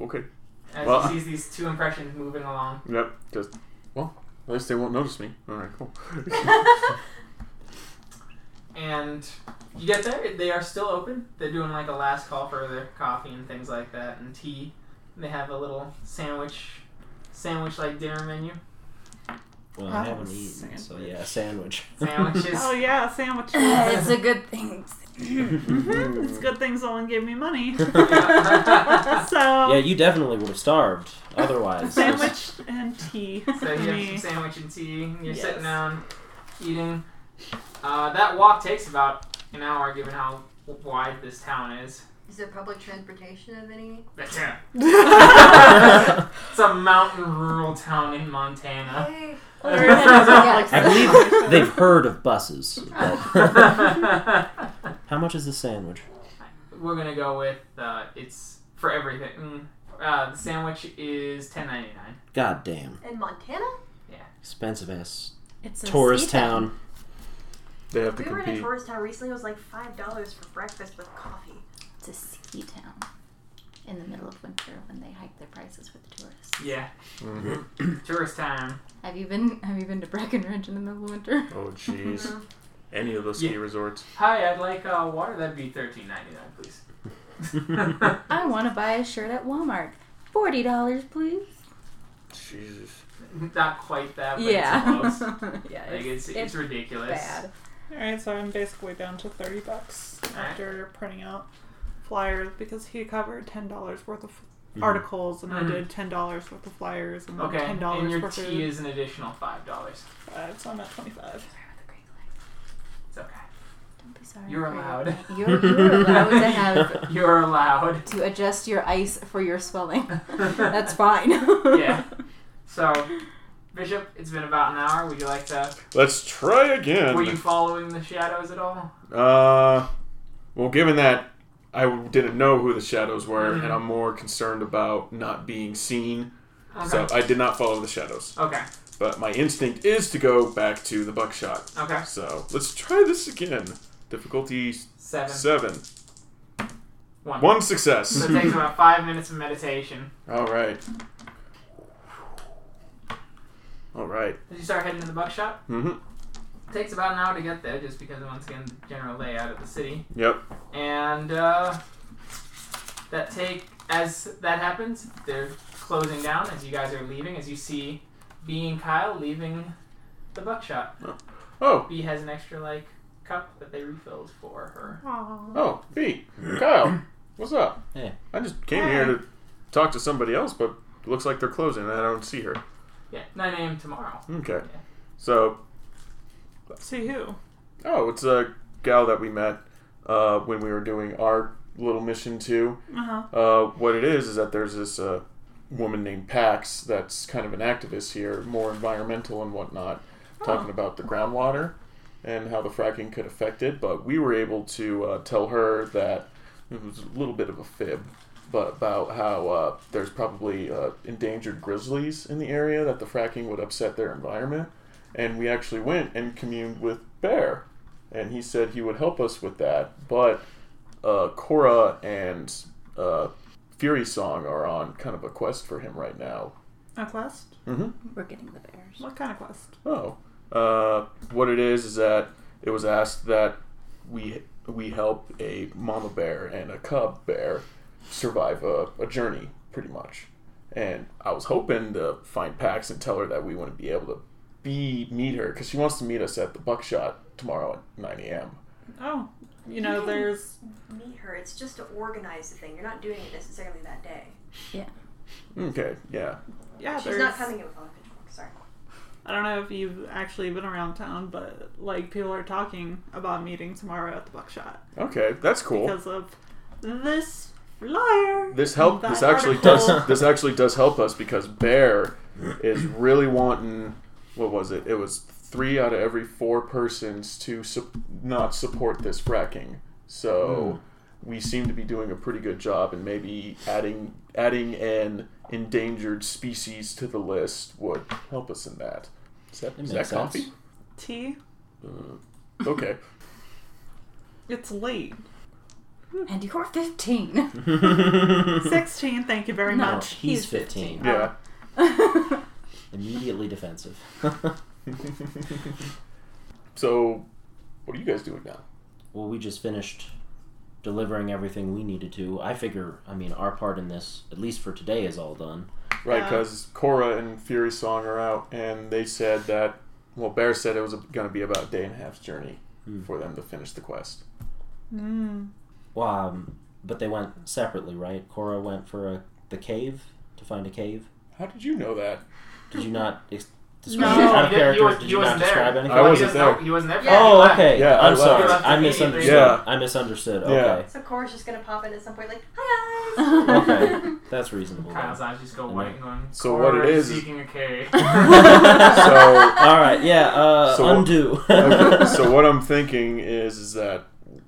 Speaker 6: okay.
Speaker 1: as
Speaker 6: Well-
Speaker 1: he sees these two impressions moving along,
Speaker 6: Yep. Just well, at least they won't notice me. All right. Cool.
Speaker 1: and you get there, they are still open. They're doing like a last call for their coffee and things like that, and tea. They have a little sandwich, sandwich like dinner menu.
Speaker 5: well, I
Speaker 4: Oh,
Speaker 5: haven't eaten, so
Speaker 4: sandwich.
Speaker 5: yeah, sandwich.
Speaker 1: Sandwiches.
Speaker 4: Oh yeah, sandwiches.
Speaker 3: it's a good thing. Mm-hmm.
Speaker 4: Mhm, It's good thing someone gave me money.
Speaker 1: Yeah.
Speaker 4: So
Speaker 5: yeah, you definitely would have starved otherwise.
Speaker 4: sandwich and tea.
Speaker 1: So
Speaker 4: for
Speaker 1: you have
Speaker 4: me.
Speaker 1: some sandwich and tea. and You're
Speaker 4: Yes.
Speaker 1: sitting down, eating. Uh, that walk takes about an hour, given how wide this town is.
Speaker 2: is there public transportation of any?
Speaker 1: That's it. It's a mountain rural town in Montana.
Speaker 2: Hey,
Speaker 4: Or is it
Speaker 5: I believe they've heard of buses. but- How much is the sandwich?
Speaker 1: We're gonna go with uh, it's for everything. Mm, Uh, the sandwich is ten ninety nine.
Speaker 5: God damn.
Speaker 2: in Montana,
Speaker 5: Expensive ass
Speaker 3: It's a
Speaker 5: tourist
Speaker 3: ski town.
Speaker 5: town.
Speaker 6: They have to
Speaker 2: we were in a
Speaker 6: compete.
Speaker 2: tourist town recently. It was like five dollars for breakfast with coffee.
Speaker 3: It's a ski town in the middle of winter when they hike their prices for the tourists.
Speaker 1: Yeah,
Speaker 6: Mm-hmm.
Speaker 1: tourist town.
Speaker 3: Have you been? Have you been to Breckenridge in the middle of winter?
Speaker 6: Oh jeez. Any of those
Speaker 1: ski
Speaker 6: ski
Speaker 1: Yeah.
Speaker 6: resorts.
Speaker 1: Hi, I'd like uh, water. That'd be thirteen ninety nine, please.
Speaker 3: I want to buy a shirt at Walmart. Forty dollars, please.
Speaker 6: Jesus.
Speaker 1: Not quite that, but it's close.
Speaker 3: yeah.
Speaker 1: Like it's, it's, ridiculous.
Speaker 3: bad.
Speaker 4: Alright, so I'm basically down to 30 bucks
Speaker 1: Alright.
Speaker 4: after printing out flyers because he covered $10 worth of
Speaker 5: Mhm.
Speaker 4: articles and
Speaker 1: Mhm.
Speaker 4: I did $10 worth of flyers and then
Speaker 1: Okay,
Speaker 4: $10
Speaker 1: and your
Speaker 4: worth
Speaker 1: tea
Speaker 4: of
Speaker 1: is an additional five dollars.
Speaker 4: five, so I'm at 25.
Speaker 1: It's okay.
Speaker 3: sorry.
Speaker 1: You're
Speaker 3: for your-
Speaker 1: allowed.
Speaker 3: You're, you're allowed to have
Speaker 1: You're allowed.
Speaker 3: to adjust your ice for your swelling. That's fine.
Speaker 1: yeah. So, Bishop, it's been about an hour. Would you like to?
Speaker 6: Let's try again.
Speaker 1: Were you following the shadows at all?
Speaker 6: Uh, well, given that I didn't know who the shadows were,
Speaker 1: Mhm.
Speaker 6: and I'm more concerned about not being seen, so I did not follow the shadows.
Speaker 1: Okay.
Speaker 6: But my instinct is to go back to the buckshot.
Speaker 1: Okay.
Speaker 6: So let's try this again. Difficulty
Speaker 1: Seven.
Speaker 6: seven.
Speaker 1: One.
Speaker 6: One success.
Speaker 1: So it takes about five minutes of meditation.
Speaker 6: All right. All right.
Speaker 1: Did you start heading to the buckshot?
Speaker 6: Mm-hmm.
Speaker 1: It takes about an hour to get there, just because of, once again the general layout of the city.
Speaker 6: Yep.
Speaker 1: And uh, that take as that happens, they're closing down as you guys are leaving. As you see, B and Kyle leaving the buckshot.
Speaker 6: Oh.
Speaker 1: B has an extra like cup that they refilled for her.
Speaker 4: Aw.
Speaker 6: Oh. Pete. Kyle. What's up?
Speaker 5: Hey.
Speaker 6: I just came here to talk to somebody else, but looks like they're closing. and I don't see her.
Speaker 1: Yeah, 9 a.m. tomorrow.
Speaker 6: Okay.
Speaker 1: Yeah.
Speaker 6: So
Speaker 4: See who?
Speaker 6: Oh, it's a gal that we met uh, when we were doing our little mission too.
Speaker 4: Uh huh.
Speaker 6: Uh, what it is is that there's this uh, woman named Pax that's kind of an activist here, more environmental and whatnot, talking about the groundwater and how the fracking could affect it. But we were able to uh, tell her that it was a little bit of a fib. But about how uh, there's probably uh, endangered grizzlies in the area that the fracking would upset their environment, and we actually went and communed with Bear, and he said he would help us with that. But uh, Cora and uh, Fury Song are on kind of a quest for him right now.
Speaker 4: A quest?
Speaker 6: Mm-hmm.
Speaker 3: We're getting the bears.
Speaker 4: What kind of quest?
Speaker 6: Oh, uh, what it is is that it was asked that we we help a mama bear and a cub bear survive a, a journey, pretty much. And I was hoping to find Pax and tell her that we wouldn't be able to be meet her because she wants to meet us at the Buckshot tomorrow at 9 a.m.
Speaker 4: Oh, you know, there's.
Speaker 2: Meet her. It's just to organize the thing. You're not doing it necessarily that day.
Speaker 6: Okay, yeah.
Speaker 4: Yeah,
Speaker 2: She's
Speaker 4: there's.
Speaker 2: not coming in with all the pitchforks. Sorry.
Speaker 4: I don't know if you've actually been around town, but, like, people are talking about meeting tomorrow at the Buckshot
Speaker 6: Okay, that's cool.
Speaker 4: because of this flyer.
Speaker 6: This help.
Speaker 4: That
Speaker 6: This actually
Speaker 4: article.
Speaker 6: does. This actually does help us because Bear is really wanting. What was it? It was three out of every four persons to su- not support this fracking. So we seem to be doing a pretty good job, and maybe adding adding an endangered species to the list would help us in that. Is that,
Speaker 5: That
Speaker 6: is that
Speaker 5: makes sense.
Speaker 6: coffee?
Speaker 4: Tea?
Speaker 6: Okay.
Speaker 4: It's late.
Speaker 3: And you're 15.
Speaker 4: 16, thank you very
Speaker 3: No.
Speaker 4: much.
Speaker 5: He's
Speaker 3: He's Oh.
Speaker 5: 15.
Speaker 6: Yeah.
Speaker 5: Immediately defensive.
Speaker 6: So, what are you guys doing now?
Speaker 5: well, we just finished delivering everything we needed to. I figure, I mean, our part in this, at least for today, is all done.
Speaker 6: Right,
Speaker 4: Yeah.
Speaker 6: because Cora and Fury Song are out, and they said that. Well, Bear said it was going to be about a day and a half's journey for them to finish the quest.
Speaker 4: Mm.
Speaker 5: Well, um, but they went separately, right? Cora went for a, the cave to find a cave.
Speaker 6: How did you know that?
Speaker 5: Did you not ex-
Speaker 4: No.
Speaker 5: describe out of
Speaker 1: You- you
Speaker 5: character?
Speaker 1: was-
Speaker 5: did
Speaker 1: you
Speaker 5: you, not
Speaker 1: wasn't there.
Speaker 5: describe anything?
Speaker 6: I
Speaker 1: Well, he
Speaker 6: wasn't
Speaker 1: doesn't know-
Speaker 6: there.
Speaker 1: He wasn't there. for
Speaker 2: Yeah.
Speaker 1: that.
Speaker 5: Oh,
Speaker 1: He left.
Speaker 5: okay.
Speaker 6: Yeah, I
Speaker 5: I'm
Speaker 6: left.
Speaker 5: sorry.
Speaker 1: You left
Speaker 5: I
Speaker 1: immediately.
Speaker 5: misunderstood.
Speaker 6: Yeah.
Speaker 5: I misunderstood.
Speaker 6: Yeah.
Speaker 5: Okay.
Speaker 2: So Cora's just gonna pop in at some point, like, "Hi guys."
Speaker 5: Okay. That's reasonable. then.
Speaker 1: Kyle's eyes just go
Speaker 5: I
Speaker 1: white
Speaker 5: know.
Speaker 1: and going.
Speaker 6: Mm-hmm. So what it
Speaker 1: "Cora
Speaker 6: is-
Speaker 1: Seeking a cave.
Speaker 6: So,
Speaker 5: All right, yeah, uh,
Speaker 6: So-
Speaker 5: undo.
Speaker 6: okay, so what I'm thinking is, is that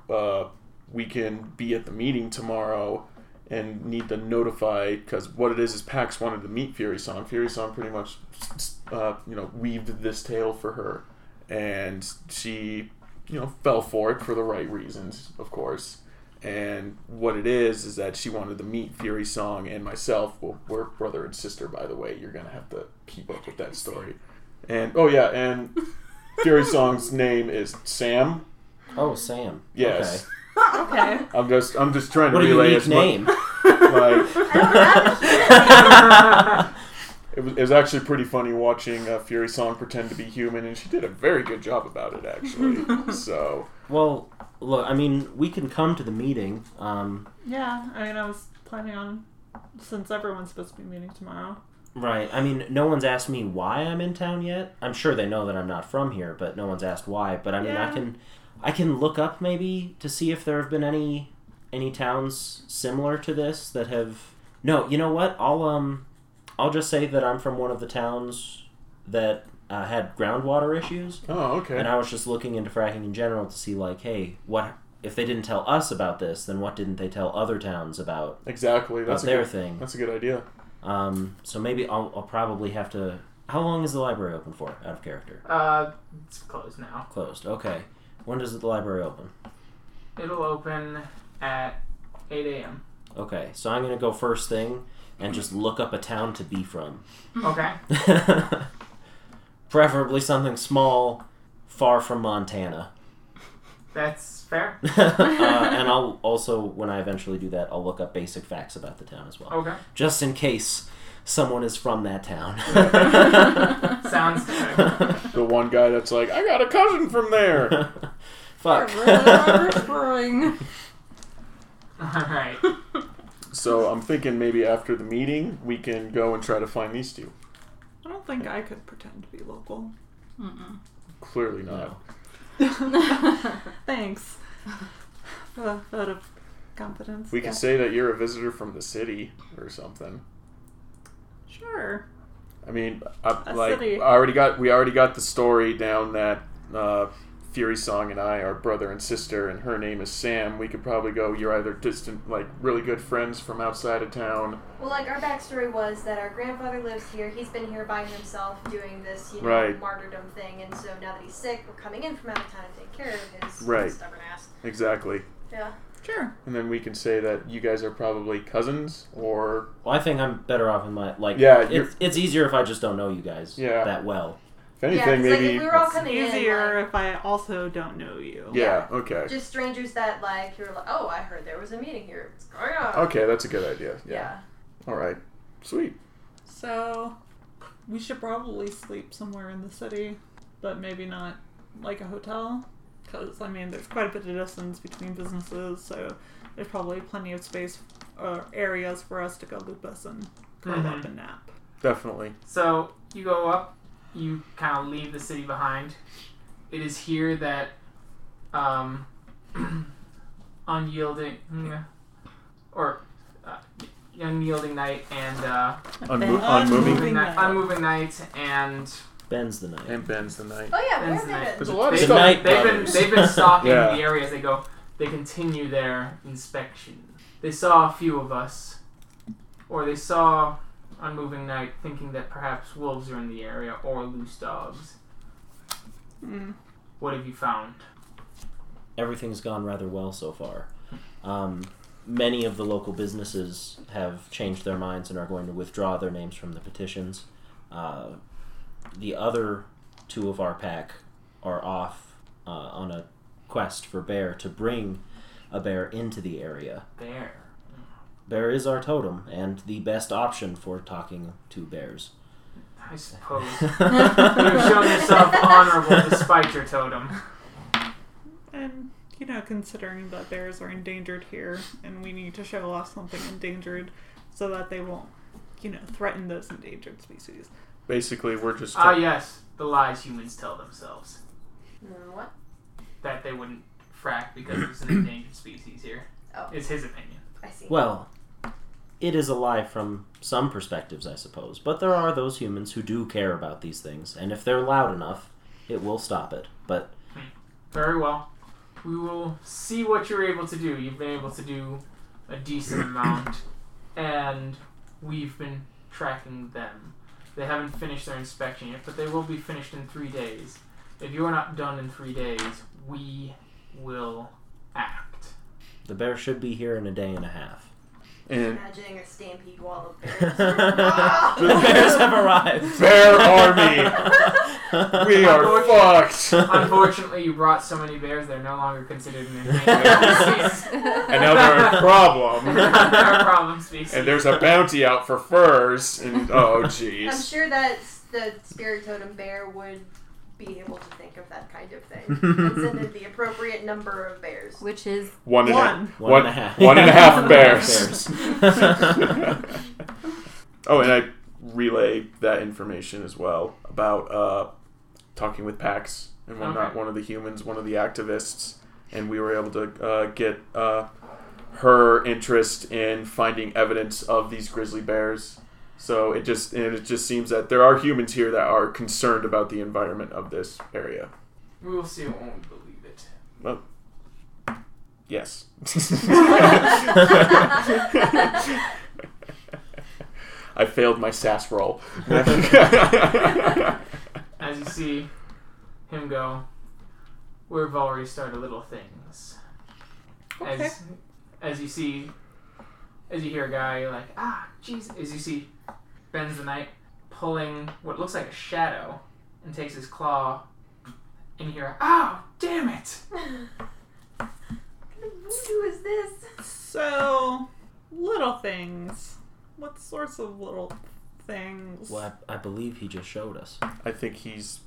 Speaker 6: uh, we can be at the meeting tomorrow and need to notify because what it is is Pax wanted to meet Fury Song. Fury Song pretty much, uh, you know, weaved this tale for her, and she, you know, fell for it for the right reasons, of course. And what it is is that she wanted to meet Fury Song and myself. Well, we're brother and sister, by the way. You're gonna have to keep up with that story. And oh yeah, and Fury Song's name is Sam.
Speaker 5: oh, Sam.
Speaker 6: Yes.
Speaker 4: Okay.
Speaker 6: I'm just I'm just trying
Speaker 5: Okay.
Speaker 6: to
Speaker 5: What a
Speaker 6: relay
Speaker 5: unique
Speaker 6: as much-
Speaker 5: name.
Speaker 6: like
Speaker 1: yeah.
Speaker 6: it was, it was actually pretty funny watching uh, Fury Song pretend to be human, and she did a very good job about it actually. so
Speaker 5: well, look, I mean, we can come to the meeting. Um,
Speaker 4: Yeah, I mean, I was planning on since everyone's supposed to be meeting tomorrow.
Speaker 5: right. I mean, no one's asked me why I'm in town yet. I'm sure they know that I'm not from here, but no one's asked why. But I mean,
Speaker 4: Yeah.
Speaker 5: I can. I can look up maybe to see if there have been any any towns similar to this that have. No, you know what? I'll um, I'll just say that I'm from one of the towns that uh, had groundwater issues,
Speaker 6: Oh, okay.
Speaker 5: and uh, I was just looking into fracking in general to see like, hey, what if they didn't tell us about this? Then what didn't they tell other towns about
Speaker 6: Exactly.
Speaker 5: about
Speaker 6: That's a
Speaker 5: their
Speaker 6: good,
Speaker 5: thing?
Speaker 6: that's a good idea.
Speaker 5: Um, so maybe I'll, I'll probably have to. How long is the library open for? Out of character.
Speaker 1: Uh, it's closed now.
Speaker 5: Closed. Okay. When does the library open?
Speaker 1: It'll open at 8 a.m.
Speaker 5: Okay, so I'm gonna go first thing and just look up a town to be from.
Speaker 1: Okay.
Speaker 5: Preferably something small, far from Montana.
Speaker 1: That's fair.
Speaker 5: uh, and I'll also, when I eventually do that, I'll look up basic facts about the town as well,
Speaker 1: Okay.
Speaker 5: just in case someone is from that town.
Speaker 1: Sounds good.
Speaker 6: The one guy that's like, I got a cousin from there.
Speaker 5: Fuck.
Speaker 1: All right.
Speaker 6: so I'm thinking maybe after the meeting we can go and try to find these two.
Speaker 4: I don't think I could pretend to be local.
Speaker 6: Clearly
Speaker 5: No.
Speaker 6: not.
Speaker 4: Thanks for the vote of confidence.
Speaker 6: We
Speaker 4: yeah.
Speaker 6: could say that you're a visitor from the city or something.
Speaker 4: Sure.
Speaker 6: I mean, I,
Speaker 4: A
Speaker 6: like
Speaker 4: city.
Speaker 6: I already got we already got the story down that uh, Fury Song and I are brother and sister, and her name is Sam. We could probably go. You're either distant, like really good friends from outside of town,
Speaker 2: Well, like our backstory was that our grandfather lives here. He's been here by himself doing this, you know,
Speaker 6: Right.
Speaker 2: martyrdom thing, and so now that he's sick, we're coming in from out of town to take care of his
Speaker 6: Right.
Speaker 2: stubborn ass.
Speaker 6: exactly.
Speaker 2: Yeah.
Speaker 4: Sure.
Speaker 6: And then we can say that you guys are probably cousins, or
Speaker 5: Well, I think I'm better off in my like.
Speaker 6: Yeah, you're-
Speaker 5: it's, it's easier if I just don't know you guys
Speaker 6: Yeah.
Speaker 5: that well.
Speaker 6: if
Speaker 2: yeah,
Speaker 6: anything,
Speaker 2: 'cause, like,
Speaker 6: maybe.
Speaker 2: if we were all
Speaker 6: yeah,
Speaker 2: coming in,
Speaker 4: Easier
Speaker 2: like,
Speaker 4: if I also don't know you.
Speaker 6: okay,
Speaker 2: just strangers that like you're like, oh, I heard there was a meeting here. What's going on?
Speaker 6: okay, that's a good idea. Yeah.
Speaker 2: Yeah.
Speaker 6: All right. Sweet.
Speaker 4: So we should probably sleep somewhere in the city, but maybe not like a hotel. Because, I mean, there's quite a bit of distance between businesses, so there's probably plenty of space or areas for us to go loop us and curl up
Speaker 1: Mhm.
Speaker 4: and nap.
Speaker 6: Definitely.
Speaker 1: So you go up, you kind of leave the city behind. It is here that um, unyielding hmm, or uh, unyielding night and uh,
Speaker 6: Unmo-
Speaker 4: Unmoving.
Speaker 6: unmoving.
Speaker 1: moving night,
Speaker 4: Night.
Speaker 1: unmoving night and
Speaker 5: Ben's the night.
Speaker 6: And Ben's the night.
Speaker 2: Oh yeah,
Speaker 1: Ben's
Speaker 2: we're
Speaker 1: night.
Speaker 2: gonna.
Speaker 6: There's a lot of
Speaker 1: They-
Speaker 6: stuff.
Speaker 5: Night
Speaker 1: They've been
Speaker 5: Brothers.
Speaker 1: they've been stalking
Speaker 6: Yeah.
Speaker 1: the area as they go. They continue their inspection. They saw a few of us, or they saw on moving night, thinking that perhaps wolves are in the area or loose dogs.
Speaker 4: Mm.
Speaker 1: What have you found?
Speaker 5: everything's gone rather well so far. Um, many of the local businesses have changed their minds and are going to withdraw their names from the petitions. Uh, the other two of our pack are off uh, on a quest for bear to bring a bear into the area.
Speaker 1: There.
Speaker 5: Bear is our totem and the best option for talking to bears.
Speaker 1: I suppose. You've shown yourself honorable despite your totem.
Speaker 4: And, you know, considering that bears are endangered here and we need to show off something endangered so that they won't, you know, threaten those endangered species.
Speaker 6: Basically, we're just.
Speaker 1: Ah, yes, the lies humans tell themselves
Speaker 2: Mm, What?
Speaker 1: that they wouldn't frack because it's an endangered species here.
Speaker 2: Oh.
Speaker 1: It's his opinion.
Speaker 2: I see.
Speaker 5: Well, it is a lie from some perspectives, I suppose, but there are those humans who do care about these things, and if they're loud enough, it will stop it. But
Speaker 1: Very well. We will see what you're able to do. You've been able to do a decent amount, and we've been tracking them. They haven't finished their inspection yet, but they will be finished in three days. If you're not done in three days, we will act.
Speaker 5: the bear should be here in a day and a half.
Speaker 6: And
Speaker 2: Imagining a stampede wall of bears.
Speaker 5: the bears have arrived.
Speaker 6: Bear army. we are fucked.
Speaker 1: Unfortunately, you brought so many bears, they're no longer considered an endangered species.
Speaker 6: And now they're a problem.
Speaker 1: they're a problem species.
Speaker 6: And there's a bounty out for furs. And oh,
Speaker 2: I'm
Speaker 6: jeez.
Speaker 2: sure that s- the spirit totem bear would be able to think of that kind of thing. and send in the appropriate number of bears.
Speaker 3: Which is
Speaker 6: One and a-
Speaker 4: One.
Speaker 5: One and a half.
Speaker 6: One and a half
Speaker 5: Bears.
Speaker 6: bears. oh, and I relay that information as well about uh, talking with Pax and one not
Speaker 1: Okay.
Speaker 6: one of the humans, one of the activists, and we were able to uh, get uh, her interest in finding evidence of these grizzly bears. So it just and it just seems that there are humans here that are concerned about the environment of this area.
Speaker 1: We will see when we believe it.
Speaker 6: Yes. I failed my sass roll.
Speaker 1: As you see him go, we've already started little things.
Speaker 4: Okay.
Speaker 1: As as you see, as you hear a guy you're like, ah, jeez. As you see, bends the knight, pulling what looks like a shadow, and takes his claw, and you hear, oh, damn it!
Speaker 2: What voodoo is this?
Speaker 4: So, little things. What sorts of little things?
Speaker 5: Well, I, I believe he just showed us.
Speaker 6: I think he's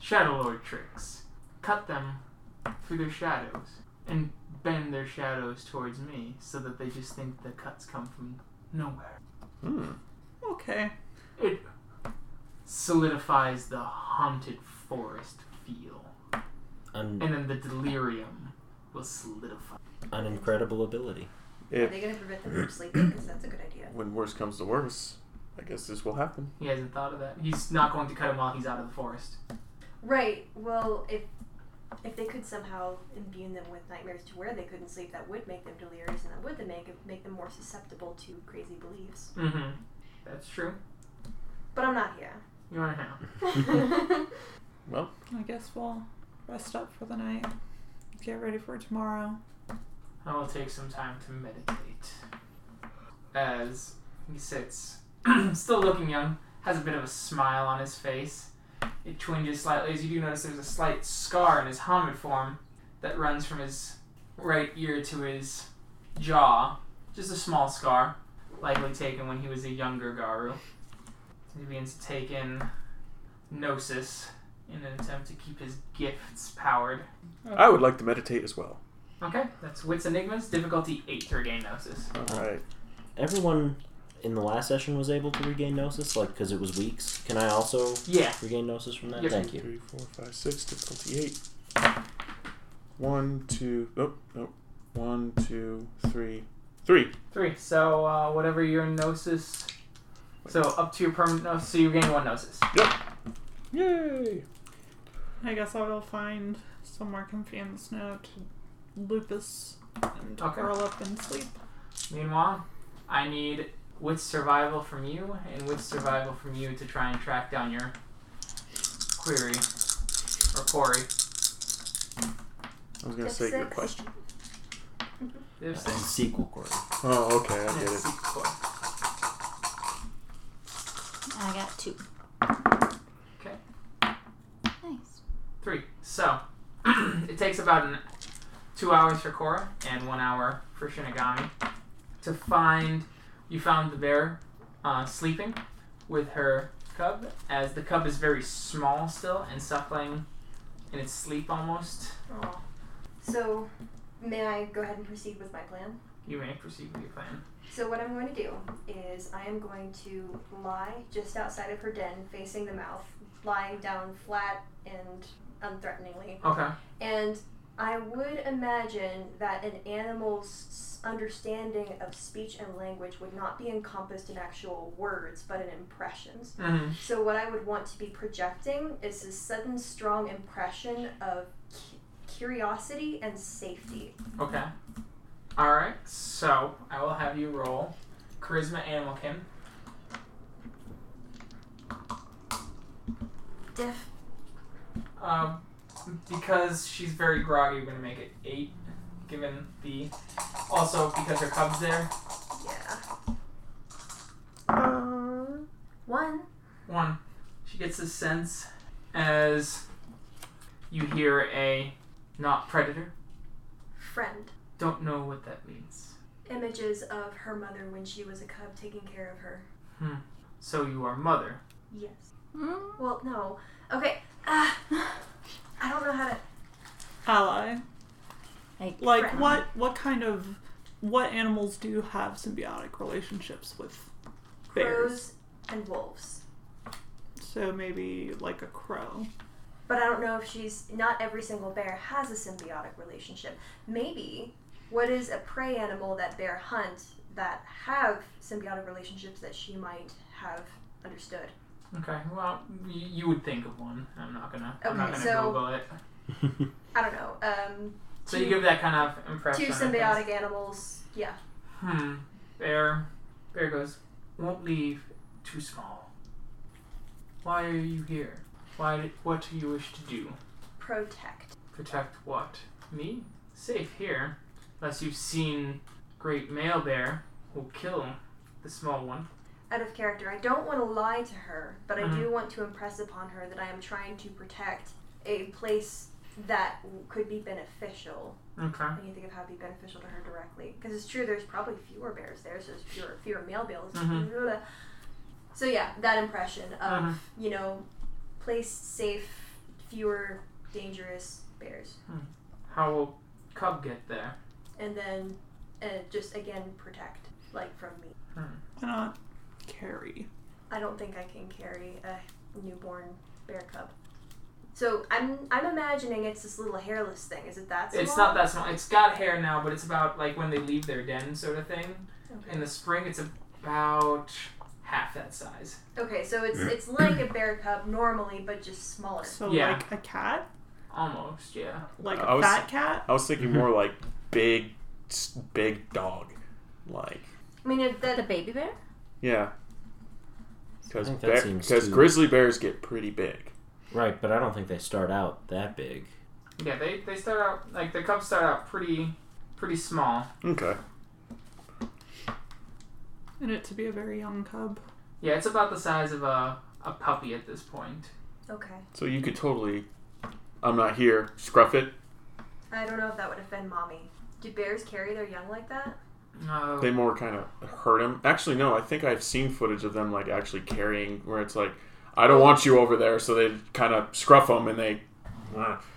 Speaker 1: Shadow Lord tricks. Cut them through their shadows and bend their shadows towards me so that they just think the cuts come from nowhere.
Speaker 6: hmm,
Speaker 4: Okay.
Speaker 1: It solidifies the haunted forest feel.
Speaker 5: An,
Speaker 1: And then the delirium will solidify.
Speaker 5: an incredible ability.
Speaker 2: Are
Speaker 6: if
Speaker 2: they going to prevent them from sleeping? Because that's a good idea.
Speaker 6: when worse comes to worse, I guess this will happen.
Speaker 1: He hasn't thought of that. He's not going to cut him while he's out of the forest.
Speaker 2: Right. Well, if if they could somehow imbue them with nightmares to where they couldn't sleep, that would make them delirious, and that would make make them more susceptible to crazy beliefs.
Speaker 1: Mm hmm. That's true.
Speaker 2: But I'm not here.
Speaker 1: You're in a house.
Speaker 4: I guess we'll rest up for the night. Get ready for tomorrow.
Speaker 1: I will take some time to meditate. As he sits, still looking young, has a bit of a smile on his face. It twinges slightly as you do notice there's a slight scar in his helmet form that runs from his right ear to his jaw. Just a small scar, likely taken when he was a younger Garu. He begins to take in Gnosis in an attempt to keep his gifts powered.
Speaker 5: Oh.
Speaker 6: I would like to meditate as well.
Speaker 1: Okay, that's Wits Enigmas, difficulty 8 to regain Gnosis.
Speaker 5: Oh,
Speaker 6: All right.
Speaker 5: Everyone in the last session was able to regain gnosis, like because it was weeks. Can I also
Speaker 1: Yeah.
Speaker 5: regain gnosis from that?
Speaker 1: Yep.
Speaker 5: Thank you.
Speaker 6: Three, four, five, six, difficulty eight. One, two, nope, nope. One, two, three, three.
Speaker 1: Three. So uh, whatever your gnosis. So up to your permanent gnosis. So you gain one gnosis.
Speaker 6: Yay!
Speaker 4: I guess I will find somewhere comfy in the snow to lupus and
Speaker 1: Okay.
Speaker 4: curl up and sleep.
Speaker 1: Meanwhile, I need wits survival from you and wits survival from you to try and track down your query or quarry.
Speaker 6: I was gonna
Speaker 2: Just
Speaker 6: say your
Speaker 2: six.
Speaker 6: question.
Speaker 1: There's
Speaker 5: And sequel query.
Speaker 6: Oh, okay, I get it.
Speaker 1: Yes, seek quarry.
Speaker 3: I got two.
Speaker 1: Okay.
Speaker 3: Nice.
Speaker 1: Three. So it takes about an, two hours for Korra and one hour for Shinigami to find. You found the bear uh, sleeping with her cub, as the cub is very small still and suckling in its sleep almost.
Speaker 2: Aw. So, may I go ahead and proceed with my plan?
Speaker 1: You may proceed with your plan.
Speaker 2: So what I'm going to do is I am going to lie just outside of her den, facing the mouth, lying down flat and unthreateningly.
Speaker 1: Okay.
Speaker 2: And I would imagine that an animal's s- understanding of speech and language would not be encompassed in actual words, but in impressions.
Speaker 1: Mm-hmm.
Speaker 2: So what I would want to be projecting is a sudden, strong impression of cu- curiosity and safety.
Speaker 1: Okay. All right. So I will have you roll charisma animalkin.
Speaker 2: Diff.
Speaker 1: Um, because she's very groggy, we're gonna make it eight. Given the, also because her cub's there,
Speaker 2: Yeah. Um, one.
Speaker 1: one. She gets a sense as you hear a not predator.
Speaker 2: Friend.
Speaker 1: Don't know what that means.
Speaker 2: Images of her mother when she was a cub taking care of her.
Speaker 1: So you are mother.
Speaker 2: Yes.
Speaker 1: Hmm.
Speaker 2: Well, no. Okay. Ah. I don't know how to.
Speaker 4: Ally.
Speaker 3: Like
Speaker 4: Like
Speaker 2: friend.
Speaker 4: what what kind of what animals do have symbiotic relationships with bears?
Speaker 2: Crows and wolves.
Speaker 4: So maybe like a crow.
Speaker 2: but I don't know if she's not every single bear has a symbiotic relationship. Maybe what is a prey animal that bear hunt that have symbiotic relationships that she might have understood.
Speaker 1: Okay, well, y- you would think of one. I'm not gonna. I'm not
Speaker 2: Okay,
Speaker 1: gonna
Speaker 2: so-
Speaker 1: Google it.
Speaker 2: I don't know. Um,
Speaker 1: So
Speaker 2: two,
Speaker 1: you give that kind of impression.
Speaker 2: two
Speaker 1: I guess.
Speaker 2: symbiotic animals. Yeah.
Speaker 1: Hmm. Bear. Bear goes. Won't leave. Too small. Why are you here? Why? What do you wish to do?
Speaker 2: Protect.
Speaker 1: Protect what? Me? Safe here. Unless you've seen great male bear who'll kill the small one.
Speaker 2: Out of character. I don't want to lie to her, but I do
Speaker 1: Mhm.
Speaker 2: want to impress upon her that I am trying to protect a place that w- could be beneficial.
Speaker 1: Okay.
Speaker 2: I can think of how it'd be beneficial to her directly. Because it's true, there's probably fewer bears there, so there's fewer, fewer male bears.
Speaker 1: Mhm.
Speaker 2: So yeah, that impression of,
Speaker 1: Mhm.
Speaker 2: you know, place safe, fewer dangerous bears.
Speaker 1: How will Cub get there?
Speaker 2: and then uh, just again protect like from me
Speaker 4: Why not carry?
Speaker 2: i don't think i can carry a newborn bear cub so i'm i'm imagining it's this little hairless thing is it that small?
Speaker 1: It's not that small. It's got hair now, but it's about like when they leave their den, sort of thing.
Speaker 2: okay,
Speaker 1: In the spring, it's about half that size.
Speaker 2: okay so it's it's like a bear cub normally but just smaller
Speaker 4: So
Speaker 1: Yeah.
Speaker 4: like a cat,
Speaker 1: Almost, yeah.
Speaker 4: like
Speaker 6: I
Speaker 4: a
Speaker 6: was-
Speaker 4: fat cat.
Speaker 6: I was thinking
Speaker 5: Mm-hmm.
Speaker 6: more like big, s- big dog, like
Speaker 2: i mean if
Speaker 3: The
Speaker 2: that
Speaker 3: baby bear?
Speaker 6: yeah. Because
Speaker 5: I think that seems too-
Speaker 6: grizzly bears get pretty big.
Speaker 5: Right, but I don't think they start out that big.
Speaker 1: Yeah, they, they start out like the cubs start out pretty pretty small.
Speaker 6: Okay.
Speaker 4: And it to be a very young cub.
Speaker 1: Yeah, it's about the size of a, a puppy at this point.
Speaker 2: okay
Speaker 6: So you could totally, I'm not here, scruff it.
Speaker 2: i don't know if that would offend mommy do bears carry their young like that
Speaker 1: Uh,
Speaker 6: They more kind of hurt him. Actually, no, I think I've seen footage of them like actually carrying where it's like, I don't want you over there. So they kind of scruff them and they.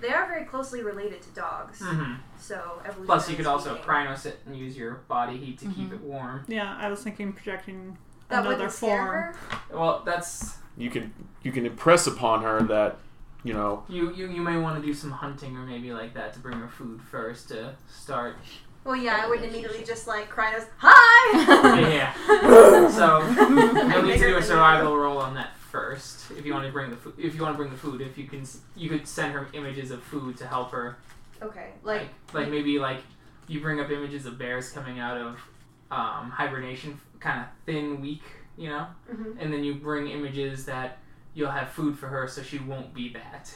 Speaker 2: they are very closely related to dogs
Speaker 4: Hmm.
Speaker 1: mhm.
Speaker 2: so evolution
Speaker 1: Plus, you could also cryonos it and use your body heat to keep it warm.
Speaker 4: Yeah, I was thinking projecting
Speaker 2: that
Speaker 4: another
Speaker 2: wouldn't scare
Speaker 4: form.
Speaker 2: her
Speaker 1: Well, that's
Speaker 6: You can you can impress upon her that, you know,
Speaker 1: you, you. You may want to do some hunting or maybe like that to bring her food first to start.
Speaker 2: well yeah i wouldn't immediately just like cry those hi
Speaker 1: yeah. So you'll need to do a survival roll on that first if you want to bring the food. If you want to bring the food, if you can, s- you could send her images of food to help her.
Speaker 2: Okay, like
Speaker 1: like maybe like you bring up images of bears coming out of um, hibernation, kind of thin, weak, you know,
Speaker 2: mhm.
Speaker 1: and then you bring images that you'll have food for her, so she won't be that.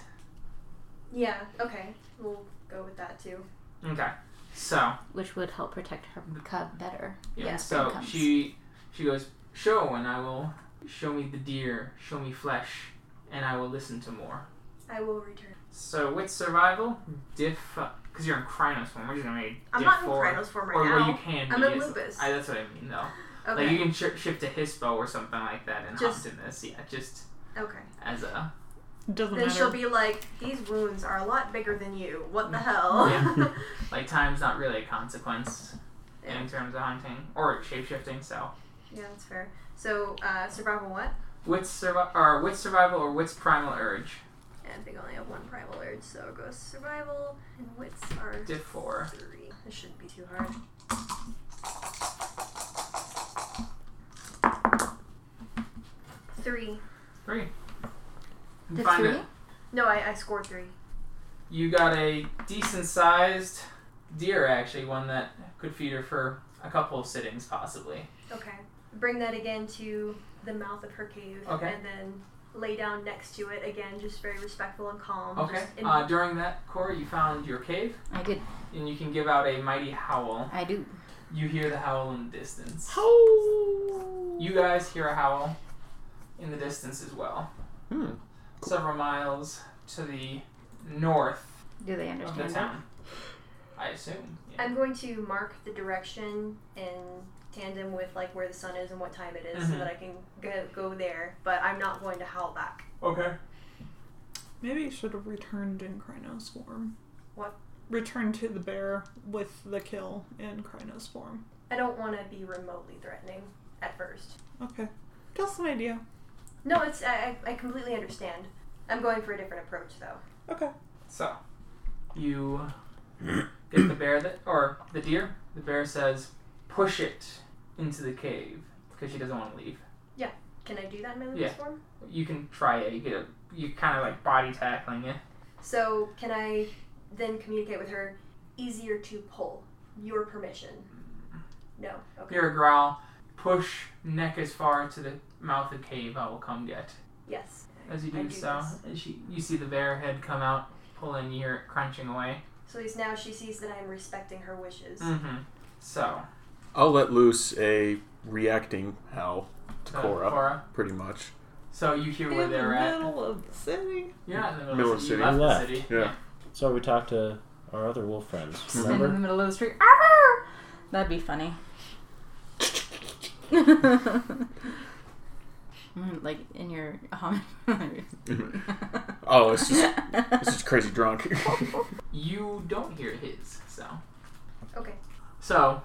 Speaker 2: yeah. Okay, we'll go with that too.
Speaker 1: Okay, so
Speaker 3: Which would help protect her cub better.
Speaker 1: yeah,
Speaker 2: Yeah,
Speaker 1: so
Speaker 3: becomes-
Speaker 1: she she goes show, and I will show me the deer, show me flesh, and I will listen to more.
Speaker 2: I will return.
Speaker 1: So with survival, diff because you're in Krynos form, we're just gonna make diff
Speaker 2: I'm not in
Speaker 1: four,
Speaker 2: Krynos form
Speaker 1: or
Speaker 2: right
Speaker 1: well, you
Speaker 2: now.
Speaker 1: can.
Speaker 2: I'm
Speaker 1: be
Speaker 2: in
Speaker 1: as-
Speaker 2: lupus.
Speaker 1: I, that's what I mean though. Like you
Speaker 2: Okay.
Speaker 1: can sh- shift to hispo or something like that and
Speaker 2: Just-
Speaker 1: just, in this, yeah, just
Speaker 2: Okay.
Speaker 1: as a
Speaker 4: Doesn't
Speaker 2: Then
Speaker 4: matter.
Speaker 2: she'll be like, "These wounds are a lot bigger than you. What the hell?"
Speaker 1: Yeah. like time's not really a consequence
Speaker 2: Yeah.
Speaker 1: in terms of hunting or shape shifting. So
Speaker 2: Yeah, that's fair. So uh, survival what?
Speaker 1: wits survi- or wits survival or wits primal urge
Speaker 2: And I think I only have one primal urge, so it goes survival and wits are
Speaker 1: diff four.
Speaker 2: three. This shouldn't be too hard. Three.
Speaker 1: You
Speaker 3: The
Speaker 1: find
Speaker 3: three?
Speaker 1: it.
Speaker 2: No, I, I scored three.
Speaker 1: You got a decent sized deer actually, one that could feed her for a couple of sittings possibly.
Speaker 2: Okay. Bring that again to the mouth of her cave,
Speaker 1: Okay.
Speaker 2: and then lay down next to it again, just very respectful and calm.
Speaker 1: Okay.
Speaker 2: Oh, Just in-
Speaker 1: Uh, during that, Corey, you found your cave,
Speaker 3: I did.
Speaker 1: and you can give out a mighty howl.
Speaker 3: I do.
Speaker 1: You hear the howl in the distance.
Speaker 4: Oh.
Speaker 1: You guys hear a howl in the distance as well,
Speaker 6: hmm.
Speaker 1: several miles to the north
Speaker 3: Do they
Speaker 1: of the
Speaker 3: understand that?
Speaker 1: town. I assume. yeah.
Speaker 2: I'm going to mark the direction in tandem with like where the sun is and what time it is so
Speaker 1: Mhm.
Speaker 2: that I can go, go there, but I'm not going to howl back.
Speaker 1: Okay.
Speaker 4: Maybe you should have returned in Krynos form.
Speaker 2: What?
Speaker 4: Return to the bear with the kill in Krynos form.
Speaker 2: I don't want to be remotely threatening at first.
Speaker 4: Okay. Just an idea.
Speaker 2: No, it's I, I I completely understand. I'm going for a different approach though.
Speaker 4: Okay.
Speaker 1: So, you get the bear that, or the deer. The bear says, "Push it into the cave," because she doesn't want to leave.
Speaker 2: Can I do that in my loose
Speaker 1: Yeah.
Speaker 2: form?
Speaker 1: You can try it. You get a, you kind of like body tackling it.
Speaker 2: So can I then communicate with her? Easier to pull. Your permission. No. Okay.
Speaker 1: Hear a growl. Push neck as far to the mouth of cave. I will come get.
Speaker 2: Yes.
Speaker 1: As you
Speaker 2: I
Speaker 1: do,
Speaker 2: do
Speaker 1: so,
Speaker 2: this.
Speaker 1: as she, you see the bear head come out, pulling. You hear it crunching away.
Speaker 2: So at least now she sees that I am respecting her wishes.
Speaker 1: Mm-hmm. So,
Speaker 6: I'll let loose a reacting howl to
Speaker 1: so
Speaker 6: Cora,
Speaker 1: Cora.
Speaker 6: pretty much.
Speaker 1: So you hear
Speaker 4: In
Speaker 1: where
Speaker 4: the
Speaker 1: they're at.
Speaker 4: middle of the city.
Speaker 1: You're not in the middle,
Speaker 6: Middle
Speaker 1: of
Speaker 6: of
Speaker 1: the city.
Speaker 6: city.
Speaker 1: You left,
Speaker 5: You
Speaker 1: the
Speaker 5: left.
Speaker 1: city.
Speaker 6: Yeah.
Speaker 5: So we talked to our other wolf friends.
Speaker 3: Stand in the
Speaker 5: Remember?
Speaker 3: middle of the street. Arr! That'd be funny. Mm, like in your hum.
Speaker 6: Oh, it's just it's just crazy drunk.
Speaker 1: You don't hear his. So.
Speaker 2: Okay.
Speaker 1: So.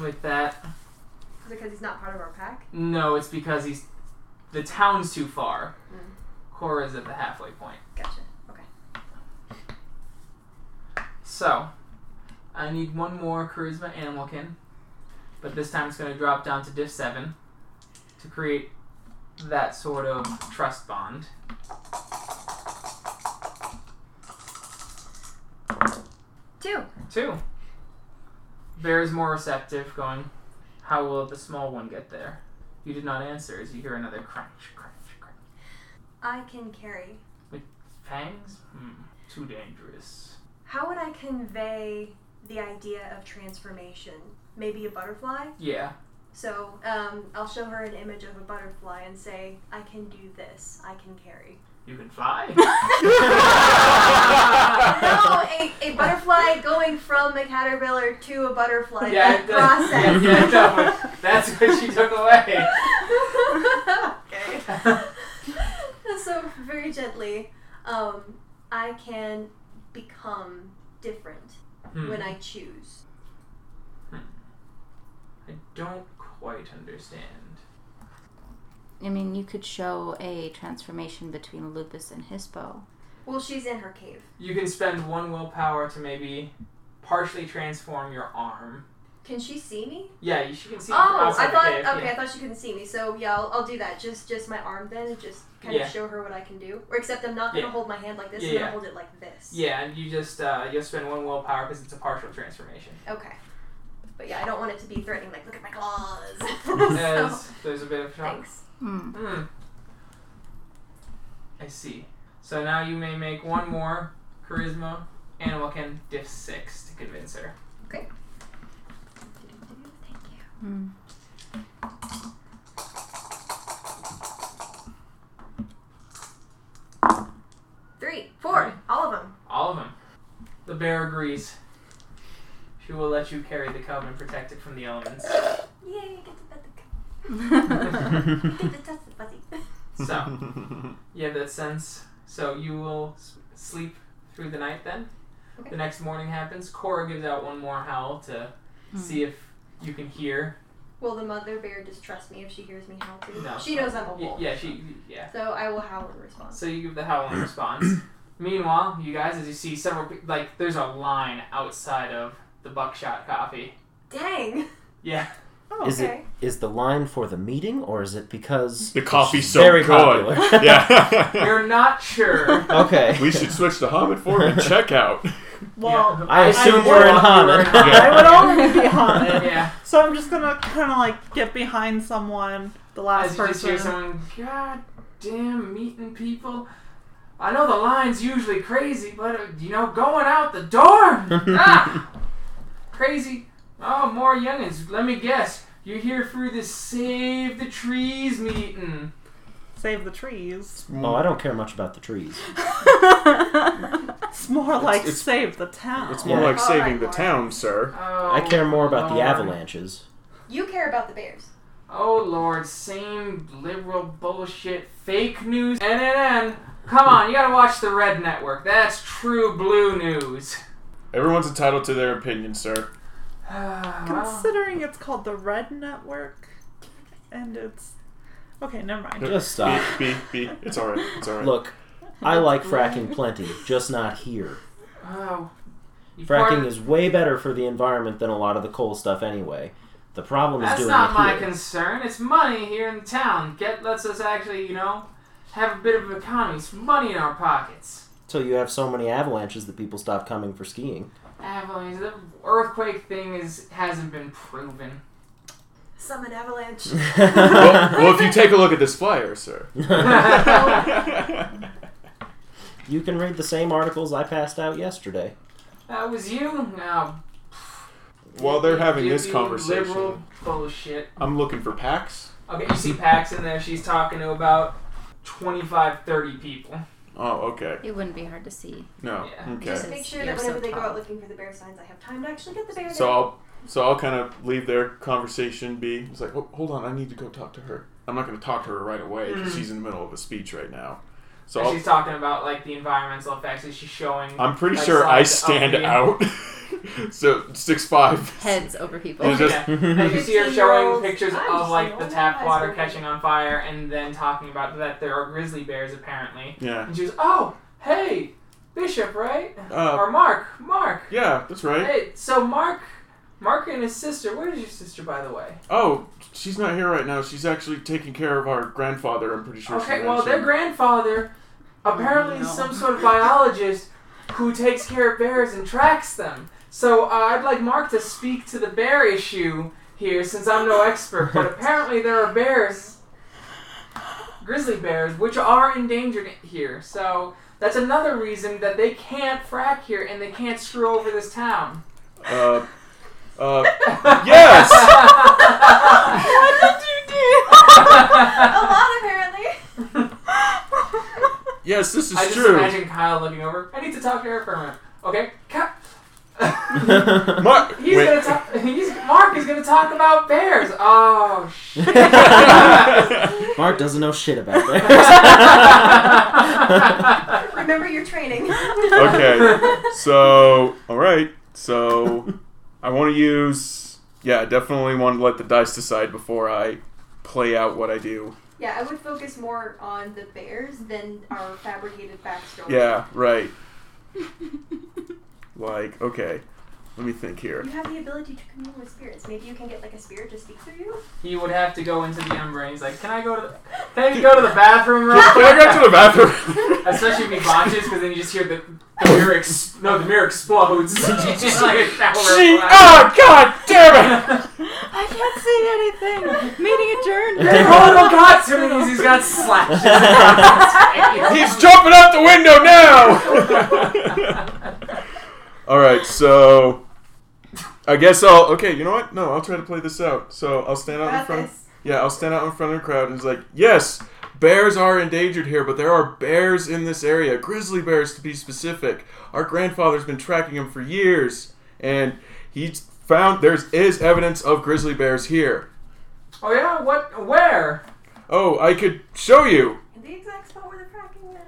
Speaker 1: With that,
Speaker 2: Is it because he's not part of our pack?
Speaker 1: no, it's because he's the town's too far. Cora's at the halfway point.
Speaker 2: Gotcha.
Speaker 1: So, I need one more charisma animalkin, but this time it's going to drop down to diff seven to create that sort of trust bond.
Speaker 2: Two.
Speaker 1: Two. Bear's more receptive, going, How will the small one get there? You did not answer as you hear another crunch, crunch, crunch.
Speaker 2: I can carry.
Speaker 1: Fangs? Hmm, too dangerous.
Speaker 2: How would I convey the idea of transformation? Maybe a butterfly?
Speaker 1: Yeah.
Speaker 2: So um, I'll show her an image of a butterfly and say, I can do this. I can carry.
Speaker 1: You can fly?
Speaker 2: no, a, a butterfly going from a caterpillar to a butterfly.
Speaker 1: Yeah,
Speaker 2: that
Speaker 1: it does. Yeah, no,
Speaker 2: process.
Speaker 1: but that's what she took away.
Speaker 2: okay. so very gently, um, I can become different
Speaker 1: Hmm.
Speaker 2: when I choose.
Speaker 1: I don't quite understand.
Speaker 3: I mean, you could show a transformation between Lupus and Hispo.
Speaker 2: Well, she's in her cave.
Speaker 1: You can spend one willpower to maybe partially transform your arm.
Speaker 2: Can she see me?
Speaker 1: Yeah, you she can see it from
Speaker 2: oh,
Speaker 1: outside
Speaker 2: I thought
Speaker 1: the cave.
Speaker 2: okay. I thought she couldn't see me, so yeah, I'll, I'll do that. Just just my arm then, and just kind
Speaker 1: Yeah.
Speaker 2: of show her what I can do. Or except I'm not gonna
Speaker 1: Yeah.
Speaker 2: hold my hand like this.
Speaker 1: Yeah,
Speaker 2: I'm gonna
Speaker 1: yeah.
Speaker 2: hold it like this.
Speaker 1: Yeah, and you just uh, you'll spend one willpower because it's a partial transformation.
Speaker 2: Okay. But yeah, I don't want it to be threatening. Like, look at my claws. so,
Speaker 1: As there's a bit of shock.
Speaker 2: thanks.
Speaker 3: Hmm.
Speaker 1: Hmm. I see. So now you may make one more charisma animal can diff six to convince her.
Speaker 2: Thank you.
Speaker 3: Hmm.
Speaker 2: Three, four,
Speaker 1: Three.
Speaker 2: all of them.
Speaker 1: All of them. The bear agrees. She will let you carry the cub and protect it from the elements.
Speaker 2: Yay! Get to pet the
Speaker 6: so
Speaker 2: get to test the fuzzy.
Speaker 1: So you have that sense. So you will s- sleep through the night. Then the
Speaker 2: Okay.
Speaker 1: next morning happens. Cora gives out one more howl to
Speaker 2: Hmm.
Speaker 1: see if you can hear.
Speaker 2: Will the mother bear distrust me if she hears me howl too?
Speaker 1: No.
Speaker 2: She knows I'm a
Speaker 1: Y-
Speaker 2: wolf.
Speaker 1: yeah, she. Yeah.
Speaker 2: So I will howl in response.
Speaker 1: So you give the howl in response. Meanwhile, you guys, as you see several, pe- like there's a line outside of the Buckshot Coffee.
Speaker 2: Dang.
Speaker 1: Yeah.
Speaker 2: Oh,
Speaker 5: Is it-
Speaker 2: okay.
Speaker 5: Is the line for the meeting, or is it because
Speaker 6: the coffee's
Speaker 5: it's
Speaker 6: so
Speaker 5: very
Speaker 6: good.
Speaker 5: popular?
Speaker 6: yeah.
Speaker 1: You're not sure.
Speaker 5: okay.
Speaker 6: we should switch to Hobbit for and checkout.
Speaker 4: Well,
Speaker 1: Yeah.
Speaker 5: I assume
Speaker 1: thought
Speaker 5: we're
Speaker 1: you
Speaker 5: in
Speaker 1: were
Speaker 5: Hammond.
Speaker 4: I would only be haunted.
Speaker 1: yeah.
Speaker 4: So I'm just gonna kind of like get behind someone, the last
Speaker 1: As you just
Speaker 4: person.
Speaker 1: hear someone, God damn meeting people. I know the line's usually crazy, but uh, you know, going out the door, ah, crazy. Oh, more youngins. Let me guess, you're here for this Save the Trees meeting.
Speaker 4: Save the trees.
Speaker 5: Oh, I don't care much about the trees.
Speaker 4: It's more like
Speaker 6: it's-
Speaker 4: save the town.
Speaker 6: It's more like
Speaker 2: All
Speaker 6: saving
Speaker 2: right,
Speaker 6: the
Speaker 2: Laura.
Speaker 6: town, sir.
Speaker 1: Oh,
Speaker 5: I care more about the
Speaker 1: Lord.
Speaker 5: avalanches.
Speaker 2: You care about the bears.
Speaker 1: Oh Lord, same liberal bullshit, fake news, NNN. Come on, you gotta watch the Red Network. That's true blue news.
Speaker 6: Everyone's entitled to their opinion, sir.
Speaker 1: Well,
Speaker 4: Ah. Considering it's called the Red Network, and it's Okay, never mind.
Speaker 5: Just stop.
Speaker 6: Beep, beep, beep. It's all right. It's all right.
Speaker 5: Look, I like fracking plenty, just not here.
Speaker 1: Oh. You part
Speaker 5: Fracking
Speaker 1: of-
Speaker 5: is way better for the environment than a lot of the coal stuff anyway. The problem is
Speaker 1: That's
Speaker 5: doing
Speaker 1: not
Speaker 5: it
Speaker 1: my
Speaker 5: here.
Speaker 1: concern. It's money here in town. Get lets us actually, you know, have a bit of economy. Some money in our pockets.
Speaker 5: So you have so many avalanches that people stop coming for skiing.
Speaker 1: Avalanche. The earthquake thing is hasn't been proven.
Speaker 2: Summon avalanche.
Speaker 6: well, well, if you take a look at this flyer, sir.
Speaker 5: you can read the same articles I passed out yesterday.
Speaker 1: That was you. Now
Speaker 6: While they're having
Speaker 1: give
Speaker 6: this
Speaker 1: you
Speaker 6: conversation,
Speaker 1: liberal bullshit.
Speaker 6: I'm looking for packs.
Speaker 1: Okay, you see Pax in there. She's talking to about 25, 30 people.
Speaker 6: Oh, okay.
Speaker 3: It wouldn't be hard to see.
Speaker 6: No.
Speaker 1: Yeah.
Speaker 6: Okay.
Speaker 2: Just make sure
Speaker 3: You're
Speaker 2: that
Speaker 3: so
Speaker 2: whenever they go
Speaker 3: tall.
Speaker 2: out looking for the bear signs, I have time to actually get the bear.
Speaker 6: So
Speaker 2: there.
Speaker 6: I'll so I'll kind of leave their conversation be. It's like, "Oh, hold on, I need to go talk to her. I'm not going to talk to her right away because
Speaker 1: Mhm.
Speaker 6: she's in the middle of a speech right now. So
Speaker 1: And
Speaker 6: I'll, Uh,
Speaker 1: she's talking about like the environmental effects. And she's showing.
Speaker 6: I'm pretty
Speaker 1: like,
Speaker 6: sure I
Speaker 1: slides up
Speaker 6: stand
Speaker 1: the-
Speaker 6: out. so six five.
Speaker 3: Heads over people.
Speaker 6: Is it- just-
Speaker 1: And you see her
Speaker 2: 15-year-olds.
Speaker 1: showing pictures
Speaker 2: I'm
Speaker 1: of
Speaker 2: just
Speaker 1: like
Speaker 2: an
Speaker 1: the
Speaker 2: old
Speaker 1: tap
Speaker 2: high
Speaker 1: water
Speaker 2: school.
Speaker 1: catching on fire, and then talking about that there are grizzly bears apparently.
Speaker 6: Yeah.
Speaker 1: And she was, oh, hey, Bishop, right?
Speaker 6: Uh,
Speaker 1: or Mark, Mark.
Speaker 6: yeah, that's right.
Speaker 1: Hey, so Mark, Mark and his sister. Where is your sister, by the way?
Speaker 6: Oh, she's not here right now. She's actually taking care of our grandfather. I'm pretty sure. she
Speaker 1: Okay, well, their
Speaker 6: mentioned.
Speaker 1: grandfather, apparently
Speaker 4: no.
Speaker 1: some sort of biologist who takes care of bears and tracks them. So uh, I'd like Mark to speak to the bear issue here, since I'm no expert. But apparently there are bears, grizzly bears, which are endangered here. So that's another reason that they can't frack here and they can't screw over this town.
Speaker 6: Uh, uh, yes.
Speaker 3: what did you
Speaker 2: a lot apparently.
Speaker 6: Yes, this is
Speaker 1: I just
Speaker 6: true.
Speaker 1: imagine Kyle looking over. I need to talk to her for a minute. Okay, Ky-
Speaker 6: Mark,
Speaker 1: He's
Speaker 6: wait.
Speaker 1: gonna talk. He's Mark is gonna talk about bears. Oh shit!
Speaker 5: Mark doesn't know shit about that.
Speaker 2: Remember your training.
Speaker 6: okay. So, all right. So, I want to use. Yeah, I definitely want to let the dice decide before I play out what I do.
Speaker 2: yeah, I would focus more on the bears than our fabricated backstory.
Speaker 6: Yeah, right.
Speaker 3: do?
Speaker 6: Like, okay. Let me think here.
Speaker 2: You have the ability to commune with spirits. Maybe you can get like a spirit to speak through you.
Speaker 1: he would have to go into the umbra. He's like, "Can I go to? The, can you go to the bathroom real
Speaker 6: Can I
Speaker 1: quick?"
Speaker 6: go to the bathroom?
Speaker 1: Especially if he botches, because then you just hear the, the mirror. Ex- no, the mirror explodes. It's just like a shower. of
Speaker 6: She-
Speaker 1: glass.
Speaker 6: oh, god damn it!
Speaker 4: I can't see anything. Meeting adjourned.
Speaker 1: They call him Katsunis. He's got slashes. on his face.
Speaker 6: He's jumping out the window now! All right, so I guess I'll okay. You know what? No, I'll try to play this out. So I'll stand out in
Speaker 2: Got
Speaker 6: front. Of,
Speaker 2: this.
Speaker 6: yeah, I'll stand out in front of the crowd and it's like, yes, bears are endangered here, but there are bears in this area, grizzly bears to be specific. Our grandfather's been tracking them for years, and he's found there is evidence of grizzly bears here.
Speaker 1: oh yeah, what? Where?
Speaker 6: Oh, I could show you.
Speaker 2: In the exact spot where the cracking went.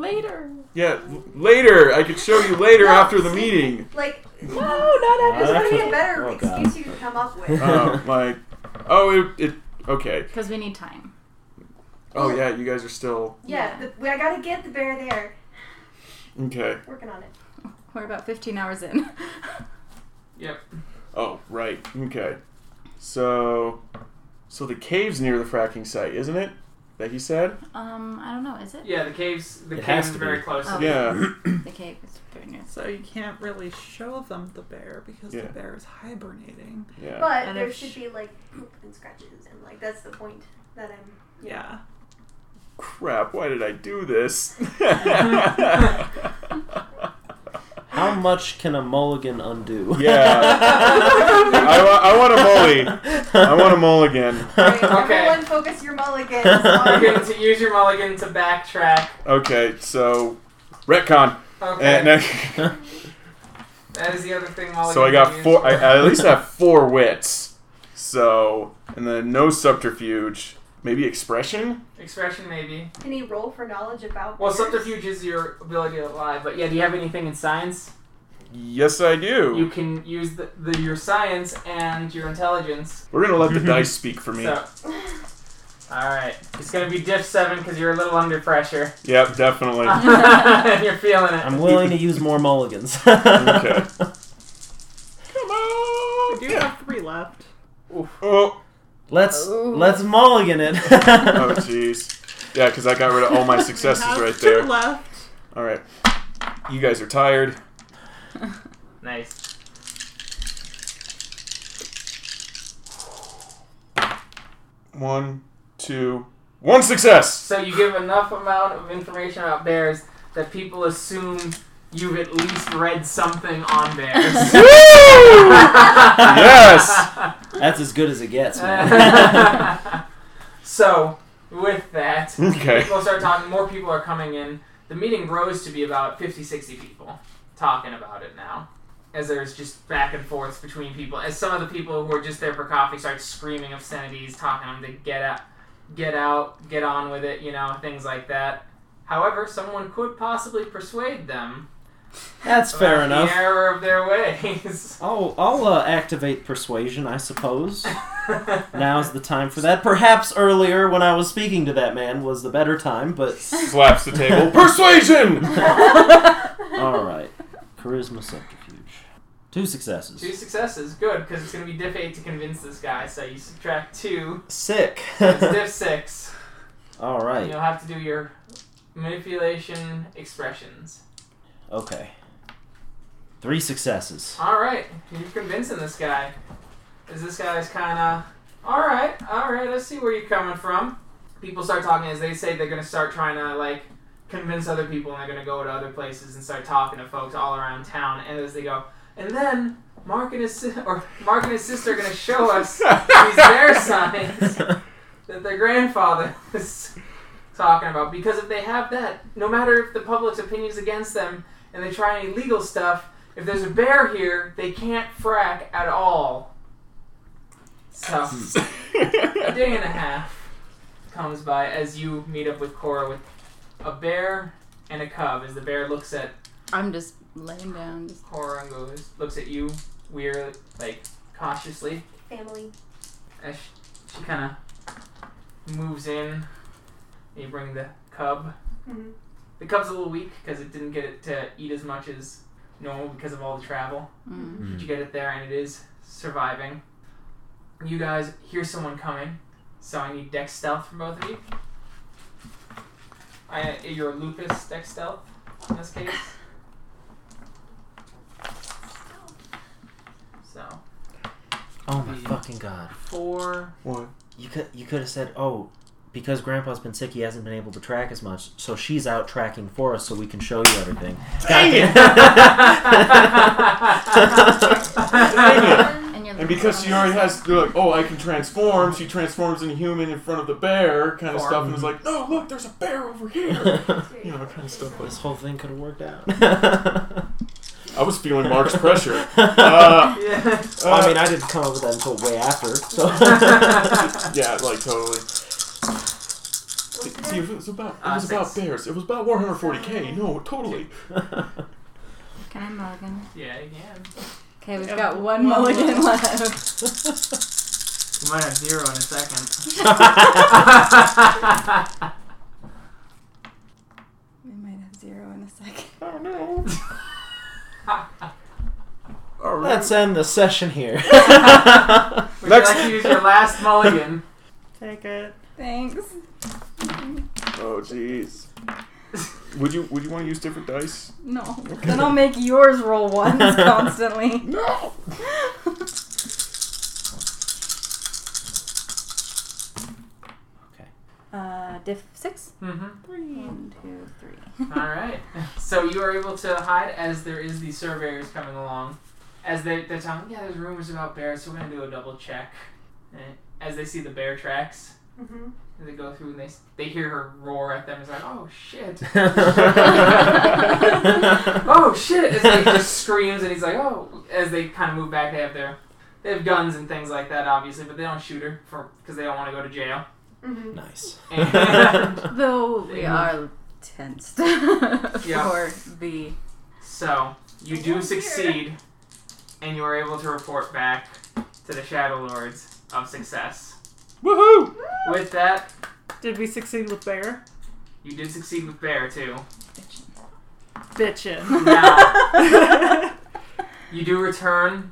Speaker 4: Later.
Speaker 6: Yeah, l- later. I could show you later
Speaker 2: No.
Speaker 6: after the meeting.
Speaker 2: Like,
Speaker 4: No, not
Speaker 2: there's
Speaker 5: that's
Speaker 2: gonna be
Speaker 5: a-
Speaker 2: a better
Speaker 5: oh, God.
Speaker 2: excuse you could come up with.
Speaker 6: um, like, oh, it, it okay.
Speaker 3: Because we need time.
Speaker 6: Oh yeah, you guys are still
Speaker 2: Yeah, the, we- I gotta get the bear there.
Speaker 6: okay.
Speaker 2: Working on it.
Speaker 3: We're about 15 hours in.
Speaker 1: Yep.
Speaker 6: Oh right, okay. So, so the cave's near the fracking site, isn't it? That he said.
Speaker 3: um, I don't know. Is it
Speaker 1: Yeah, the caves. The
Speaker 5: It has
Speaker 1: caves
Speaker 5: to be.
Speaker 1: very close.
Speaker 3: Oh.
Speaker 6: Yeah.
Speaker 3: the cave? Is very near.
Speaker 4: So you can't really show them the bear because
Speaker 6: Yeah.
Speaker 4: the bear is hibernating.
Speaker 6: Yeah.
Speaker 2: But
Speaker 4: And
Speaker 2: there
Speaker 4: if
Speaker 2: should
Speaker 4: sh-
Speaker 2: be like poop and scratches, and like that's the point that I'm.
Speaker 4: Yeah.
Speaker 6: Crap! Why did I do this?
Speaker 5: How much can a mulligan undo?
Speaker 6: Yeah. I, wa- I want a mully. I want a mulligan.
Speaker 2: Right,
Speaker 1: Okay.
Speaker 2: Everyone, focus your mulligans on.
Speaker 1: You're going to use your mulligan to backtrack.
Speaker 6: Okay, so retcon.
Speaker 1: Okay.
Speaker 6: And,
Speaker 1: that is the other thing. Mulligan
Speaker 6: So I got
Speaker 1: used.
Speaker 6: four. I I at least have four wits. So and then no subterfuge. Maybe expression.
Speaker 1: Expression, maybe.
Speaker 2: Can he roll for knowledge about?
Speaker 1: Well,
Speaker 2: bears?
Speaker 1: subterfuge is your ability to lie, but yeah, do you have anything in science?
Speaker 6: Yes, I do.
Speaker 1: You can use the, the your science and your intelligence.
Speaker 6: We're gonna let the dice speak for me.
Speaker 1: So, All right. It's going to be diff 7 because you're a little under pressure.
Speaker 6: Yep, definitely.
Speaker 4: Uh-huh.
Speaker 1: and you're feeling it.
Speaker 5: I'm willing to use more mulligans.
Speaker 6: Okay. Come
Speaker 4: I
Speaker 6: on.
Speaker 4: do
Speaker 6: Yeah.
Speaker 4: have three left.
Speaker 6: Oh,
Speaker 5: Let's
Speaker 3: Ooh.
Speaker 5: let's mulligan it.
Speaker 6: oh, jeez. Yeah, because I got rid of all my successes
Speaker 4: I have
Speaker 6: right
Speaker 4: two
Speaker 6: there.
Speaker 4: left.
Speaker 6: All right. You guys are tired.
Speaker 1: Nice.
Speaker 6: One, two, one success.
Speaker 1: So you give enough amount of information about bears that people assume you've at least read something on bears.
Speaker 6: Woo! yes.
Speaker 5: That's as good as it gets. Man.
Speaker 1: so, with that,
Speaker 6: Okay.
Speaker 1: people start talking. More people are coming in. The meeting grows to be about 50, 60 people talking about it now. As there's just back and forth between people. As some of the people who are just there for coffee start screaming obscenities, talking them to get out, get out, get on with it, you know, things like that. However, someone could possibly persuade them
Speaker 5: That's fair
Speaker 1: about
Speaker 5: enough.
Speaker 1: the error of their ways.
Speaker 5: I'll I'll uh, activate persuasion, I suppose. Now's the time for that. Perhaps earlier when I was speaking to that man was the better time, but
Speaker 6: Slaps the table. Persuasion.
Speaker 5: all right. Charisma subterfuge. Two successes.
Speaker 1: Two successes, good, because it's going to be diff 8 to convince this guy, so you subtract 2,
Speaker 5: Sick.
Speaker 1: it's diff 6.
Speaker 5: all right.
Speaker 1: You'll have to do your manipulation expressions.
Speaker 5: Okay. Three successes.
Speaker 1: All right, you're convincing this guy. Is this guy's kind of all right? All right, I see where you're coming from. People start talking as they say they're gonna start trying to like convince other people, and they're gonna go to other places and start talking to folks all around town. And as they go, and then Mark and his si- or Mark and his sister are gonna show us these bear signs.
Speaker 5: Oh
Speaker 1: that their grandfather is talking about. Because if they have that, no matter if the public's opinion's against them and they try any legal stuff, if there's a bear here, they can't frack at all. So, a day and a half comes by as you meet up with Cora with a bear and a cub. As the bear looks at
Speaker 3: I'm just laying down. Just
Speaker 1: Cora and goes, looks at you weird, like cautiously,
Speaker 2: Family.
Speaker 1: as she, she kind of moves in. You bring the cub
Speaker 2: Mm-hmm.
Speaker 1: The cub's a little weak because it didn't get it to eat as much as normal because of all the travel.
Speaker 2: Mm-hmm.
Speaker 3: mm.
Speaker 1: But you get it there, and it is surviving. You guys hear someone coming, so I need dex stealth from both of you. I your Lupus dex stealth in this case. So
Speaker 5: Oh my
Speaker 1: Mm.
Speaker 5: fucking god.
Speaker 1: four.
Speaker 6: One.
Speaker 5: You could you could have said, "Oh, because grandpa's been sick, he hasn't been able to track as much, so she's out tracking for us so we can show you everything."
Speaker 6: Dang it! Mm-hmm.
Speaker 1: Dang
Speaker 3: And, you're
Speaker 6: And because she already has, they're like, oh, I can transform. She transforms into human in front of the bear, kind of stuff, and it's like, no, look, there's a bear over here. You know, kind of stuff like.
Speaker 5: this whole thing could have worked out.
Speaker 6: I was feeling Mark's pressure. Uh,
Speaker 1: yeah.
Speaker 6: uh,
Speaker 5: I mean, I didn't come up with that until way after. So
Speaker 6: yeah, like totally. See, if it was about, it
Speaker 1: Uh,
Speaker 6: was about
Speaker 1: six.
Speaker 6: bears. It was about 140k. No, totally.
Speaker 3: Can I mulligan?
Speaker 1: yeah, you can.
Speaker 3: Okay, we've
Speaker 4: Yeah.
Speaker 3: got one
Speaker 4: One
Speaker 3: mulligan left.
Speaker 1: You might have zero in a second.
Speaker 3: We might have zero in a second.
Speaker 6: I don't know. All right.
Speaker 5: let's end the session here.
Speaker 1: Would
Speaker 6: Next.
Speaker 1: you like to use your last mulligan?
Speaker 4: Take it.
Speaker 3: Thanks.
Speaker 6: Oh, jeez. Would you would you want to use different dice?
Speaker 3: No. Then I'll make yours roll ones constantly.
Speaker 6: No.
Speaker 3: Uh, diff six.
Speaker 1: Mm-hmm.
Speaker 3: One, two, three.
Speaker 1: All right. So you are able to hide as there is the surveyors coming along. As they, they're telling, yeah, there's rumors about bears, so we're going to do a double check. And as they see the bear tracks,
Speaker 2: Mm-hmm.
Speaker 1: and they go through and they, s- they hear her roar at them. It's like, oh, shit. oh shit! As they just screams, and he's like, oh. As they kind of move back, they have their, they have guns and things like that, obviously, but they don't shoot her for because they don't want to go to jail.
Speaker 2: Mm-hmm.
Speaker 5: nice.
Speaker 1: And-
Speaker 3: Though we are tensed for the.
Speaker 1: So you
Speaker 2: I
Speaker 1: do
Speaker 2: don't
Speaker 1: succeed, and you are able to report back to the Shadow Lords of success.
Speaker 6: Woohoo!
Speaker 1: With that,
Speaker 4: Did we succeed with bear?
Speaker 1: You did succeed with bear too.
Speaker 4: Bitchin.
Speaker 1: Now you do return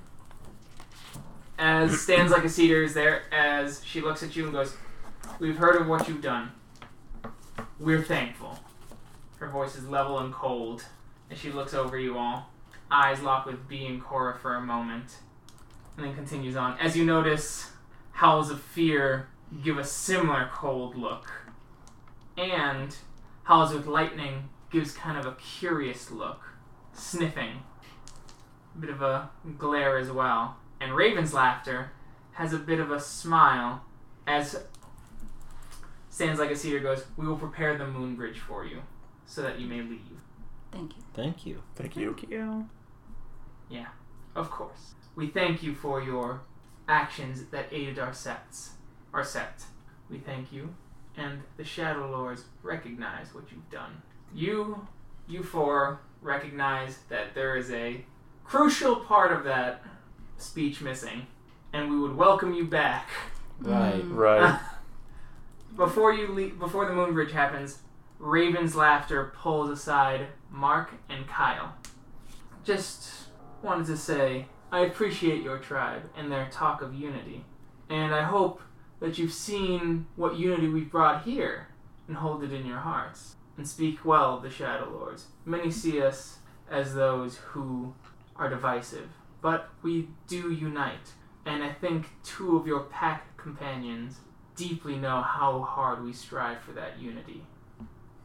Speaker 1: as stands like a cedar is there as she looks at you and goes, "We've heard of what you've done. We're thankful." Her voice is level and cold as she looks over you all, eyes locked with B and Cora for a moment, and then continues on. As you notice, howls of fear give a similar cold look, and howls with lightning gives kind of a curious look, sniffing, a bit of a glare as well. And Raven's laughter has a bit of a smile as Stands Like a Cedar goes, We will prepare the moon bridge for you so that you may leave.
Speaker 3: Thank you.
Speaker 5: Thank you.
Speaker 6: Thank you.
Speaker 4: Thank you.
Speaker 1: Of course. We thank you for your actions that aided our sets. Our set. We thank you, and the Shadow Lords recognize what you've done. You, you four, recognize that there is a crucial part of that speech missing, and we would welcome you back.
Speaker 5: Right.
Speaker 6: Right.
Speaker 1: before you leave, before the moon bridge happens, Raven's laughter pulls aside Mark and Kyle. Just wanted to say I appreciate your tribe and their talk of unity, and I hope that you've seen what unity we've brought here and hold it in your hearts and speak well of the Shadow Lords. Many see us as those who are divisive, but we do unite, and I think two of your pack companions deeply know how hard we strive for that unity.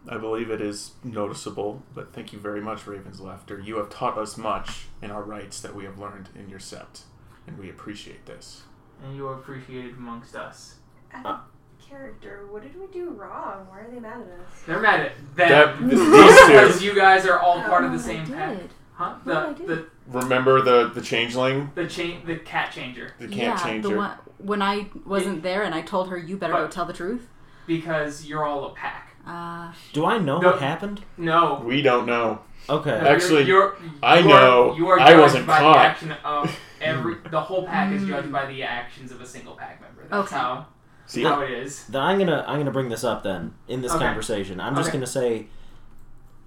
Speaker 6: I believe it is noticeable, but thank you very much, Raven's Laughter. You have taught us much in our rights that we have learned in your sept, and we appreciate this.
Speaker 1: And you are appreciated amongst us.
Speaker 2: Out of character, what did we do wrong? Why are they mad at us?
Speaker 1: They're mad at
Speaker 6: That,
Speaker 1: them.
Speaker 6: th- these
Speaker 1: because
Speaker 6: two.
Speaker 1: you guys are all part of
Speaker 3: Oh,
Speaker 1: the
Speaker 3: I
Speaker 1: same pack.
Speaker 3: did.
Speaker 1: Huh?
Speaker 3: No,
Speaker 1: The,
Speaker 3: I did.
Speaker 1: the,
Speaker 6: Remember the, the changeling?
Speaker 1: the, cha- the cat changer.
Speaker 6: The
Speaker 3: yeah,
Speaker 6: can't changer.
Speaker 3: the one when I wasn't there and I told her you better go
Speaker 1: Right.
Speaker 3: tell the truth.
Speaker 1: Because you're all a pack.
Speaker 3: Uh,
Speaker 5: Do I know
Speaker 1: No.
Speaker 5: what happened?
Speaker 1: No.
Speaker 6: We don't know.
Speaker 5: Okay.
Speaker 1: No, you're-
Speaker 6: Actually,
Speaker 1: you're,
Speaker 6: I
Speaker 1: you are-
Speaker 6: know.
Speaker 1: You are
Speaker 6: I
Speaker 1: judged
Speaker 6: wasn't
Speaker 1: by
Speaker 6: caught.
Speaker 1: the action of every. The whole pack is judged by the actions of a single pack member. That's
Speaker 3: Hmm. Okay.
Speaker 1: how,
Speaker 6: See,
Speaker 1: how it is.
Speaker 5: Then I'm gonna I'm gonna bring this up then in this
Speaker 1: Okay.
Speaker 5: conversation. I'm just
Speaker 1: Okay.
Speaker 5: gonna say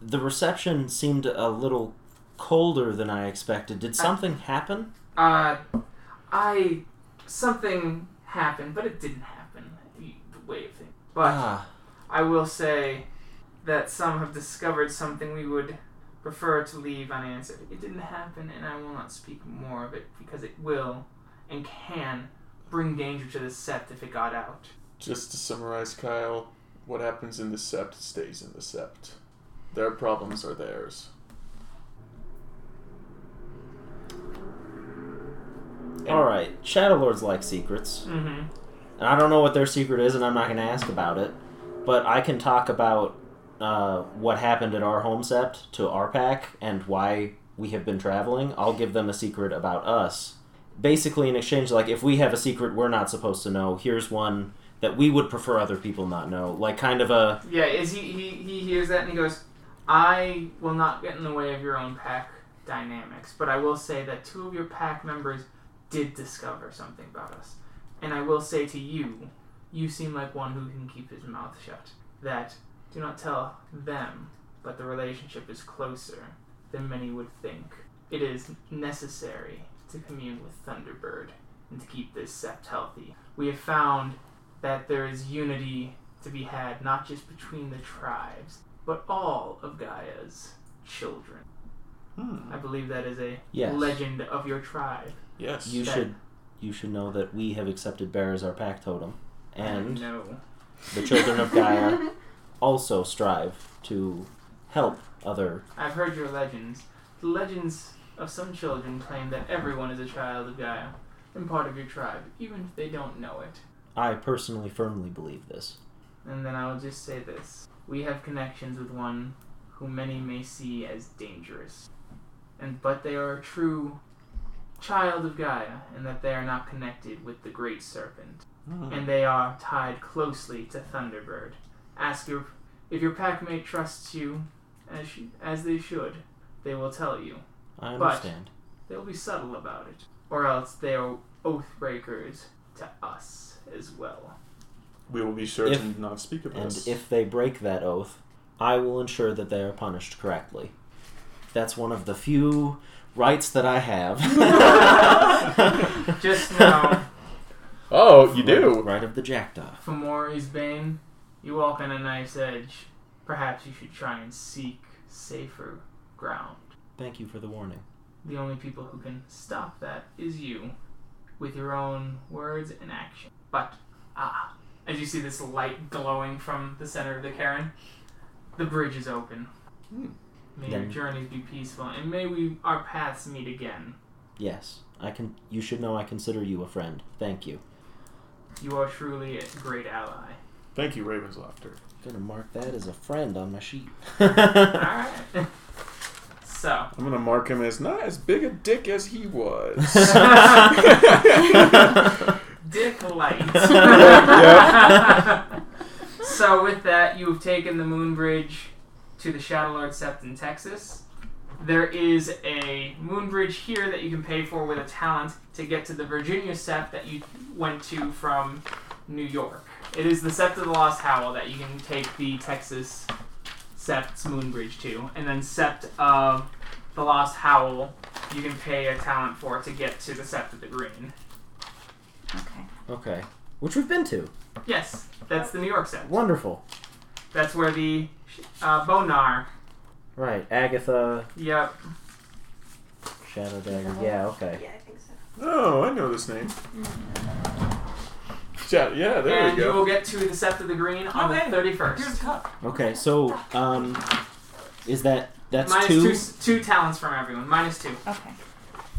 Speaker 5: the reception seemed a little colder than I expected. Did something happen?
Speaker 1: Uh, I something happened, but it didn't happen. The way of things, but
Speaker 5: Ah,
Speaker 1: I will say that some have discovered something we would prefer to leave unanswered. It didn't happen, and I will not speak more of it because it will and can bring danger to the sept if it got out.
Speaker 6: just to summarize, Kyle, what happens in the sept stays in the sept. Their problems are theirs.
Speaker 5: all right. Shadow Lords like secrets,
Speaker 1: Mm-hmm.
Speaker 5: and I don't know what their secret is, and I'm not gonna ask about it. But I can talk about uh, what happened at our home sept to our pack and why we have been traveling. I'll give them a secret about us. Basically, in exchange, like if we have a secret we're not supposed to know, here's one that we would prefer other people not know. Like kind of a
Speaker 1: Yeah, is he, he he hears that and he goes, I will not get in the way of your own pack dynamics, but I will say that two of your pack members did discover something about us. And I will say to you, you seem like one who can keep his mouth shut. That do not tell them, but the relationship is closer than many would think. It is necessary to commune with Thunderbird and to keep this sept healthy. We have found that there is unity to be had not just between the tribes, but all of Gaia's children.
Speaker 6: Hmm.
Speaker 1: I believe that is a
Speaker 5: Yes.
Speaker 1: legend of your tribe.
Speaker 6: Yes.
Speaker 5: You
Speaker 1: Okay.
Speaker 5: should you should know that we have accepted Bear as our pack totem, and
Speaker 1: no.
Speaker 5: the children of Gaia also strive to help other.
Speaker 1: I've heard your legends. The legends of some children claim that everyone is a child of Gaia and part of your tribe, even if they don't know it.
Speaker 5: I personally firmly believe this.
Speaker 1: And then I will just say this We have connections with one who many may see as dangerous. And but they are a true child of Gaia, and that they are not connected with the great serpent.
Speaker 6: Mm.
Speaker 1: and they are tied closely to Thunderbird. Ask your if your packmate trusts you, as sh as they should, they will tell you.
Speaker 5: I
Speaker 1: But-
Speaker 5: understand.
Speaker 1: They'll be subtle about it, or else they are oath breakers to us as well.
Speaker 6: We will be sure
Speaker 5: If-
Speaker 6: to not speak of
Speaker 5: And
Speaker 6: this.
Speaker 5: if they break that oath, I will ensure that they are punished correctly. That's one of the few rights that I have.
Speaker 1: Just know,
Speaker 6: oh, you do.
Speaker 5: Right of the jackdaw.
Speaker 1: Fomori's Bane, you walk on a knife's edge. Perhaps you should try and seek safer ground.
Speaker 5: Thank you for the warning.
Speaker 1: The only people who can stop that is you, with your own words and action. But, ah, as you see this light glowing from the center of the cairn, the bridge is open.
Speaker 6: Hmm.
Speaker 1: May your
Speaker 5: Then-
Speaker 1: journeys be peaceful, and may we our paths meet again.
Speaker 5: Yes, I can. You should know I consider you a friend. Thank you.
Speaker 1: You are truly a great ally.
Speaker 6: Thank you, Raven's Laughter.
Speaker 5: gonna mark that as a friend on my sheet.
Speaker 1: Alright. so,
Speaker 6: I'm gonna mark him as not as big a dick as he was.
Speaker 1: Dick Light.
Speaker 5: Yep.
Speaker 1: so with that, you have taken the Moon Bridge to the Shadowlord Sept in Texas. There is a Moon Bridge here that you can pay for with a talent to get to the Virginia Sept that you went to from New York. It is the Sept of the Lost Howl that you can take the Texas Sept's Moon Bridge to, and then Sept of the Lost Howl you can pay a talent for to get to the Sept of the Green.
Speaker 3: Okay.
Speaker 5: okay, which we've been to.
Speaker 1: Yes, that's the New York set.
Speaker 5: Wonderful.
Speaker 1: That's where the uh, Bonar.
Speaker 5: Right, Agatha,
Speaker 1: Yep.
Speaker 5: Shadow Dagger. Yeah, okay.
Speaker 2: Yeah, I think so.
Speaker 6: oh, I know this name. Yeah, yeah there
Speaker 1: Mm. and
Speaker 6: we
Speaker 1: you
Speaker 6: go.
Speaker 1: will get to the Sept of the Green on
Speaker 4: Okay.
Speaker 1: the 31st.
Speaker 4: Here's a cup.
Speaker 5: Okay, so um, is that that's
Speaker 1: Minus
Speaker 5: two?
Speaker 1: two, s- two talents from everyone. Minus two.
Speaker 4: Okay.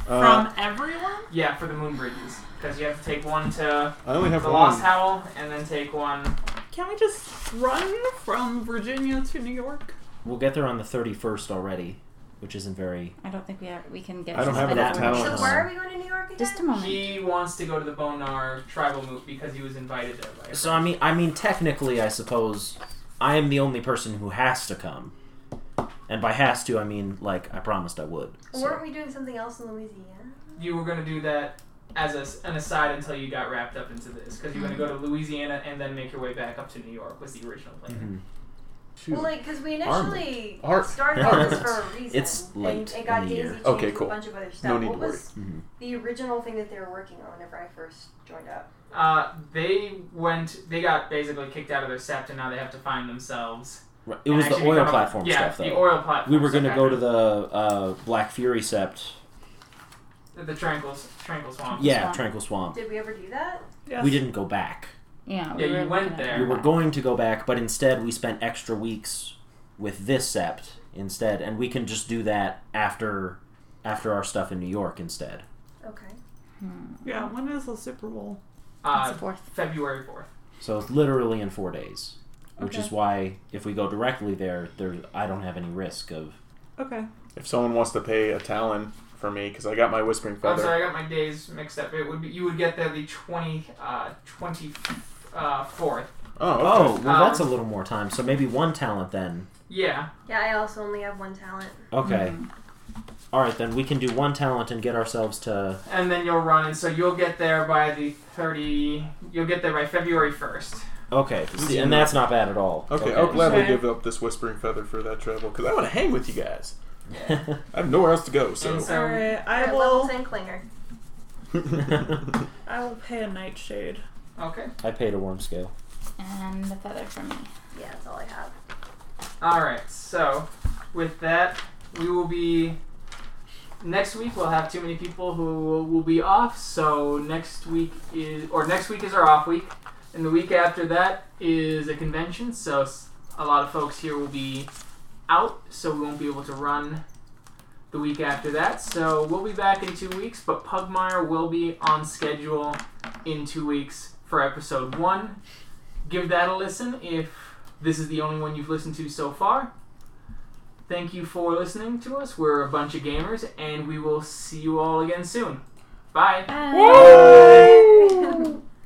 Speaker 6: Uh,
Speaker 4: From everyone?
Speaker 1: Yeah, for the moon bridges. Because you have to take one to
Speaker 6: I only
Speaker 1: the
Speaker 6: have
Speaker 1: Lost
Speaker 6: one.
Speaker 1: Howl and then take one.
Speaker 4: Can we just run from Virginia to New York?
Speaker 5: We'll get there on the thirty first already, which isn't very.
Speaker 3: I don't think we have, we can get.
Speaker 6: I don't
Speaker 3: to
Speaker 6: have
Speaker 3: that
Speaker 5: enough
Speaker 3: before-
Speaker 5: talent.
Speaker 2: So where are we going to New York again?
Speaker 3: Just a
Speaker 4: Oh
Speaker 3: moment.
Speaker 1: He wants to go to the Bonar tribal moot because he was invited there. By
Speaker 5: So I mean, I mean, technically, I suppose I am the only person who has to come, and by has to, I mean like I promised I would.
Speaker 2: Weren't
Speaker 5: So.
Speaker 2: we doing something else in Louisiana?
Speaker 1: you were going to do that as a s an aside until you got wrapped up into this. Because you were going to go to Louisiana and then make your way back up to New York was the original plan.
Speaker 5: Mhm.
Speaker 6: Shoot.
Speaker 2: Well, like, because we initially
Speaker 6: Art.
Speaker 2: started all this
Speaker 5: Art.
Speaker 2: for a reason.
Speaker 5: It's late
Speaker 2: And it got
Speaker 5: in the
Speaker 2: daisy
Speaker 5: year.
Speaker 2: chained
Speaker 6: Okay,
Speaker 2: with
Speaker 6: cool.
Speaker 2: a bunch of other stuff.
Speaker 6: need
Speaker 2: what
Speaker 6: to worry. Mm-hmm.
Speaker 2: was
Speaker 5: Mhm.
Speaker 2: the original thing that they were working on whenever I first joined up?
Speaker 1: Uh, they went. They got basically kicked out of their sept, and now they have to find themselves.
Speaker 5: Right. It was
Speaker 1: And
Speaker 5: the
Speaker 1: actually
Speaker 5: oil
Speaker 1: become a-
Speaker 5: platform
Speaker 1: yeah,
Speaker 5: stuff, though.
Speaker 1: the oil platform.
Speaker 5: we were
Speaker 1: going
Speaker 5: going to go to the uh, Black Fury Sept.
Speaker 1: the the tranquil tranquil swamp.
Speaker 5: Yeah,
Speaker 3: Swamp.
Speaker 5: Tranquil Swamp.
Speaker 2: Did we ever do that?
Speaker 4: Yes.
Speaker 5: We didn't go back.
Speaker 3: Yeah.
Speaker 1: Yeah, you
Speaker 3: were
Speaker 1: went
Speaker 3: looking at
Speaker 1: there.
Speaker 5: We
Speaker 3: that.
Speaker 5: were going to go back, but instead we spent extra weeks with this sept instead, and we can just do that after after our stuff in New York instead.
Speaker 2: Okay.
Speaker 4: Yeah, when is the Super Bowl?
Speaker 3: It's
Speaker 1: Uh,
Speaker 3: the Hmm. fourth.
Speaker 1: February fourth.
Speaker 5: So it's literally in four days, which is
Speaker 4: Okay.
Speaker 5: why if we go directly there, there I don't have any risk of.
Speaker 4: Okay.
Speaker 6: if someone wants to pay a talon for me, because I got my whispering
Speaker 1: I'm
Speaker 6: feather.
Speaker 1: sorry, I got my days mixed up. It would be you would get there the twenty uh twenty uh fourth.
Speaker 6: Oh, okay.
Speaker 5: Oh well, that's a
Speaker 1: Um,
Speaker 5: little more time. So maybe one talent then.
Speaker 1: Yeah,
Speaker 2: Yeah, I also only have one talent.
Speaker 5: Okay. All right, then we can do one talent and get ourselves to.
Speaker 1: and then you'll run, and so you'll get there by the thirty. You'll get there by February first.
Speaker 5: Okay, see, and that's not bad at all.
Speaker 6: Okay, oh, I'll gladly
Speaker 1: Okay.
Speaker 6: give up this whispering feather for that travel because I want to hang with you guys.
Speaker 5: glad.
Speaker 6: I have nowhere else to go, so.
Speaker 4: Um,
Speaker 1: And So-
Speaker 4: Alright, I
Speaker 2: Alright, level
Speaker 4: will
Speaker 2: 10 clinger.
Speaker 4: I will pay a nightshade.
Speaker 1: Okay.
Speaker 5: I paid a worm scale.
Speaker 3: And the feather for me.
Speaker 2: Yeah, that's all I have.
Speaker 1: All right. So, with that, we will be next week. We'll have too many people who will be off. So next week is or next week is our off week, and the week after that is a convention. So s- a lot of folks here will be out, so we won't be able to run the week after that. So we'll be back in two weeks, but Pugmire will be on schedule in two weeks for episode one. Give that a listen if this is the only one you've listened to so far. Thank you for listening to us. We're a bunch of gamers, and we will see you all again soon. Bye.
Speaker 3: Bye.
Speaker 6: Woo!